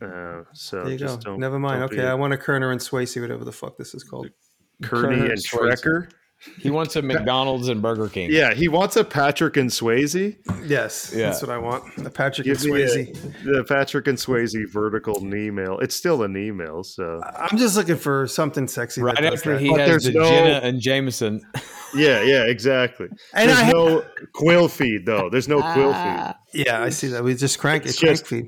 Uh, so
There you
just
go.
don't.
Never mind.
don't be
Okay, I want a Kerner and Swayze, whatever the fuck this is called.
Kearney and
Swayze.
Trekker.
He wants a McDonald's and Burger King.
Yeah, he wants a Patrick and Swayze.
Yes,
Yeah.
that's what I want. The Patrick and
Give me the,
Swayze.
the Patrick and Swayze vertical knee mail. It's still a knee mail, so
I'm just looking for something sexy. that
Right
does
after
that.
he
But
has
there's
the
no-
Jenna and Jameson.
Yeah, yeah, exactly.
And
There's
I have- Ah.
no quill feed though. There's no quill feed.
yeah, I see that. We just crank it.
It's
Crank
just-
feed.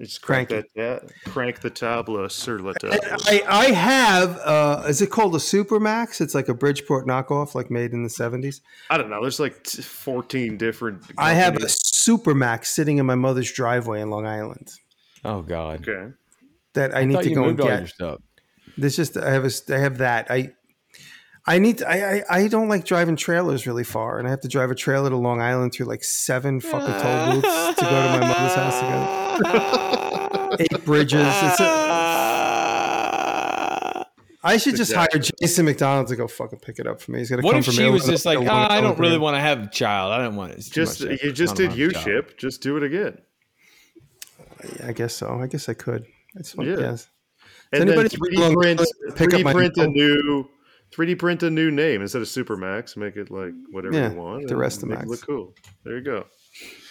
Just
Crank uh,
crank that. Yeah, crank the tabla, sur la table.
I, I have. Uh, is it called a Supermax? It's like a Bridgeport knockoff, like made in the '70s.
I don't know. There's like t- 14 different.
I have a
companies.
Supermax sitting in my mother's driveway in Long Island
Oh God!
Okay.
that I
I
need
thought
to
you
go and
moved all
get.
your stuff.
There's just I have a I have that I I need. To, I, I I don't like driving trailers really far, and I have to drive a trailer to Long Island through like seven fucking toll booths to go to my mother's house again. Eight bridges. It's a, I should just hire Jason McDonald to go fucking pick it up for me. He's gonna
What
come
if
from
she was
Illinois
just like,
to
"Ah, I don't really
Oakland."
want to have a child. I don't want it. It's too
Just
much effort.
you
I
just
don't
did
want a
you
child."
ship. Just do it again.
I guess so. I guess I could. I just want
Yeah.
to guess.
And then
anybody
3D
belong-
print,
pick up
3D
my
print a
phone?
new 3D print a new name instead of Supermax. Make it like whatever
Yeah,
you want.
the
and
rest of
make it
Max.
look cool. There you go.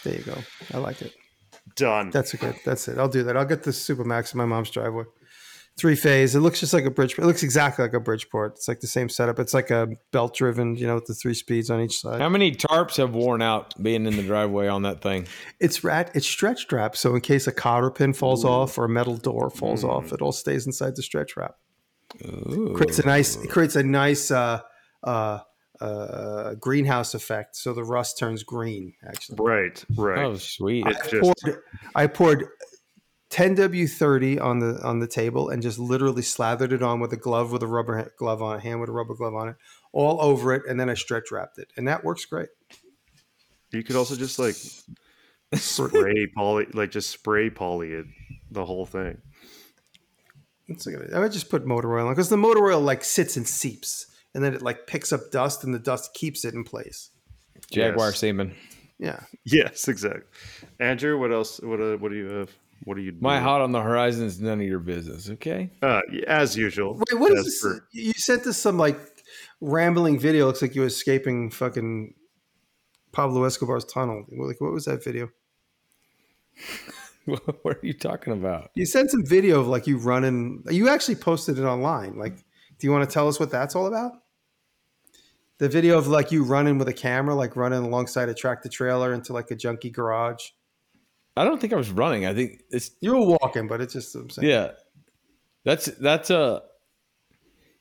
There you go. I like it.
Done.
That's a good. That's it. I'll do that. I'll get the Supermax in my mom's driveway. Three phase. It looks just like a Bridgeport. It looks exactly like a Bridgeport. It's like the same setup. It's like a belt driven, you know, with the three speeds on each side.
How many tarps have worn out being in the driveway on that thing?
It's rat. It's stretch wrap. So in case a cotter pin falls off or a metal door falls off, it all stays inside the stretch wrap. Creates a nice. It creates a nice uh, uh, uh, greenhouse effect. So the rust turns green. Actually,
Right. Right.
Oh, sweet.
It
I
just
poured, I poured 10W30 on the on the table and just literally slathered it on with a glove with a rubber ha- glove on it, hand with a rubber glove on it, all over it, and then I stretch wrapped it, and that works great.
you could also just like spray poly like just spray poly it the whole thing.
That's a good idea. I would just put motor oil on because the motor oil like sits and seeps, and then it like picks up dust, and the dust keeps it in place.
Jaguar
yes.
semen.
Yeah,
Yes, exactly. Andrew, what else? What uh, what do you have? What do you?
My
do?
hot on the horizon is none of your business. Okay.
Uh, as usual.
Wait, what is
as
this?
per-
You sent us some like rambling video. Looks like you were escaping fucking Pablo Escobar's tunnel. Like, what was that video?
what are you talking about?
You sent some video of like you running. You actually posted it online. Like, do you want to tell us what that's all about? The video of like you running with a camera, like running alongside a tractor trailer into like a junky garage.
I don't think I was running. I think it's
You were walking, but it's just I'm saying.
yeah. That's that's a.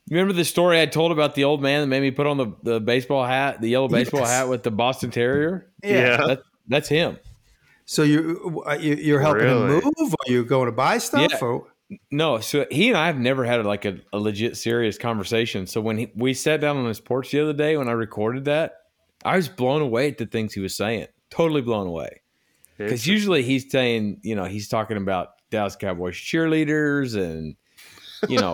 You remember the story I told about the old man that made me put on the, the baseball hat, the yellow baseball
Yes.
hat with the Boston Terrier?
Yeah.
That, that's him.
So you uh, you- you're helping
Really?
him move, or you going to buy stuff,
Yeah.
or
No, so he and I have never had like a, a legit serious conversation. So when he, we sat down on his porch the other day when I recorded that, I was blown away at the things he was saying. Totally blown away. Because usually he's saying, you know, he's talking about Dallas Cowboys cheerleaders and, you know,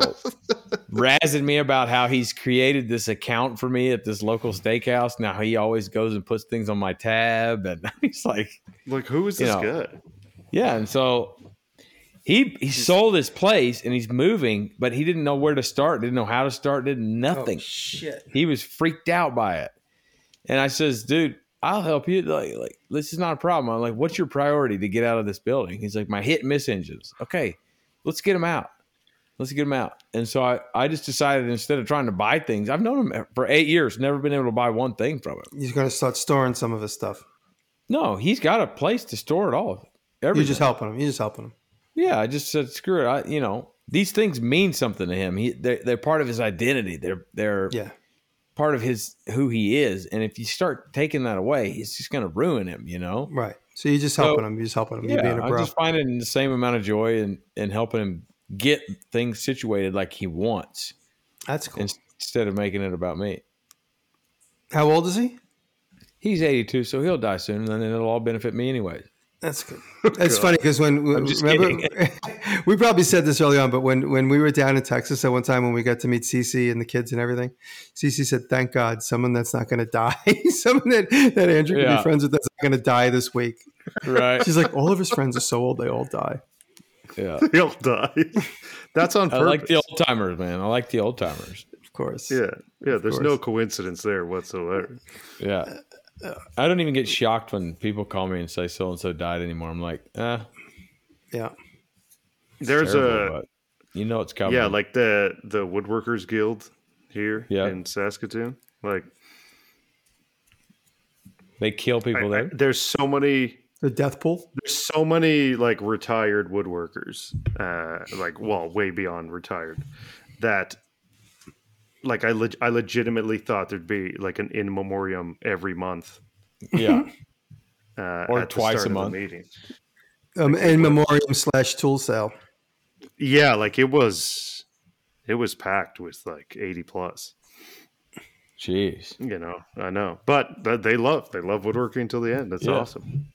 razzing me about how he's created this account for me at this local steakhouse. Now he always goes and puts things on my tab. And he's like,
like who is
you
this
know.
guy?
yeah, and so he he sold his place and he's moving, but he didn't know where to start, didn't know how to start, did
Oh,
nothing.
shit.
he was freaked out by it. And I says, dude, I'll help you. Like, like this is not a problem. I'm like, what's your priority to get out of this building? He's like, my hit and miss engines. Okay, let's get them out. Let's get them out. And so I, I just decided instead of trying to buy things, I've known him for eight years, never been able to buy one thing from him.
He's going to start storing some of his stuff.
No, he's got a place to store it all.
You're
Everything.
just helping him. You're just helping him.
Yeah, I just said screw it. I, you know, these things mean something to him. He they're, they're part of his identity. They're they're
Yeah.
part of his who he is. And if you start taking that away, it's just going to ruin him. You know.
Right. So you're just
So-
helping him. You're just helping him. you're being
Yeah,
a
I'm
bro.
just finding the same amount of joy in in helping him get things situated like he wants
That's cool.
ins- instead of making it about me.
How old is he?
He's 82, so he'll die soon, and then it'll all benefit me anyways.
That's good. That's funny because when we,
Oh, just
remember, we probably said this early on, but when when we were down in Texas at one time when we got to meet Cece and the kids and everything, Cece said, "Thank God, someone that's not going to die, someone that that Andrew can
Yeah.
be friends with that's not going to die this week."
Right?
She's like, "All of his friends are so old, they all die."
yeah.
He'll die. That's on
I
purpose.
like the old timers, man. I like the old timers.
Of course.
yeah, yeah. There's
course.
no coincidence there whatsoever.
Yeah. I don't even get shocked when people call me and say so and so died anymore. I'm like, eh,
Yeah.
There's
terrible,
a
but you know it's coming.
yeah, like the the woodworkers guild here
Yeah.
in Saskatoon. Like
they kill people
I-
there.
there's so many
The death pool.
there's so many like retired woodworkers uh like well way beyond retired that like I leg- I legitimately thought there'd be like an in memoriam every month
yeah.
uh,
Or
at the
twice
start
a
of the
month.
meeting.
Um, in memoriam slash tool sale.
Yeah, like it was it was packed with like 80 plus.
Jeez.
You know, I know, but th- they love they love woodworking till the end. That's
Yeah.
awesome.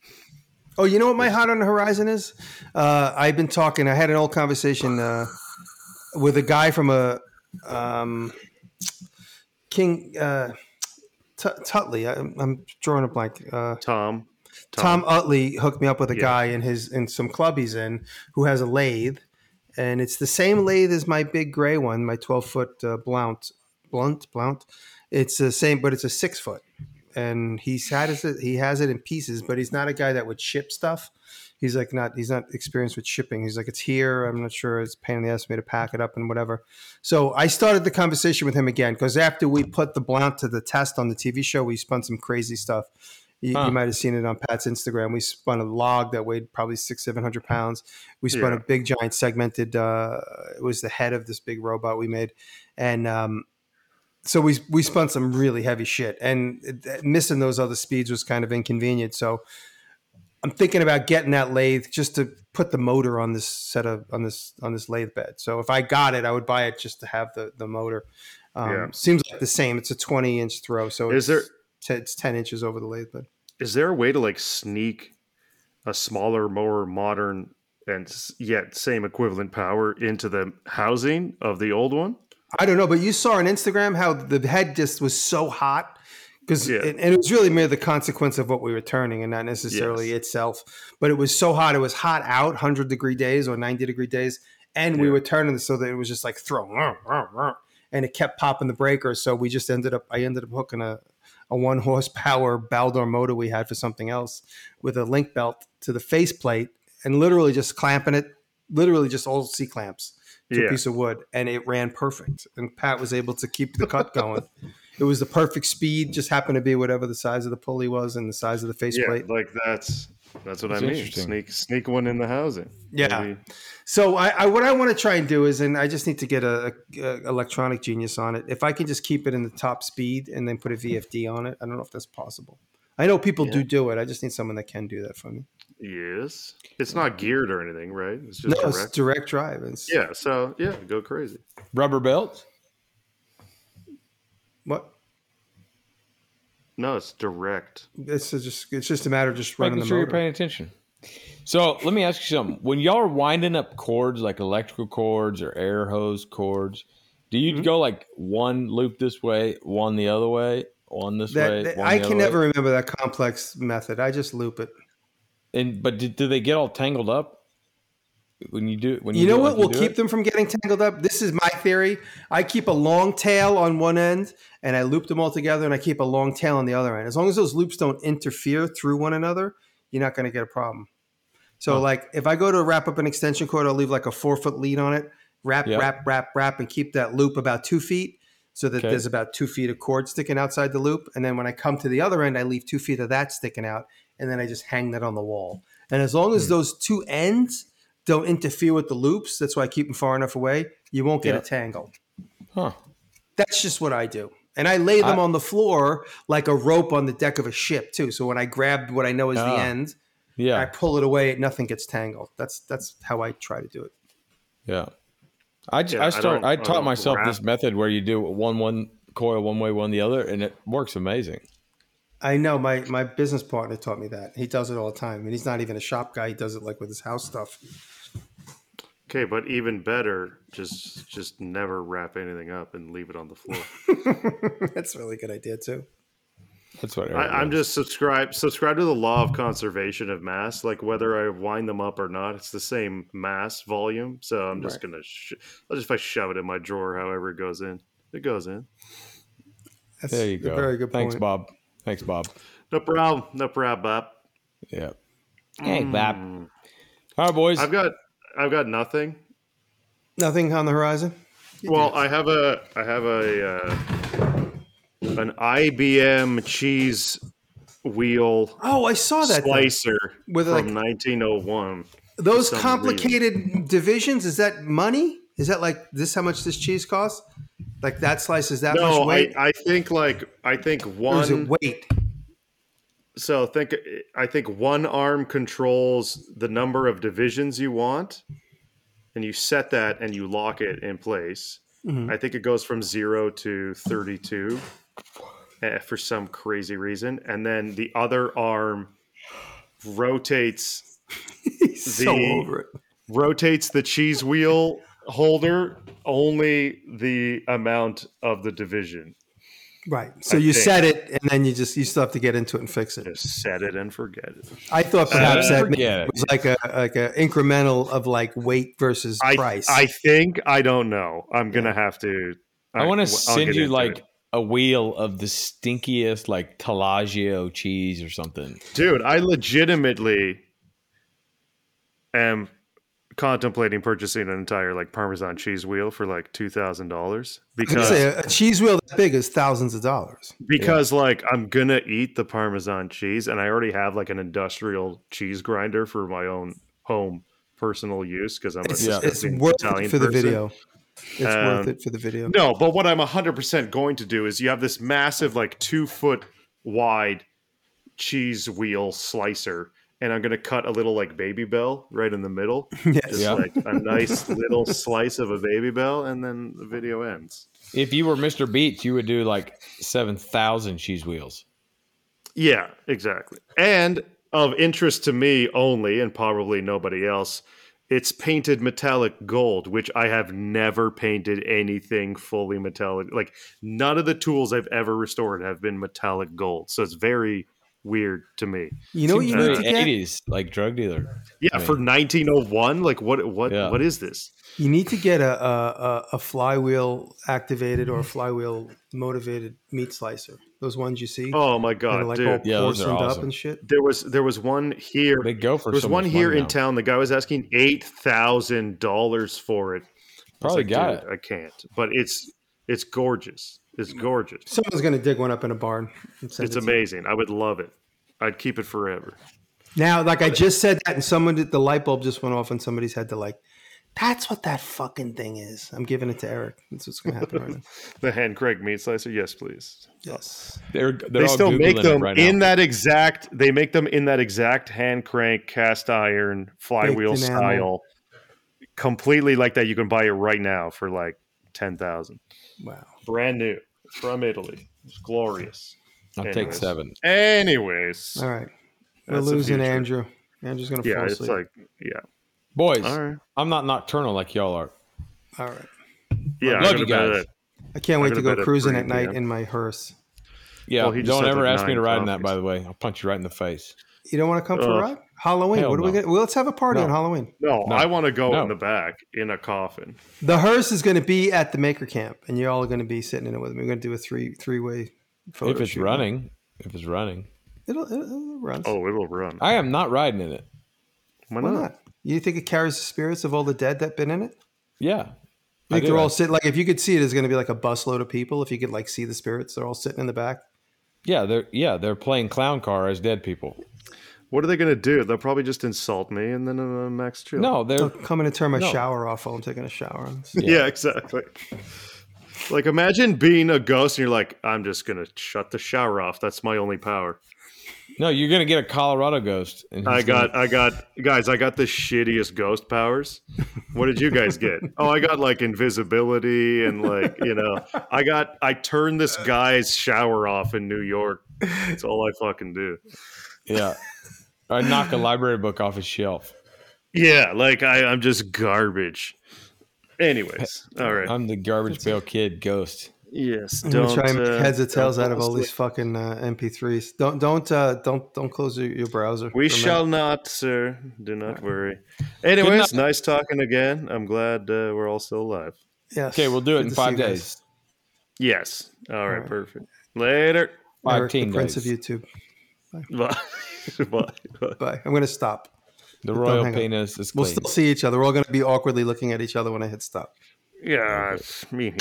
Oh, you know what my hot on the horizon is? Uh, I've been talking. I had an old conversation uh, with a guy from a um, King uh, T- Tutley. I, I'm drawing a blank. Uh,
Tom,
Tom Utley hooked me up with a
Yeah.
guy in his in some club he's in who has a lathe, and it's the same lathe as my big gray one, my twelve foot uh, blount, blunt, blount. It's the same, but it's a six foot, and he's had it. He has it in pieces, but he's not a guy that would ship stuff. He's like not. He's not experienced with shipping. He's like it's here. I'm not sure. It's a pain in the ass for me to pack it up and whatever. So I started the conversation with him again because after we put the blount to the test on the TV show, we spun some crazy stuff. You,
Huh.
you might have seen it on Pat's Instagram. We spun a log that weighed probably six, seven hundred pounds. We spun
Yeah.
a big, giant, segmented. Uh, it was the head of this big robot we made, and um, so we we spun some really heavy shit. And it- missing those other speeds was kind of inconvenient. So I'm thinking about getting that lathe just to put the motor on this set of on this on this lathe bed. So if I got it, I would buy it just to have the the motor. Um,
Yeah.
Seems like the same. It's a 20 inch throw, so
Is
it's, there? it's 10 inches over the lathe bed.
is there a way to like sneak a smaller, more modern and s- yet same equivalent power into the housing of the old one?
I don't know, but you saw on Instagram how the head just was so hot because,
Yeah.
and, and it was really mere the consequence of what we were turning and not necessarily
Yes.
itself. But it was so hot; it was hot out, hundred degree days or ninety degree days, and we
Yeah.
were turning so that it was just like throw, rah, rah, rah, and it kept popping the breaker. So we just ended up, I ended up hooking a a one horsepower Baldor motor we had for something else with a link belt to the faceplate and literally just clamping it, literally just old C clamps to
Yeah.
a piece of wood, and it ran perfect. And Pat was able to keep the cut going. it was the perfect speed, just happened to be whatever the size of the pulley was and the size of the
Yeah,
faceplate.
like that's that's what
That's
I mean.
interesting.
Sneak sneak one in the housing.
Yeah.
Maybe-
So I, I what I want to try and do is, and I just need to get a, a, a electronic genius on it. If I can just keep it in the top speed and then put a VFD on it, I don't know if that's possible. I know people do do it. I just need someone that can do that for me.
Yes. It's not geared or anything, right? It's
No,
just
it's direct
direct.
drive. It's,
Yeah, so yeah, go crazy.
Rubber belt?
What?
No, it's direct.
It's just it's just a matter of just running
Making
the
sure you're
motor.
paying attention. So let me ask you something. When y'all are winding up cords like electrical cords or air hose cords, do
Mm-hmm.
you go like one loop this way, one the other way, one this
That,
way?
that-
one
I
the
can
other way?
never remember that complex method. I just loop it.
And but do, do they get all tangled up when you do? When you,
You know
do it
what
like you
will
do
keep
it?
them from getting tangled up? This is my theory. I keep a long tail on one end and I loop them all together and I keep a long tail on the other end. As long as those loops don't interfere through one another, you're not going to get a problem. So, like, if I go to wrap up an extension cord, I'll leave like a four foot lead on it, wrap,
Yeah.
wrap, wrap, wrap, and keep that loop about two feet so that
Okay.
there's about two feet of cord sticking outside the loop. And then when I come to the other end, I leave two feet of that sticking out and then I just hang that on the wall. And as long
Hmm.
as those two ends don't interfere with the loops, that's why I keep them far enough away, you won't get
Yeah.
a tangle.
Huh.
That's just what I do. And I lay them
I-
on the floor like a rope on the deck of a ship too. So when I grab what I know is the
Ah.
end, I
Yeah.
pull it away, nothing gets tangled. That's that's how I try to do it.
Yeah. I j-
Yeah,
I
I
start
don't-
I,
I
taught
don't
myself this
wrap.
method where you do one one coil one way one the other and it works amazing.
I know my my business partner taught me that. He does it all the time. And he's not even a shop guy. He does it like with his house stuff.
Okay, but even better, just just never wrap anything up and leave it on the floor.
that's a really good idea too.
That's what
I,
Eric
I'm
does.
just subscribe subscribe to the law of conservation of mass. Like whether I wind them up or not, it's the same mass volume. So I'm just gonna sh- I'll just if I shove it in my drawer, however it goes in, it goes in.
That's
there you
a
go.
very good
Thanks,
point.
Bob. Thanks, Bob.
No problem, no problem. Bob.
Yeah. Hey, Bob.
Mm.
All right, boys.
I've got I've got nothing.
Nothing on the horizon?
Well, I have a I have a uh, an IBM cheese wheel
Oh, I saw that. thing.
slicer
With,
from
like-
1901.
Those
some
complicated divisions, is that money? Is that like this how much this cheese costs? Like that slice is that
No,
much
I,
weight?
I think like I think
or is it
one.
weight?
So think I think one arm controls the number of divisions you want, and you set that and you lock it in place. I think it goes from zero to thirty-two, eh, for some crazy reason, and then the other arm rotates
He's so
The-
over it.
rotates the cheese wheel holder only the amount of the division.
Right. So
I
you
think.
said it, and then you just you still have to get into it and fix it.
Just set it and forget it.
I thought perhaps
Uh,
that maybe
forget
it was like a like a incremental of like weight versus
I
price.
I think I don't know. I'm gonna have to.
I want
I'll
to send
get
you
into
like
it.
a wheel of the stinkiest like Taleggio cheese or something.
dude. I legitimately am contemplating purchasing an entire like Parmesan cheese wheel for like two thousand dollars
I'd
because
say a, a cheese wheel that big is thousands of dollars.
because like I'm gonna eat the Parmesan cheese and I already have like an industrial cheese grinder for my own home personal use because I'm a
It's,
Yeah.
it's
disgusting
worth
Italian
it for the
person.
video. It's worth
Um,
it for the video.
No, but what I'm 100% going to do is you have this massive, like two foot wide cheese wheel slicer, and I'm going to cut a little, like, baby bell right in the middle.
yes.
Just
Yeah.
like a nice little slice of a baby bell, and then the video ends.
If you were Mr. Beats, you would do like seven thousand cheese wheels.
Yeah, exactly. And of interest to me only, and probably nobody else, it's painted metallic gold, which I have never painted anything fully metallic. Like none of the tools I've ever restored have been metallic gold. So it's very weird to me.
You know what
Seems
you need
very
to get?
80s, like drug dealer.
Yeah, for 1901, like what what
Yeah.
what is this?
You need to get a a, a, a flywheel activated or a flywheel motivated meat slicer. Those ones you see
Oh my
that are
god,
like all
dude.
Yeah, those are
porcelained up
awesome.
and shit.
There was there was one here
They go for
there was
so
one
much
here
money
in
now.
town. The guy was asking eight thousand dollars for it. I was
Probably got
"Dude, uh, I can't, but it's it's gorgeous. It's gorgeous.
Someone's gonna dig one up in a barn. and send
It's
it to you.
amazing. I would love it. I'd keep it forever.
Now, like I just said that, and someone did, the light bulb just went off in somebody's head. They're like, "That's what that fucking thing is." I'm giving it to Eric. That's what's gonna happen right now.
The hand cranked meat slicer, yes, please.
Yes,
They're, they're
They
all
still
Googling
make
it
them
right
in
now.
that exact. They make them in that exact hand crank, cast iron, flywheel
Baked enamel.
style, completely like that. You can buy it right now for like ten thousand,
wow.
brand new from Italy. It's glorious.
I'll take
Anyways.
seven.
Anyways,
All right, we're
That's the
losing
future.
Andrew. Andrew's gonna
yeah,
fall
it's
asleep.
like yeah,
Boys,
all right,
I'm not nocturnal like y'all are.
All right,
yeah. I'm
Love
gonna
you
bet
guys.
it.
I can't wait
gonna
to go
bet at
cruising
3
at night
p.m.
in my hearse.
Yeah,
Well, he just
don't
had,
ever
like,
ask me to
nine
ride in that,
coffees.
by the way. I'll punch you right in the face.
You don't want to come for a
Ugh.
ride? Halloween.
Hell
what do we
no.
get? Well, let's have a party on
No.
Halloween.
No,
No.
I want to go
No.
in the back in a coffin.
The hearse is going to be at the maker camp, and you're all going to be sitting in it with me. We're going to do a three three way photo
If it's
Oh, shoot.
running, if it's running,
it'll, it'll, it'll run.
Oh, it'll run.
I am not riding in it.
Why
Why
not?
not? You think it carries the spirits of all the dead that've been in it?
Yeah,
I think
do.
they're all sitting like if you could see it, it's going to be like a busload of people. If you could like see the spirits, they're all sitting in the back.
yeah, they're yeah they're playing clown car as dead people.
What are they gonna do? They'll probably just insult me and then uh, Max chill.
No, they're
I'm coming to turn my
No.
shower off while I'm taking a shower.
Yeah. exactly. Like imagine being a ghost and you're like, I'm just gonna shut the shower off. That's my only power.
no, you're gonna get a Colorado ghost. And
I
he's gonna-
got, I got, guys, I got the shittiest ghost powers. What did you guys get? oh, I got like invisibility and like you know, I got, I turned this guy's shower off in New York. That's all I fucking do.
yeah. I knock a library book off his shelf.
Yeah, like I, I'm just garbage. Anyways, all right.
I'm the garbage pail kid ghost.
Yes,
I'm gonna
don't
try and
uh,
make heads or tails
don't
out of all
sleep.
these fucking uh, MP3s. Don't don't uh, don't don't close your, your browser.
We
for a minute.
shall not, sir. Do not worry. Anyways, nice talking again. I'm glad uh, we're all still alive.
Yes.
Okay, we'll do it
Good
in
to see
five
you guys.
days.
Yes. all right,
right.
Perfect. Later.
Five
Eric,
teen
the Prince of
days.
YouTube.
Bye. Bye. Bye.
Bye. I'm going to stop.
The
Don't
royal
hang up.
penis is
We'll
clean.
still see each other. We're all going to be awkward. awkwardly looking at each other when I hit stop.
Yeah. it's Me.